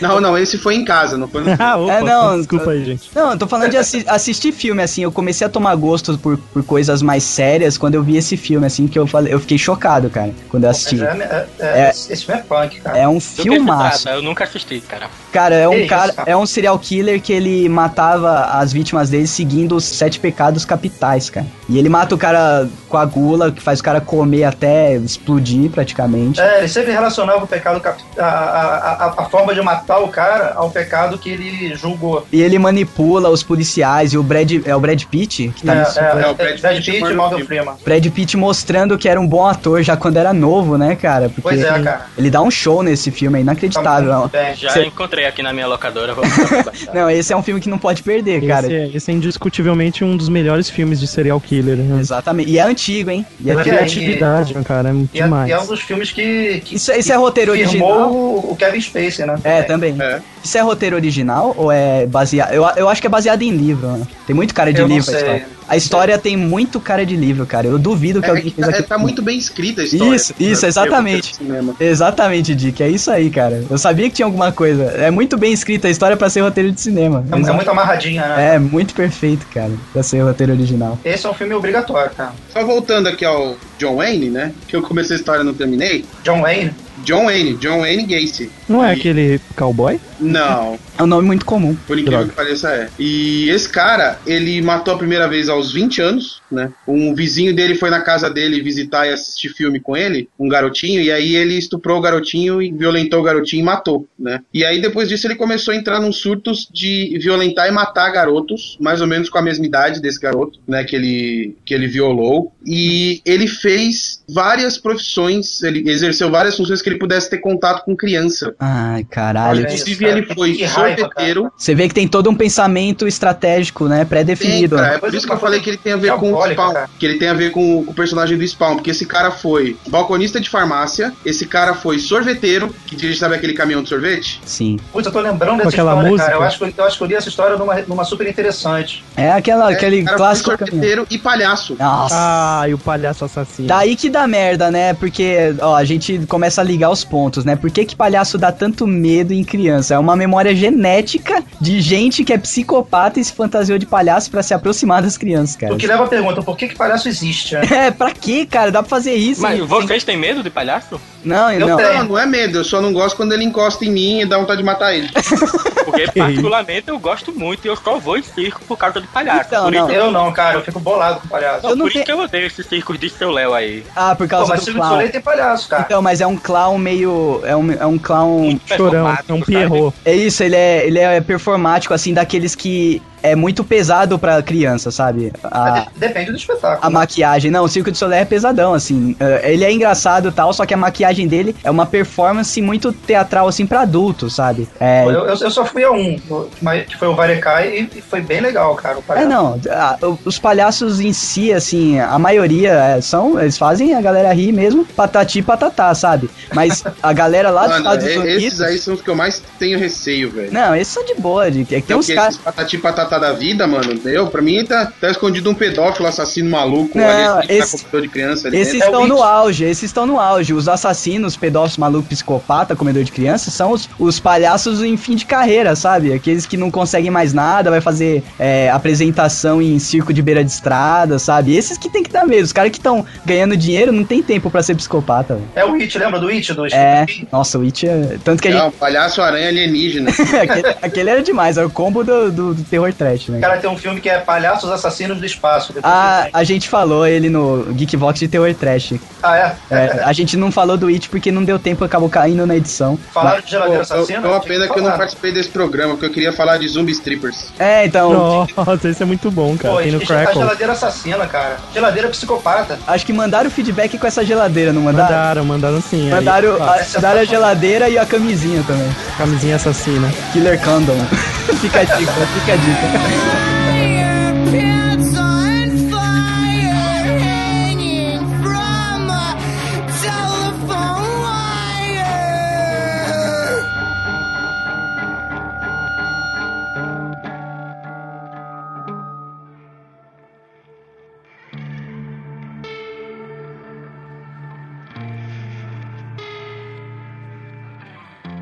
Speaker 4: Não, não, esse foi em casa, não foi no.
Speaker 6: ah, opa,
Speaker 2: É, não,
Speaker 6: desculpa aí, gente.
Speaker 2: Não, eu tô falando de assi- assistir filme, assim. Eu comecei a tomar gosto por, por coisas mais sérias quando eu vi esse filme, assim, que eu falei, eu fiquei chocado, cara, quando eu
Speaker 3: Mas
Speaker 2: assisti.
Speaker 3: é- é- é-
Speaker 2: É.
Speaker 3: Esse filme é punk, cara.
Speaker 2: É um
Speaker 5: Do que se
Speaker 2: filmaço.
Speaker 5: trata? Eu nunca assisti, cara.
Speaker 2: Cara, é um
Speaker 3: Que
Speaker 2: cara,
Speaker 3: isso?
Speaker 2: é um serial killer que ele matava as vítimas dele seguindo os sete pecados capitais, cara. E ele mata o cara com a gula, que faz o cara comer até explodir praticamente.
Speaker 3: É, ele sempre relacionava o pecado, cap- a, a, a, a forma de matar o cara ao pecado que ele julgou.
Speaker 2: E ele manipula os policiais e o Brad, é o Brad Pitt que tá
Speaker 3: é,
Speaker 2: nisso.
Speaker 3: é,
Speaker 4: é,
Speaker 3: é,
Speaker 4: o Brad
Speaker 3: Brad Pitt
Speaker 4: Pitt
Speaker 3: e
Speaker 4: e
Speaker 3: Morgan
Speaker 4: Morgan
Speaker 3: Freeman.
Speaker 2: Brad Pitt mostrando que era um bom ator já quando era novo, né, cara? Porque
Speaker 3: Pois é,
Speaker 2: ele,
Speaker 3: cara.
Speaker 2: ele dá um show nesse filme, é
Speaker 3: Tá
Speaker 2: inacreditável.
Speaker 3: muito bem.
Speaker 5: Já
Speaker 2: Cê-
Speaker 5: encontrei aqui na minha locadora. Vou procurar pra baixar.
Speaker 2: Não, esse é um filme que não pode perder, cara.
Speaker 6: Esse, é, esse é indiscutivelmente um dos melhores filmes de serial killer. Né?
Speaker 2: Exatamente. E é antigo, hein? E é
Speaker 3: Mas
Speaker 6: A
Speaker 3: é-
Speaker 6: criatividade, cara, é
Speaker 3: E é,
Speaker 6: demais.
Speaker 3: e é um dos filmes que, que
Speaker 2: Isso, isso é roteiro original?
Speaker 3: firmou o- o Kevin Spacey, né?
Speaker 2: É, também.
Speaker 4: É.
Speaker 2: Isso é roteiro original ou é baseado? Eu, eu acho que é baseado em livro, né? Tem muito cara de
Speaker 3: Eu não
Speaker 2: livro a
Speaker 3: sei.
Speaker 2: história. A história tem muito cara de livro, cara. Eu duvido que
Speaker 4: É,
Speaker 2: alguém
Speaker 4: que
Speaker 2: fez
Speaker 4: tá, é,
Speaker 2: aqui.
Speaker 4: tá muito bem escrita a história.
Speaker 2: Isso, isso, exatamente.
Speaker 4: Cinema.
Speaker 2: Exatamente, Dick. É isso aí, cara. Eu sabia que tinha alguma coisa. É muito bem escrita a história pra ser roteiro de cinema.
Speaker 3: É, é muito amarradinha, né?
Speaker 2: É, muito perfeito, cara, pra ser roteiro original.
Speaker 3: Esse é um filme obrigatório, cara.
Speaker 4: Só voltando aqui ao John Wayne, né? Que eu comecei a história e não terminei.
Speaker 3: John Wayne.
Speaker 4: John Wayne, John Wayne Gacy.
Speaker 6: Não é
Speaker 4: E-
Speaker 6: aquele cowboy?
Speaker 4: Não,
Speaker 2: É um nome muito comum.
Speaker 4: por incrível
Speaker 6: Droga.
Speaker 4: que pareça é. E esse cara, ele matou a primeira vez aos 20 anos, né? Um vizinho dele foi na casa dele visitar e assistir filme com ele, um garotinho, e aí ele estuprou o garotinho e violentou o garotinho e matou, né? E aí depois disso ele começou a entrar num surtos de violentar e matar garotos, mais ou menos com a mesma idade desse garoto, né, que ele que ele violou, e ele fez várias profissões, ele exerceu várias funções que ele pudesse ter contato com criança.
Speaker 2: Ai,
Speaker 3: Olha
Speaker 2: caralho.
Speaker 3: aí.
Speaker 4: Inclusive,
Speaker 3: cara.
Speaker 4: ele foi
Speaker 3: Que raiva,
Speaker 4: sorveteiro,
Speaker 2: Você vê que tem todo um pensamento estratégico, né?
Speaker 4: Tem,
Speaker 2: Pré-definido.
Speaker 4: cara,
Speaker 2: né?
Speaker 4: é por isso que eu falei que ele tem a ver com o
Speaker 3: Diabólica,
Speaker 4: Spawn.
Speaker 3: cara.
Speaker 4: Que ele tem a ver com o personagem do Spawn. Porque esse cara foi balconista de farmácia, esse cara foi sorveteiro, que dirige, sabe aquele caminhão de sorvete?
Speaker 2: Sim.
Speaker 3: Putz, eu tô lembrando dessa
Speaker 6: aquela
Speaker 3: história,
Speaker 6: música?
Speaker 3: cara. Eu acho, que, eu acho que eu li essa história numa, numa super interessante.
Speaker 2: É aquela, aquele
Speaker 4: Esse cara
Speaker 2: clássico.
Speaker 4: foi sorveteiro e palhaço.
Speaker 2: Nossa.
Speaker 6: Ah, e o palhaço assassino.
Speaker 2: Daí que dá merda, né? Porque, ó, a gente começa a ligar os pontos, né? Por que que palhaço dá tanto medo em criança? É uma memória genética de gente que é psicopata e se fantasiou de palhaço pra se aproximar das crianças, cara.
Speaker 3: O que leva à pergunta, por que que palhaço existe, né?
Speaker 2: É, pra quê, cara? Dá pra fazer isso?
Speaker 5: Mas
Speaker 2: hein?
Speaker 5: vocês têm medo de palhaço?
Speaker 2: Não,
Speaker 3: Eu
Speaker 2: não.
Speaker 3: tenho.
Speaker 4: Não, não é medo, eu só não gosto quando ele encosta em mim e dá vontade de matar ele.
Speaker 5: Porque, particularmente, eu gosto muito e eu só vou em circo por causa de palhaço.
Speaker 2: Então,
Speaker 5: por
Speaker 2: não.
Speaker 5: Isso,
Speaker 3: Eu não, cara. Eu fico bolado com palhaço.
Speaker 5: não,
Speaker 2: Eu não
Speaker 5: por
Speaker 2: tenho-
Speaker 5: isso que eu odeio esses circos de seu Léo aí.
Speaker 2: Ah, por
Speaker 3: Pô,
Speaker 2: causa
Speaker 3: mas
Speaker 2: do
Speaker 3: Silvio
Speaker 2: clown.
Speaker 3: Soleil tem palhaço, cara.
Speaker 2: Então, mas é um clown meio. É um, é um clown.
Speaker 6: Chorão, é
Speaker 5: Performático,
Speaker 6: um
Speaker 5: sabe?
Speaker 6: Pierrot.
Speaker 2: É isso, ele é, ele é performático, assim, daqueles que é muito pesado pra criança, sabe? A,
Speaker 3: Mas é de- Depende do espetáculo. né?
Speaker 2: a maquiagem. Não, o Circo de Soleil é pesadão, assim. É, Ele é engraçado e tal, só que a maquiagem dele é uma performance muito teatral, assim, pra adulto, sabe? É.
Speaker 3: Eu, eu- eu só fui a um, mas que foi o Varecai, e foi bem legal, cara. O
Speaker 2: É,
Speaker 3: palhaço.
Speaker 2: não, a- o- os palhaços em si, assim, a maioria é, são, eles fazem a galera rir mesmo, patati e patatá, sabe? Mas a galera lá dos
Speaker 4: Mano,
Speaker 2: Estados
Speaker 4: e- esses
Speaker 2: Unidos...
Speaker 4: aí são os que eu mais tenho receio, velho. Então,
Speaker 2: Não, esses são de boa, de, é que tem uns
Speaker 4: Porque
Speaker 2: caras...
Speaker 4: esses patati e patatá da vida, mano, eu, pra mim tá, tá escondido um pedófilo assassino maluco
Speaker 2: Não,
Speaker 4: ali, que tá
Speaker 2: esse-
Speaker 4: com computador de criança ali né? É um
Speaker 2: Esses
Speaker 4: dentro.
Speaker 2: estão
Speaker 3: é o
Speaker 2: no
Speaker 3: It.
Speaker 2: auge, esses estão no auge. Os assassinos, pedófilos, maluco, psicopata, comedor de criança, são os, os palhaços em fim de carreira, sabe? Aqueles que não conseguem mais nada, vai fazer é, apresentação em circo de beira de estrada, sabe? Esses que tem que dar medo. Os caras que estão ganhando dinheiro não tem tempo pra ser psicopata, velho.
Speaker 3: É o It, lembra do It? Do
Speaker 2: É,
Speaker 3: Stephen King?
Speaker 2: nossa, o It é... Tanto que a
Speaker 4: É
Speaker 2: gente...
Speaker 4: um palhaço aranha alienígena.
Speaker 2: aquele, aquele era demais, era o combo do, do- do terror trash, né?
Speaker 3: Cara, tem um filme que é Palhaços Assassinos do Espaço. depois
Speaker 2: A,
Speaker 3: tem-
Speaker 2: a gente falou ele no Geekbox de terror trash.
Speaker 3: Ah, é?
Speaker 2: É, a gente não falou do It porque não deu tempo, acabou caindo na edição.
Speaker 3: Falaram de
Speaker 4: Pô,
Speaker 3: geladeira
Speaker 4: É
Speaker 3: assassina?
Speaker 4: é uma
Speaker 3: Tá Tinha
Speaker 4: pena que eu não
Speaker 3: falar.
Speaker 4: participei desse programa, porque eu queria falar de zumbi strippers.
Speaker 2: É, então...
Speaker 6: Nossa, esse é muito bom, cara.
Speaker 3: Pô,
Speaker 6: Tem no
Speaker 3: e- a
Speaker 6: Crackle.
Speaker 3: geladeira assassina, cara. Geladeira psicopata.
Speaker 2: Acho que mandaram feedback com essa geladeira, não mandaram?
Speaker 6: Mandaram, mandaram sim. aí.
Speaker 2: Mandaram,
Speaker 6: Ah,
Speaker 2: a, mandaram a geladeira e a camisinha também.
Speaker 6: Camisinha assassina.
Speaker 2: Killer Condom. fica a dica, fica a dica.
Speaker 1: Pants on fire, hanging from a telephone wire.
Speaker 8: Thank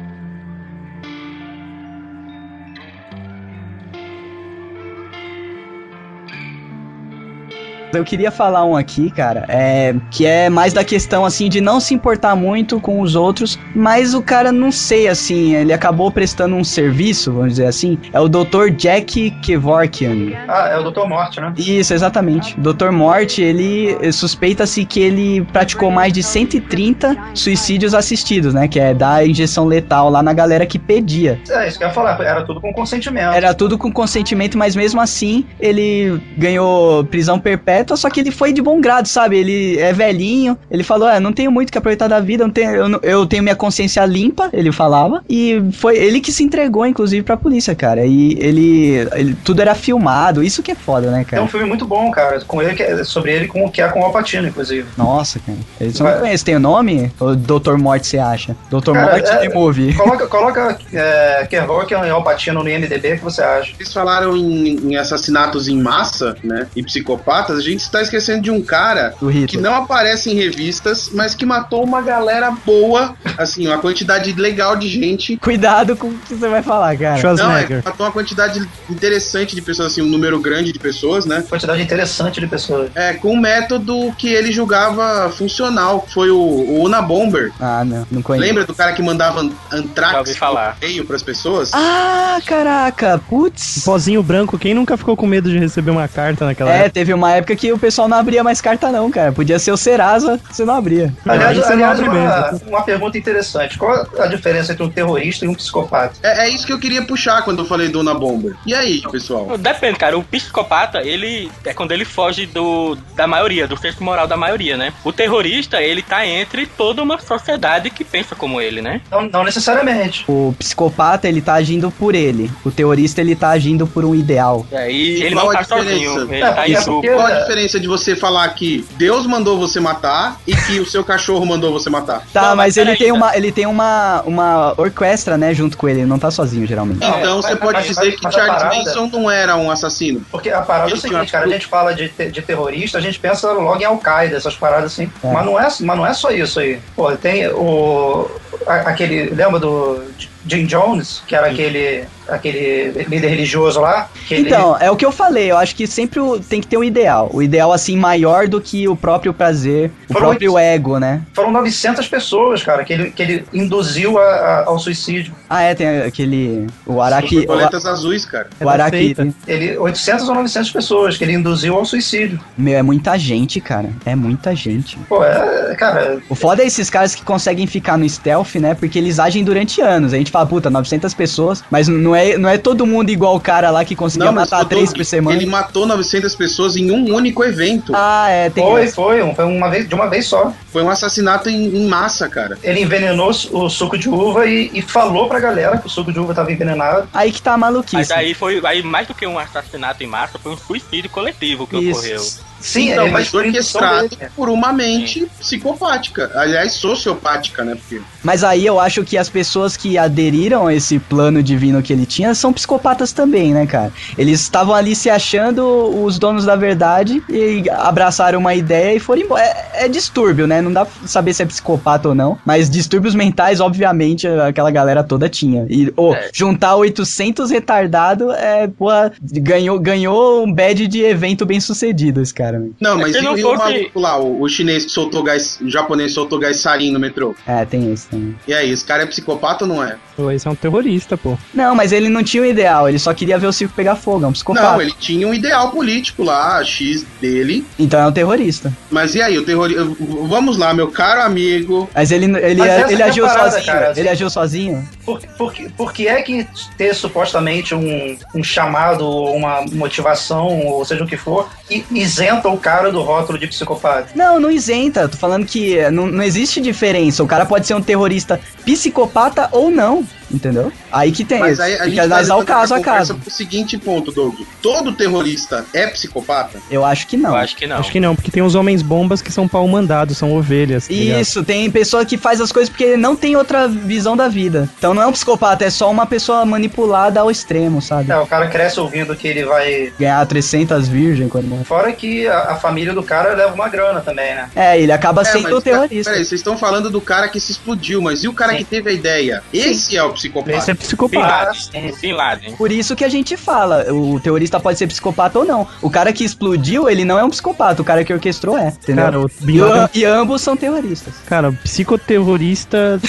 Speaker 2: Eu queria falar um aqui, cara, é, que é mais da questão, assim, de não se importar muito com os outros, mas o cara, não sei, assim, ele acabou prestando um serviço, vamos dizer assim, é o Dr. Jack Kevorkian.
Speaker 3: Ah, é o Dr. Morte, né?
Speaker 2: Isso, exatamente. Dr. Morte, ele eh, suspeita-se que ele praticou mais de 130 suicídios assistidos, né? Que é dar injeção letal lá na galera que pedia.
Speaker 3: É isso que eu ia falar, era tudo com consentimento.
Speaker 2: Era tudo com consentimento, mas mesmo assim ele ganhou prisão perpétua, só que ele foi de bom grado, sabe? Ele é velhinho, ele falou: é, não tenho muito que aproveitar da vida, não tenho- eu, não- eu tenho minha consciência limpa, ele falava. E foi ele que se entregou, inclusive, pra polícia, cara. E ele. ele- tudo era filmado, isso que é foda, né,
Speaker 3: Tem
Speaker 2: cara?
Speaker 3: um filme muito bom, cara, com ele, que é- sobre ele com, que é com o Alpatino, inclusive.
Speaker 2: Nossa, cara. Eu só não
Speaker 3: Vai.
Speaker 2: conheço. Tem o nome? O Dr. Morte, você acha? Dr.
Speaker 3: Cara,
Speaker 2: Morte
Speaker 3: é-
Speaker 2: The Movie.
Speaker 3: Coloca, coloca é, Kevork e Alpatino no IMDB, o que você acha?
Speaker 4: Vocês falaram em, em assassinatos em massa, né? E psicopatas, a gente está esquecendo de um cara
Speaker 2: Do Hitler.
Speaker 4: que não aparece em revistas, mas que matou uma galera boa, assim, uma quantidade legal de gente.
Speaker 2: Cuidado com o que você vai falar, cara.
Speaker 4: Não, é,
Speaker 6: Schwarzenegger.
Speaker 4: matou uma quantidade interessante de pessoas, assim, um número grande de pessoas, né?
Speaker 3: Quantidade interessante de pessoas.
Speaker 4: É, com um método que ele julgava funcional, que foi o, o Una Bomber.
Speaker 2: Ah, não. Não conheço.
Speaker 4: Lembra do cara que mandava an-
Speaker 5: Já
Speaker 4: antrax
Speaker 5: ouvi falar.
Speaker 4: meio pras pessoas?
Speaker 2: Ah, caraca. Putz.
Speaker 6: Pozinho branco, quem nunca ficou com medo de receber uma carta naquela
Speaker 2: É,
Speaker 6: época?
Speaker 2: teve uma época que o pessoal não abria mais carta, não, cara. Podia ser o Serasa, você não é abria.
Speaker 3: Aliás,
Speaker 6: isso é não
Speaker 3: aliás
Speaker 6: abre
Speaker 3: uma,
Speaker 2: né?
Speaker 6: mesmo.
Speaker 3: uma pergunta interessante. Qual a diferença entre um terrorista e um psicopata?
Speaker 4: É, é isso que eu queria puxar quando eu falei do Una Bomber. E aí, pessoal?
Speaker 5: Depende, cara. O psicopata, ele é quando ele foge do, da maioria, do senso moral da maioria, né? O terrorista, ele tá entre toda uma sociedade que pensa como ele, né?
Speaker 3: Não, não necessariamente.
Speaker 2: O psicopata, ele tá agindo por ele. O terrorista, ele tá agindo por um ideal.
Speaker 5: E aí ele
Speaker 4: qual
Speaker 5: não
Speaker 4: a
Speaker 5: tá
Speaker 4: diferença?
Speaker 5: sozinho, ele
Speaker 3: É,
Speaker 5: tá
Speaker 3: é
Speaker 5: em
Speaker 3: porque-
Speaker 5: grupo.
Speaker 4: Qual a diferença de você falar que Deus mandou você matar e que o seu cachorro mandou você matar?
Speaker 2: Tá,
Speaker 5: Não, mas
Speaker 2: mas ele
Speaker 5: peraí,
Speaker 2: tem,
Speaker 5: tá.
Speaker 2: uma, ele tem uma, uma orquestra, né, junto com ele. Ele não tá sozinho, geralmente.
Speaker 3: Não,
Speaker 4: Então
Speaker 3: mas-
Speaker 4: você
Speaker 3: mas-
Speaker 4: pode
Speaker 3: mas-
Speaker 4: dizer
Speaker 3: mas-
Speaker 4: que
Speaker 3: mas a
Speaker 4: Charles
Speaker 3: parada-
Speaker 4: Manson não era um assassino.
Speaker 3: Porque a parada é o
Speaker 4: Gente,
Speaker 3: seguinte,
Speaker 4: eu-
Speaker 3: cara, a gente fala de, te- de terrorista, a gente pensa logo em Al-Qaeda, essas paradas assim.
Speaker 2: É.
Speaker 3: Mas, não é, mas não é só isso aí. Pô, tem o. a- aquele. Lembra do Jim Jones, que era aquele, aquele líder religioso lá? Que ele-
Speaker 2: Então, é o que eu falei, eu acho que sempre o- tem que ter um ideal. O ideal, assim, maior do que o próprio prazer, o
Speaker 3: Foram
Speaker 2: próprio
Speaker 3: oito-
Speaker 2: ego, né?
Speaker 3: Foram 900 pessoas, cara, que ele, que ele induziu a- a- ao suicídio.
Speaker 2: Ah, é, tem aquele. O Araki. O, a-
Speaker 4: Boletas azuis, cara.
Speaker 2: o Araki.
Speaker 6: Aceita.
Speaker 3: Ele, 800 ou 900 pessoas que ele induziu ao suicídio.
Speaker 2: Meu, é muita gente, cara. É muita gente.
Speaker 3: Pô, é, cara,
Speaker 2: O foda é esses caras que conseguem ficar no stealth, né? Porque eles agem durante anos. A gente fala, puta, 900 pessoas. Mas não é, não é todo mundo igual o cara lá que conseguia
Speaker 4: mas
Speaker 2: matar
Speaker 4: o
Speaker 2: três
Speaker 4: Doug,
Speaker 2: por semana.
Speaker 4: Ele matou 900 pessoas em um único evento.
Speaker 2: Ah, é, tem.
Speaker 3: foi, foi, um- foi uma vez, de uma vez só.
Speaker 4: Foi um assassinato em, em massa, cara.
Speaker 3: Ele envenenou o suco de uva e, e falou pra galera que o suco de uva tava envenenado.
Speaker 2: Aí que tá maluquice.
Speaker 5: Mas aí foi aí mais do que um assassinato em massa, foi um suicídio coletivo que
Speaker 2: Isso.
Speaker 5: ocorreu.
Speaker 3: Sim,
Speaker 4: então,
Speaker 3: ele
Speaker 4: mas
Speaker 3: por indução
Speaker 4: orquestrado
Speaker 3: dele.
Speaker 4: por uma mente psicopática. Aliás, sociopática, né? Porque
Speaker 2: Mas aí eu acho que as pessoas que aderiram a esse plano divino que ele tinha são psicopatas também, né, cara? Eles estavam ali se achando os donos da verdade e abraçaram uma ideia e foram embora. É, é distúrbio, né? Não dá pra saber se é psicopata ou não. Mas distúrbios mentais, obviamente, aquela galera toda tinha. E, ô,
Speaker 5: É.
Speaker 2: juntar 800 retardado é, pô, ganhou, ganhou um badge de evento bem sucedido, esse cara. meu.
Speaker 4: Não, mas
Speaker 5: Se
Speaker 4: e,
Speaker 5: não
Speaker 4: e o
Speaker 5: fosse-
Speaker 4: maluco lá, o, o chinês que soltou gás, o japonês soltou gás sarin no metrô?
Speaker 2: É, tem isso também.
Speaker 4: E aí, esse cara é psicopata ou não é?
Speaker 6: Pô, esse é um terrorista, pô.
Speaker 2: Não, mas ele não tinha o ideal, ele só queria ver o circo pegar fogo, é um psicopata.
Speaker 4: Não, ele tinha um ideal político lá, X dele.
Speaker 2: Então é um terrorista.
Speaker 4: Mas e aí, o terrorista. Vamos lá, meu caro amigo.
Speaker 2: Mas ele, ele,
Speaker 3: Mas essa
Speaker 2: ele
Speaker 3: é a
Speaker 2: agiu
Speaker 3: parada,
Speaker 2: sozinho.
Speaker 3: cara.
Speaker 2: Ele agiu sozinho.
Speaker 3: Por, por, que- por que é que ter supostamente um, um chamado, uma motivação, ou seja o que for, i- isenta o cara do rótulo de psicopata?
Speaker 2: Não, não isenta. Tô falando que eh, não, não existe diferença. O cara pode ser um terrorista psicopata ou não. Entendeu? Aí que tem.
Speaker 4: Mas aí a
Speaker 2: É Fica
Speaker 4: gente
Speaker 2: analisar o
Speaker 4: levando
Speaker 2: caso a
Speaker 4: essa conversa
Speaker 2: caso.
Speaker 4: pro seguinte ponto, Doug. Todo terrorista é psicopata?
Speaker 2: Eu acho que não.
Speaker 5: Eu acho que não.
Speaker 6: Acho que não, porque tem os homens bombas que são pau mandado, são ovelhas. tá ligado?
Speaker 2: Isso, tem pessoa que faz as coisas porque não tem outra visão da vida. Então não é um psicopata, é só uma pessoa manipulada ao extremo, sabe?
Speaker 3: É, o cara cresce ouvindo que ele vai.
Speaker 2: Ganhar 300 virgens quando morre.
Speaker 3: Fora que a, a família do cara leva uma grana também, né?
Speaker 2: É, ele acaba sendo
Speaker 4: mas,
Speaker 2: o terrorista.
Speaker 4: Peraí, vocês estão falando do cara que se explodiu, mas e o cara que teve a ideia? Esse é o psicopata.
Speaker 6: Esse é
Speaker 5: Bin
Speaker 6: psicopata.
Speaker 3: Ah,
Speaker 5: Laden. Bin Laden.
Speaker 2: Por isso que a gente fala, o terrorista pode ser psicopata ou não. O cara que explodiu, ele não é um psicopata, o cara que orquestrou é, entendeu?
Speaker 6: Cara, o Bin
Speaker 2: e,
Speaker 6: Laden-
Speaker 2: a- e ambos são terroristas.
Speaker 6: Cara, psicoterrorista.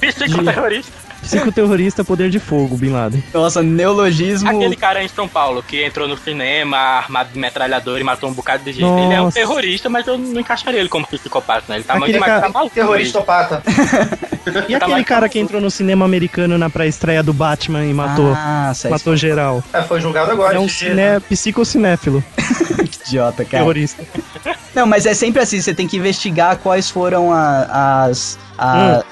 Speaker 5: Psicoterrorista.
Speaker 6: Psicoterrorista, poder de fogo, Bin Laden.
Speaker 2: Nossa, neologismo.
Speaker 5: Aquele cara em São Paulo que entrou no cinema armado de metralhador e matou um bocado de gente. Ele é um
Speaker 6: Nossa.
Speaker 5: terrorista, mas eu não encaixaria ele como psicopata, né? Ele tá
Speaker 6: Aquele
Speaker 5: muito mais
Speaker 6: cara-
Speaker 5: tá maluco.
Speaker 3: Terroristopata.
Speaker 2: Tá
Speaker 6: E aquele cara que entrou no cinema americano na pré-estreia do Batman e matou.
Speaker 2: Nossa,
Speaker 6: matou geral.
Speaker 3: É, foi julgado agora.
Speaker 6: É um
Speaker 3: esse dia. né?
Speaker 2: né?
Speaker 6: cine... psicocinéfilo,
Speaker 2: que idiota, cara.
Speaker 6: terrorista.
Speaker 2: Não, mas é sempre assim, você tem que investigar quais foram a- as. A...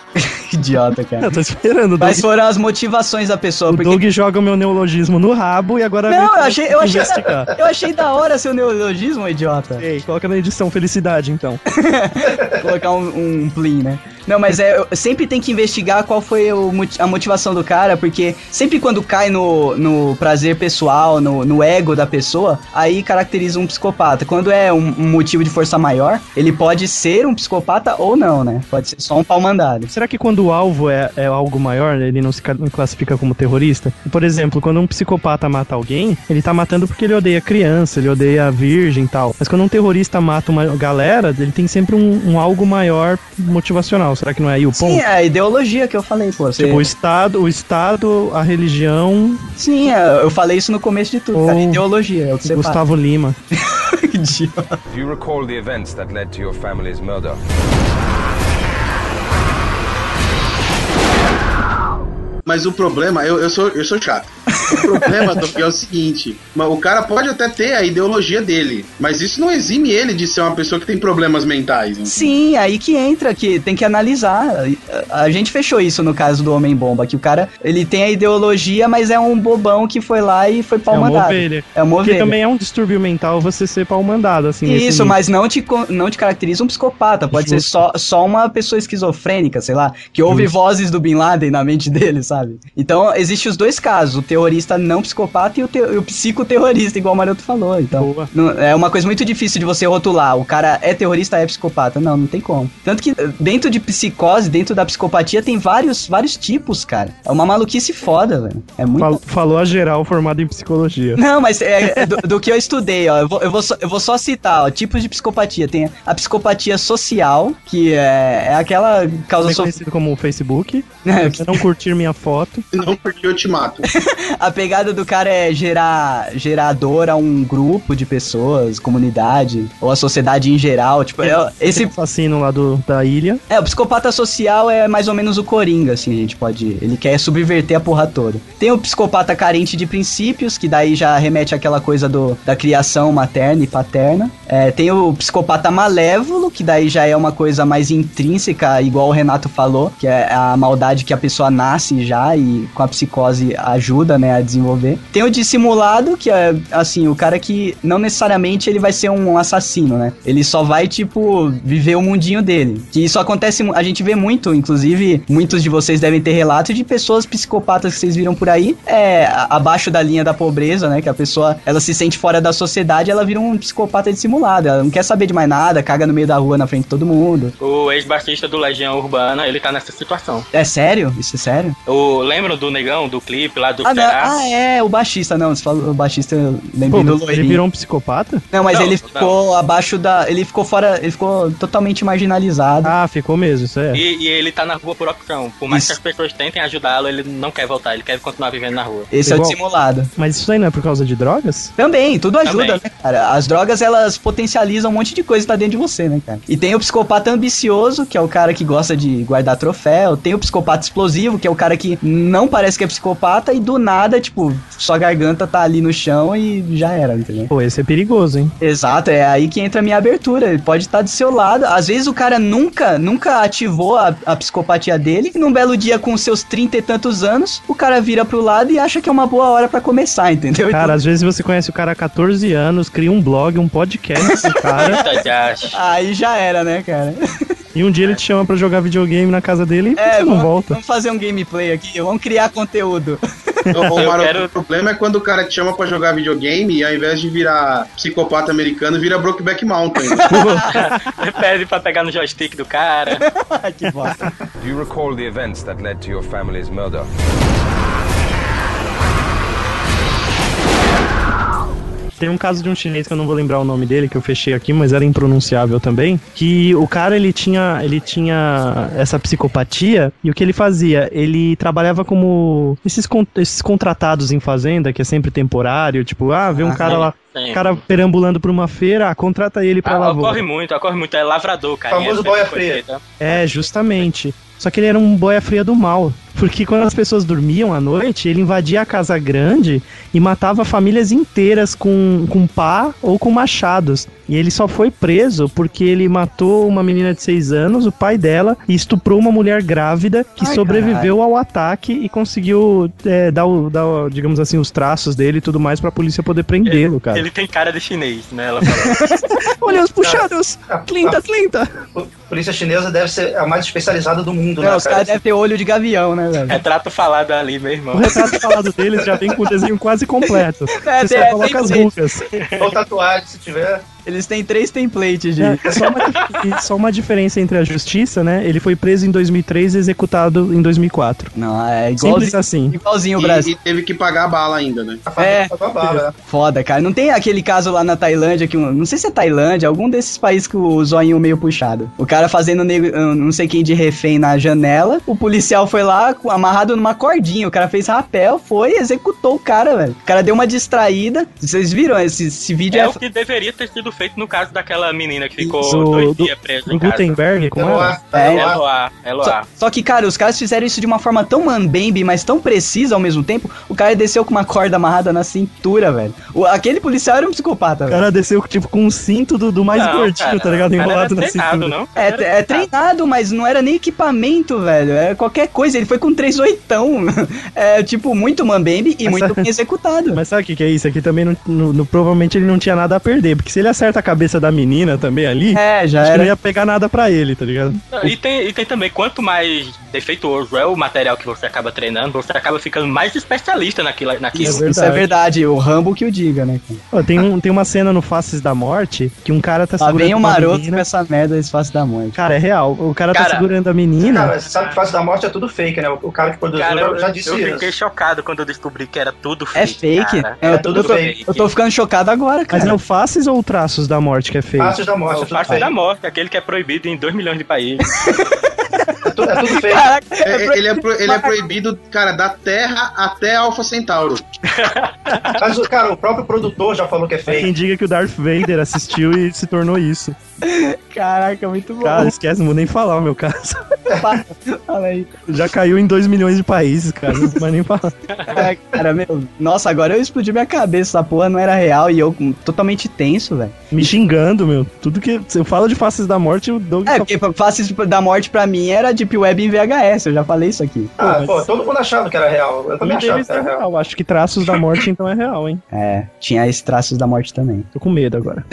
Speaker 2: Que idiota, cara.
Speaker 6: Eu tô esperando. Hum. O Doug,
Speaker 2: Quais foram as motivações da pessoa,
Speaker 6: o
Speaker 2: porque.
Speaker 6: Doug joga o meu neologismo no rabo e agora.
Speaker 2: Não,
Speaker 6: vem
Speaker 2: eu achei, eu achei,
Speaker 6: investigar.
Speaker 2: eu achei da hora seu neologismo, idiota.
Speaker 6: Ei, coloca na edição Felicidade, então.
Speaker 2: colocar um, um plim, né? Não, mas é, eu- sempre tem que investigar qual foi o moti- a motivação do cara, porque sempre quando cai no, no prazer pessoal, no, no ego da pessoa, aí caracteriza um psicopata. Quando é um, um motivo de força maior, ele pode ser um psicopata ou não, né? Pode ser só um pau mandado.
Speaker 6: Será que quando o alvo é, é algo maior, ele não se ca- não classifica como terrorista? Por exemplo, quando um psicopata mata alguém, ele tá matando porque ele odeia criança, ele odeia a virgem e tal. Mas quando um terrorista mata uma galera, ele tem sempre um, um algo maior motivacional. Será que não é aí o
Speaker 2: Sim,
Speaker 6: ponto?
Speaker 2: é a ideologia que eu falei, pô. Você-
Speaker 6: Tipo, o Estado, o Estado, a religião,
Speaker 2: Sim, é, eu falei isso no começo de tudo, cara.
Speaker 6: Ou-
Speaker 2: Ideologia, é o que você fala.
Speaker 6: Gustavo Lima.
Speaker 2: Idiota.
Speaker 8: If you recall the events that led to your family's murder,
Speaker 4: Mas o problema, eu, eu, sou, eu sou chato. O problema Doug, é o seguinte: ma- o cara pode até ter a ideologia dele, mas isso não exime ele de ser uma pessoa que tem problemas mentais. né?
Speaker 2: Sim, aí que entra, que tem que analisar. A a gente fechou isso no caso do Homem-Bomba, que o cara, ele tem a ideologia, mas é um bobão que foi lá e foi pau
Speaker 6: É uma
Speaker 2: mandado.
Speaker 6: ovelha.
Speaker 2: É uma
Speaker 6: Porque
Speaker 2: ovelha.
Speaker 6: também é um distúrbio mental você ser pau mandado, assim. nesse
Speaker 2: Isso,
Speaker 6: nível.
Speaker 2: mas não te, con- não te caracteriza um psicopata. Pode ser
Speaker 6: Justo.
Speaker 2: só, só uma pessoa esquizofrênica, sei lá, que ouve vozes do Bin Laden na mente dele, sabe? Então, existem os dois casos, o terrorista não psicopata e o, te, e o psicoterrorista, igual o Maroto falou. Então,
Speaker 6: Boa.
Speaker 2: não- é uma coisa muito difícil de você rotular. O cara é terrorista, é psicopata. Não, não tem como. Tanto que eh, dentro de psicose, dentro da psicopatia, tem vários, vários tipos, cara. É uma maluquice foda, velho. É muito
Speaker 6: Fal- falou a geral formada em psicologia.
Speaker 2: não, mas é, é do, do que eu estudei, ó. Eu vou, eu vou, só, eu vou só citar, ó, tipos de psicopatia. Tem a psicopatia social, que é, é aquela causa
Speaker 6: Também
Speaker 2: so...
Speaker 6: conhecido como Facebook.
Speaker 2: É,
Speaker 6: Você não curtir minha foto.
Speaker 4: Não porque eu te mato.
Speaker 2: A pegada do cara é gerar, gerar dor a um grupo de pessoas, comunidade, ou a sociedade em geral. Tipo, é-
Speaker 6: Esse
Speaker 2: esse.
Speaker 6: um assassino lá do, da ilha.
Speaker 2: É, o psicopata social é mais ou menos o Coringa, assim, a gente pode. Ele quer subverter a porra toda. Tem o psicopata carente de princípios, que daí já remete àquela coisa do, da criação materna e paterna. É, tem o psicopata malévolo, que daí já é uma coisa mais intrínseca, igual o Renato falou, que é a maldade que a pessoa nasce já e com a psicose ajuda, né, a desenvolver. Tem o dissimulado, que é, assim, o cara que não necessariamente ele vai ser um assassino, né? Ele só vai, tipo, viver o mundinho dele. Que isso acontece, mu- a gente vê muito, inclusive, muitos de vocês devem ter relatos de pessoas psicopatas que vocês viram por aí, é, a- abaixo da linha da pobreza, né? Que a pessoa, ela se sente fora da sociedade, ela vira um psicopata dissimulado. Ela não quer saber de mais nada, caga no meio da rua, na frente de todo mundo.
Speaker 5: O ex-baixista do Legião Urbana, ele tá nessa situação.
Speaker 2: É sério? Isso é sério?
Speaker 5: O, lembra do negão, do clipe lá do
Speaker 2: ah, não.
Speaker 5: Será?
Speaker 2: ah, é, o baixista, não. Você falou o baixista, eu
Speaker 6: Pô,
Speaker 2: lembrei do
Speaker 6: ele
Speaker 2: loirinho.
Speaker 6: virou um psicopata?
Speaker 2: Não, mas
Speaker 5: Não,
Speaker 2: ele
Speaker 5: não.
Speaker 2: ficou abaixo da. Ele ficou fora. Ele ficou totalmente marginalizado.
Speaker 6: Ah, ficou mesmo, isso é.
Speaker 5: E, e ele tá na rua por opção. Por mais
Speaker 2: Isso.
Speaker 5: que as pessoas tentem ajudá-lo, ele não quer voltar, ele quer continuar vivendo na rua.
Speaker 2: Esse é o
Speaker 6: igual.
Speaker 2: dissimulado.
Speaker 6: Mas isso aí não é por causa de drogas?
Speaker 2: Também, tudo ajuda,
Speaker 5: Também.
Speaker 2: né, cara? As drogas, elas potencializam um monte de coisa que tá dentro de você, né, cara? E tem o psicopata ambicioso, que é o cara que gosta de guardar troféu. Tem o psicopata explosivo, que é o cara que não parece que é psicopata e do nada, tipo, sua garganta tá ali no chão e já era, entendeu?
Speaker 6: Pô, esse é perigoso, hein?
Speaker 2: Exato, é aí que entra a minha abertura. Ele pode estar do seu lado. Às vezes o cara nunca, nunca ativou a, a psicopatia dele. E num belo dia, com seus trinta e tantos anos, o cara vira pro lado e acha que é uma boa hora pra começar, entendeu?
Speaker 6: Cara,
Speaker 2: Então-
Speaker 6: às vezes você conhece o cara há 14 anos, cria um blog, um podcast do cara.
Speaker 5: Eita, Josh.
Speaker 2: aí já era, né, cara?
Speaker 6: E um dia ele te chama pra jogar videogame na casa dele e você não
Speaker 2: É, vamos,
Speaker 6: volta.
Speaker 2: vamos fazer um gameplay aqui, vamos criar conteúdo.
Speaker 4: Ô,
Speaker 5: Eu
Speaker 4: Maroto,
Speaker 5: quero-
Speaker 4: O problema é quando o cara te chama pra jogar videogame e ao invés de virar psicopata americano, vira Brokeback Mountain.
Speaker 5: Pede pra pegar no joystick do cara.
Speaker 2: que bosta.
Speaker 8: Do you recall the events that led to your family's murder?
Speaker 6: Tem um caso de um chinês que eu não vou lembrar o nome dele, que eu fechei aqui, mas era impronunciável também, que o cara ele tinha, ele tinha essa psicopatia e o que ele fazia? Ele trabalhava como esses, con- esses contratados em fazenda, que é sempre temporário, tipo, ah, vê um
Speaker 5: é.
Speaker 6: cara lá,
Speaker 5: Sim.
Speaker 6: cara perambulando por uma feira, ah, contrata ele pra
Speaker 5: Ah,
Speaker 6: lavoura.
Speaker 5: ocorre muito, ocorre muito. É lavrador, cara.
Speaker 3: Famoso boia fria.
Speaker 5: tá?
Speaker 6: É, justamente. Só que ele era um boia fria do mal. Porque quando as pessoas dormiam à noite, ele invadia a casa grande e matava famílias inteiras com, com pá ou com machados. E ele só foi preso porque ele matou uma menina de 6 anos, o pai dela, e estuprou uma mulher grávida que
Speaker 2: Ai,
Speaker 6: sobreviveu ao ataque e conseguiu é, dar, o, dar, o- digamos assim, os traços dele e tudo mais pra polícia poder prendê-lo, cara.
Speaker 5: Ele tem cara de chinês, né? Ela falou.
Speaker 6: Olha os puxados! Clinta, clinta!
Speaker 3: A polícia chinesa deve ser a mais especializada do
Speaker 6: É,
Speaker 3: mundo,
Speaker 2: Não,
Speaker 3: né,
Speaker 2: os caras devem ter olho de gavião, né, velho?
Speaker 5: Retrato "É falado ali, meu irmão.
Speaker 6: O retrato falado deles já vem com o desenho quase completo.
Speaker 2: É,
Speaker 6: Você
Speaker 2: tem-
Speaker 6: só coloca
Speaker 2: tem
Speaker 6: as
Speaker 2: jeito.
Speaker 6: rugas.
Speaker 3: Ou tatuagem, se tiver.
Speaker 2: Eles têm três templates de.
Speaker 6: É, só, uma, dif- só uma diferença entre a justiça, né? Ele foi preso em 2003 e executado em 2004.
Speaker 2: Não, é
Speaker 6: Simples
Speaker 2: igualzinho,
Speaker 6: assim.
Speaker 2: igualzinho o
Speaker 4: e,
Speaker 2: Brasil.
Speaker 4: e teve que pagar a bala ainda, né?
Speaker 3: A família
Speaker 2: É.
Speaker 3: tá com a barba, né?
Speaker 2: Foda, cara. Não tem aquele caso lá na Tailândia que. um- Não sei se é Tailândia, algum desses países que o zoinho meio puxado. O cara fazendo nego- ah, não sei quem de refém na janela. O policial foi lá com- amarrado numa cordinha. O cara fez rapel, foi e executou o cara, velho. O cara deu uma distraída. Vocês viram? Esse, esse vídeo é.
Speaker 5: É o que deveria ter sido feito no caso daquela menina que ficou
Speaker 6: Isso,
Speaker 5: dois
Speaker 6: do-
Speaker 5: dias presa
Speaker 6: No
Speaker 5: em casa.
Speaker 6: Gutenberg, como
Speaker 3: Tá no
Speaker 6: era?
Speaker 3: ar, tá no
Speaker 2: É,
Speaker 3: ar.
Speaker 5: Eloá,
Speaker 2: Só,
Speaker 5: Eloá.
Speaker 2: só que, cara, os caras fizeram isso de uma forma tão mambembe, mas tão precisa ao mesmo tempo. O cara desceu com uma corda amarrada na cintura, velho. O- aquele policial era um psicopata,
Speaker 6: O
Speaker 2: velho.
Speaker 6: cara desceu tipo, com um cinto do, do mais
Speaker 5: Não,
Speaker 6: gordinho,
Speaker 5: cara,
Speaker 6: tá ligado?
Speaker 5: o cara era
Speaker 6: Enrolado na
Speaker 5: treinado,
Speaker 6: cintura.
Speaker 5: não? O cara era
Speaker 2: É, é treinado, mas não era nem equipamento, velho. Era qualquer coisa. Ele foi com 3 oitão. É, tipo, muito mambembe e
Speaker 6: Mas
Speaker 2: muito
Speaker 6: sabe-
Speaker 2: bem executado.
Speaker 6: Mas sabe o que, que é isso? Aqui também não, no- no- provavelmente ele não tinha nada a perder. Porque se ele acerta a cabeça da menina também ali,
Speaker 2: É, já
Speaker 6: acho que não
Speaker 2: era.
Speaker 6: ia pegar nada pra ele, tá ligado?
Speaker 5: Não, E tem, e tem também, quanto mais defeituoso é o material que você acaba treinando, você acaba ficando mais especialista naquilo. naquilo.
Speaker 2: Isso, isso é verdade. O Rambo que o diga, né? cara?
Speaker 6: Ó, tem, um, tem uma cena no Faces da Morte que um cara tá
Speaker 2: Lá
Speaker 6: segurando
Speaker 2: vem o
Speaker 6: uma
Speaker 2: maroto com
Speaker 6: menina.
Speaker 2: essa merda desse face da morte.
Speaker 6: Cara, é real. O cara, tá
Speaker 5: Cara,
Speaker 6: segurando a menina.
Speaker 3: Cara, você sabe que Face da Morte é tudo fake, né? O cara que produziu
Speaker 5: Cara,
Speaker 3: já,
Speaker 5: eu,
Speaker 3: já
Speaker 5: eu
Speaker 3: disse
Speaker 5: fiquei
Speaker 3: isso.
Speaker 5: chocado quando eu descobri que era tudo
Speaker 2: É
Speaker 5: fake.
Speaker 2: fake?
Speaker 5: cara.
Speaker 2: Eu,
Speaker 3: É
Speaker 2: tô,
Speaker 3: tudo
Speaker 2: eu tô-
Speaker 3: fake.
Speaker 2: eu tô ficando chocado agora,
Speaker 6: Mas é
Speaker 2: cara.
Speaker 6: o Faces ou o Traços da Morte que é feio?
Speaker 3: Faces da Morte
Speaker 5: É
Speaker 3: é
Speaker 5: o
Speaker 3: tudo
Speaker 5: Fácil da
Speaker 3: fake.
Speaker 5: Morte, aquele que é proibido em 2 milhões de países.
Speaker 3: É tu- é tudo fake.
Speaker 2: Caraca,
Speaker 4: É, é- ele, é pro- ele é proibido, cara, da Terra até Alpha Centauro.
Speaker 3: Mas, o- cara, o próprio produtor já falou que é
Speaker 6: Há Quem
Speaker 3: fake.
Speaker 6: diga que o Darth Vader assistiu e se tornou isso.
Speaker 2: caraca, muito bom.
Speaker 6: Cara, esquece, não vou nem falar o meu caso.
Speaker 2: Fala aí.
Speaker 6: Já caiu em 2 milhões de países, cara. Não vai nem falar.
Speaker 2: É, cara, meu. Nossa, agora eu explodi minha cabeça. Essa porra não era real e eu hum, totalmente tenso, velho.
Speaker 6: Me xingando, meu. Tudo que. Se eu falo de Faces da Morte, o Doug.
Speaker 2: É,
Speaker 6: só-
Speaker 2: porque Faces da Morte pra mim era Deep Web em VHS. Eu já falei isso aqui.
Speaker 3: Ah,
Speaker 6: mas-
Speaker 3: pô, todo mundo achava que era real. Eu também
Speaker 6: Não deve
Speaker 3: achava que
Speaker 6: ser
Speaker 3: era real.
Speaker 6: é real. Acho que Traços da Morte então é real, hein?
Speaker 2: É, tinha esses traços da morte também.
Speaker 6: Tô com medo agora.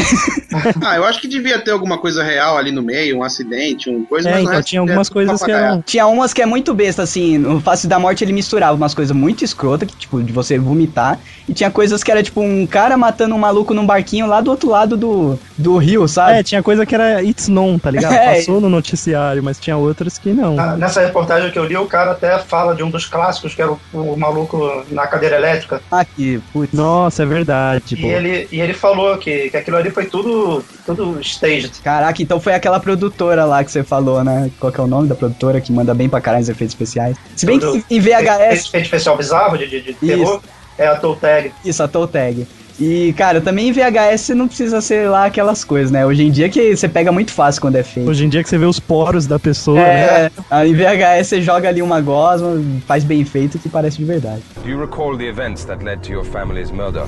Speaker 4: Ah, eu acho que devia ter alguma coisa real ali no meio, um acidente, um coisa,
Speaker 6: É,
Speaker 4: mas o
Speaker 6: então
Speaker 4: resto
Speaker 6: tinha
Speaker 4: é
Speaker 6: algumas
Speaker 4: tudo
Speaker 6: coisas que
Speaker 4: papagaio.
Speaker 6: eram.
Speaker 2: Tinha umas que é muito besta, assim, no Face da Morte ele misturava umas coisas muito escrotas, que, tipo, de você vomitar, e tinha coisas que era, tipo, um cara matando um maluco num barquinho lá do outro lado do, do rio,
Speaker 6: É,
Speaker 2: sabe?
Speaker 6: tinha coisa que era It's Non, tá ligado?
Speaker 2: É.
Speaker 6: Passou no noticiário, mas tinha outras que não.
Speaker 3: Ah, Nessa reportagem que eu li, o cara até fala de um dos clássicos, que era o, o maluco na cadeira elétrica.
Speaker 2: Ah, que putz.
Speaker 6: Nossa, é verdade.
Speaker 3: E
Speaker 6: pô.
Speaker 3: ele, e ele falou que, que aquilo ali foi tudo, tudo staged.
Speaker 2: Caraca, então foi aquela produtora lá que você falou, né? Qual que é o nome da produtora que manda bem pra caralho os efeitos especiais? Se bem que
Speaker 3: Tudo.
Speaker 2: em VHS
Speaker 3: Esse efeito especial bizarro de, de, de
Speaker 2: Isso.
Speaker 3: terror é a Tolteg.
Speaker 2: Isso, a toe tag. E, cara, também em VHS você não precisa ser lá aquelas coisas, né? Hoje em dia que você pega muito fácil quando é feio.
Speaker 6: Hoje em dia que você vê os poros da pessoa, né?
Speaker 2: É, ah, em VHS você joga ali uma gosma, faz bem feito que parece de verdade.
Speaker 8: Do you recall the events that led to your family's murder?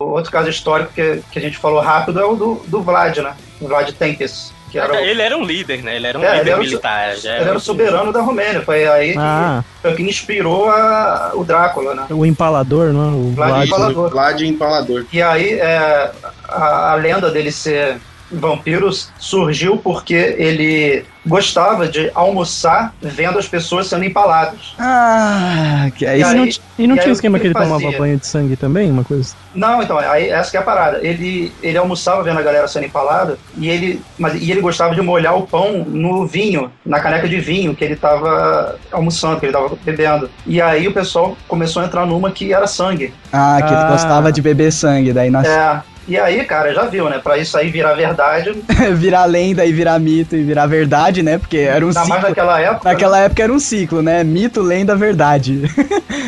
Speaker 3: O Outro caso histórico que, que a gente falou rápido é o do, do Vlad, né? O Vlad Tempest, que era o,
Speaker 5: ele era um líder, né? Ele era um
Speaker 3: É, ele
Speaker 5: líder
Speaker 3: era o-
Speaker 5: militar. já
Speaker 3: ele era o soberano da Romênia. Foi aí que,
Speaker 6: Ah.
Speaker 3: foi que inspirou a- o Drácula, né?
Speaker 6: O empalador, não é? O
Speaker 3: Vlad
Speaker 6: Vlad.
Speaker 4: Isso,
Speaker 3: Empalador.
Speaker 4: Vlad Empalador.
Speaker 3: E aí, é, a, a lenda dele ser vampiro surgiu porque ele gostava de almoçar vendo as pessoas sendo empaladas.
Speaker 2: Ah, que aí
Speaker 6: E
Speaker 3: E
Speaker 6: não,
Speaker 3: aí-
Speaker 6: ti- e não
Speaker 3: e aí
Speaker 6: tinha
Speaker 3: o
Speaker 6: esquema
Speaker 3: que
Speaker 6: que ele
Speaker 3: ele
Speaker 6: tomava
Speaker 3: fazia?
Speaker 6: banho de sangue também? Uma coisa?
Speaker 3: Não, então, aí, essa que é a parada. Ele, ele almoçava vendo a galera sendo empalada e ele, mas, e ele gostava de molhar o pão no vinho, na caneca de vinho que ele tava almoçando, que ele tava bebendo. E aí o pessoal começou a entrar numa que era sangue.
Speaker 2: Ah, que
Speaker 6: Ah.
Speaker 2: ele gostava de beber sangue, daí nós
Speaker 3: É, e aí, cara, já viu, né? Pra isso aí virar verdade,
Speaker 2: virar lenda e virar mito e virar verdade, né? Porque era um
Speaker 3: ainda mais
Speaker 2: ciclo.
Speaker 3: naquela época.
Speaker 2: Naquela época era um ciclo, né? Mito, lenda, verdade.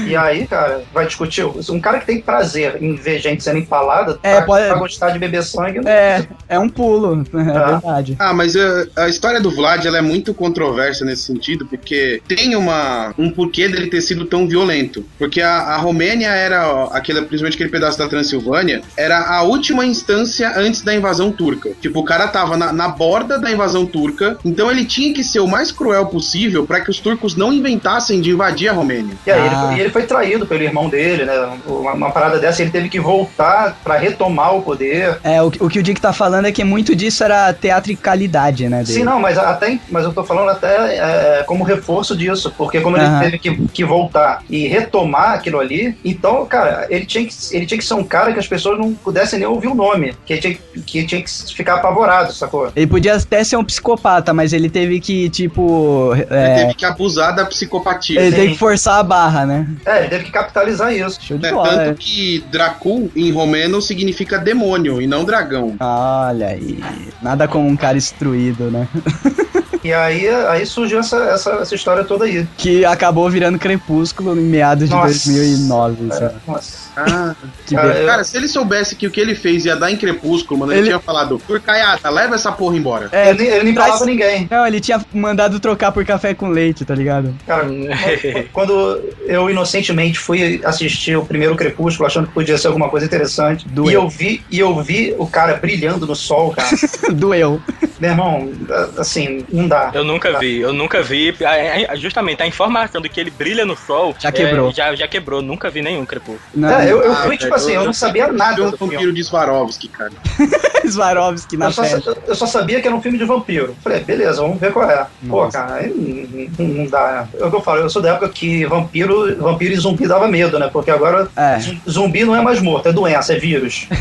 Speaker 3: E aí, cara, vai discutir. Um cara que tem prazer em ver gente sendo empalada
Speaker 2: É,
Speaker 3: pra,
Speaker 2: pode-
Speaker 3: pra gostar de beber sangue. né?
Speaker 2: É, é um pulo, é
Speaker 3: Tá.
Speaker 2: verdade.
Speaker 4: Ah, mas uh, a história do Vlad ela é muito controversa nesse sentido, porque tem uma, um porquê dele ter sido tão violento. Porque a, a Romênia era, ó, aquele, principalmente aquele pedaço da Transilvânia, era a última instância antes da invasão turca. Tipo, o cara tava na, na borda da invasão turca, então ele tinha que ser o mais cruel possível para que os turcos não inventassem de invadir a Romênia.
Speaker 3: E aí, ele
Speaker 2: Ah.
Speaker 3: foi- e ele foi traído pelo irmão dele, né? Uma, uma parada dessa, ele teve que voltar pra retomar o poder.
Speaker 2: É, o, que- o que o Dick tá falando é que muito disso era teatricalidade, né? Dele.
Speaker 3: Sim, não, mas até, mas eu tô falando até é, como reforço disso, porque como
Speaker 2: Aham.
Speaker 3: ele teve que, que voltar e retomar aquilo ali, então, cara, ele tinha, que, ele tinha que ser um cara que as pessoas não pudessem nem ouvir o nome, que ele tinha, que- que tinha que ficar apavorado, sacou?
Speaker 2: Ele podia até ser um psicopata, mas ele teve que, tipo.
Speaker 4: Ele
Speaker 2: é,
Speaker 4: teve que abusar da psicopatia.
Speaker 2: ele
Speaker 3: sim.
Speaker 2: teve que forçar a barra, né?
Speaker 3: É, ele teve que capitalizar isso.
Speaker 2: Show de
Speaker 4: Né?
Speaker 2: bola.
Speaker 4: Tanto que Dracul em romeno significa demônio e não dragão.
Speaker 2: Olha aí. Nada como um cara instruído, né?
Speaker 3: E aí, aí surgiu essa, essa, essa história toda aí.
Speaker 2: Que acabou virando crepúsculo em meados de
Speaker 3: Nossa.
Speaker 2: 2009. assim.
Speaker 3: Cara, É, nossa.
Speaker 4: Ah,
Speaker 2: Que
Speaker 3: Cara,
Speaker 2: be-
Speaker 3: eu-
Speaker 4: Cara, se ele soubesse que o que ele fez ia dar em Crepúsculo, mano, ele,
Speaker 2: Ele-
Speaker 4: tinha falado, Turcaiata, leva essa porra embora.
Speaker 2: É,
Speaker 3: ele, nem- ele nem
Speaker 2: traz-
Speaker 3: falava ninguém.
Speaker 2: Não, ele tinha mandado trocar por café com leite, tá ligado?
Speaker 3: Cara,
Speaker 5: Hum. um
Speaker 3: quando eu inocentemente fui assistir o primeiro Crepúsculo, achando que podia ser alguma coisa interessante,
Speaker 2: Doeu.
Speaker 3: e eu vi e eu vi o cara brilhando no sol, cara.
Speaker 2: Doeu.
Speaker 3: Meu irmão, assim, não dá.
Speaker 5: Eu nunca vi, eu nunca vi. A- a- Justamente a informação de que ele brilha no sol.
Speaker 2: Já quebrou.
Speaker 5: é, já, já quebrou, nunca vi nenhum crepúsculo.
Speaker 2: Não,
Speaker 3: É, eu, eu fui,
Speaker 4: Ah,
Speaker 3: tipo
Speaker 4: velho,
Speaker 3: assim, eu,
Speaker 4: eu-
Speaker 3: não sabia nada do
Speaker 4: Eu sou um
Speaker 3: filme.
Speaker 4: vampiro de Swarovski, cara.
Speaker 2: Swarovski na
Speaker 3: Eu só,
Speaker 2: festa.
Speaker 3: eu só sabia que era um filme de vampiro. Falei, beleza, vamos ver qual é. Pô,
Speaker 2: Nossa.
Speaker 3: cara, aí não, não- não dá. né? É o que eu falo, eu sou da época que vampiro, vampiro e zumbi dava medo, né? Porque agora
Speaker 2: É.
Speaker 3: zu- zumbi não é mais morto, é doença, é vírus.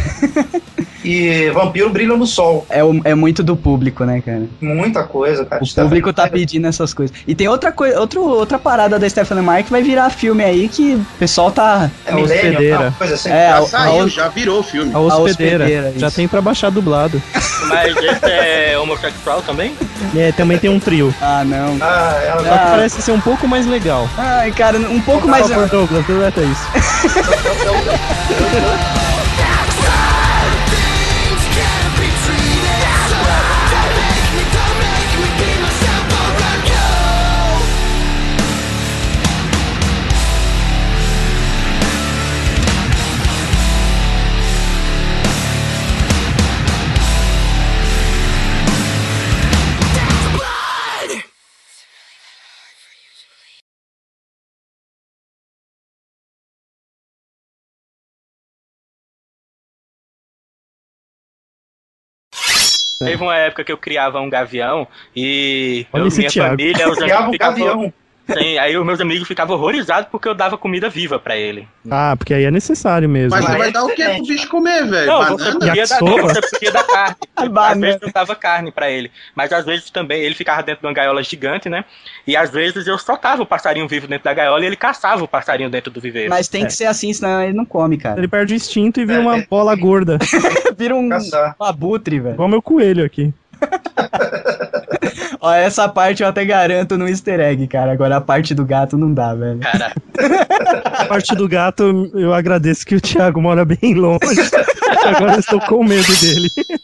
Speaker 3: e vampiro brilha no sol.
Speaker 2: É, o- é muito do público, né, cara?
Speaker 3: Muita coisa, cara. é
Speaker 2: O público tá pedindo essas coisas. E tem outra, coi- outro, outra parada da Stephanie Meyer que vai virar filme aí que o pessoal tá.
Speaker 3: É milênio,
Speaker 6: hospedeira.
Speaker 3: uma coisa assim.
Speaker 2: É,
Speaker 4: Já
Speaker 2: a- a
Speaker 4: saiu,
Speaker 2: outra-
Speaker 4: já virou filme.
Speaker 6: A hospedeira.
Speaker 2: hospedeira, isso.
Speaker 6: já tem pra baixar dublado.
Speaker 5: Mas esse é homossexual também?
Speaker 6: É, também tem um trio.
Speaker 2: Ah, não.
Speaker 3: Ah, é- ela
Speaker 6: Só que
Speaker 2: Ah.
Speaker 6: parece ser um pouco mais legal.
Speaker 2: Ai, cara, um pouco mais.
Speaker 6: Mas por Douglas, deleta isso.
Speaker 5: Teve uma época que eu criava um gavião e
Speaker 6: Olha
Speaker 5: eu,
Speaker 6: esse
Speaker 5: minha
Speaker 6: Thiago.
Speaker 5: família, os
Speaker 3: criava
Speaker 5: amigos
Speaker 3: um
Speaker 5: ficavam,
Speaker 3: gavião.
Speaker 5: Sim, aí os meus amigos ficavam horrorizados porque eu dava comida viva pra ele.
Speaker 6: Ah, porque aí é necessário mesmo.
Speaker 4: Mas
Speaker 3: Mas
Speaker 4: você vai
Speaker 3: é
Speaker 4: dar o que pro
Speaker 3: diferente,
Speaker 4: bicho comer,
Speaker 3: É
Speaker 4: velho?
Speaker 5: Não, você
Speaker 4: Banana?
Speaker 5: podia, dar,
Speaker 6: Yakisoba? É
Speaker 5: você podia dar carne. às
Speaker 2: Banana.
Speaker 5: vezes eu dava carne pra ele. Mas às vezes também ele ficava dentro de uma gaiola gigante, né? E às vezes eu soltava o passarinho vivo dentro da gaiola e ele caçava o passarinho dentro do viveiro.
Speaker 2: Mas tem que ser assim, senão ele não come, cara.
Speaker 6: Ele perde o instinto e vira
Speaker 3: É,
Speaker 6: uma
Speaker 3: é.
Speaker 6: bola gorda.
Speaker 2: Vira um,
Speaker 3: Caçar.
Speaker 2: um abutre, velho.
Speaker 6: Igual meu coelho aqui.
Speaker 2: Ó, essa parte eu até garanto no easter egg, cara. Agora a parte do gato não dá, velho.
Speaker 5: Cara,
Speaker 6: A parte do gato, eu agradeço que o Thiago mora bem longe. Agora eu estou com medo dele.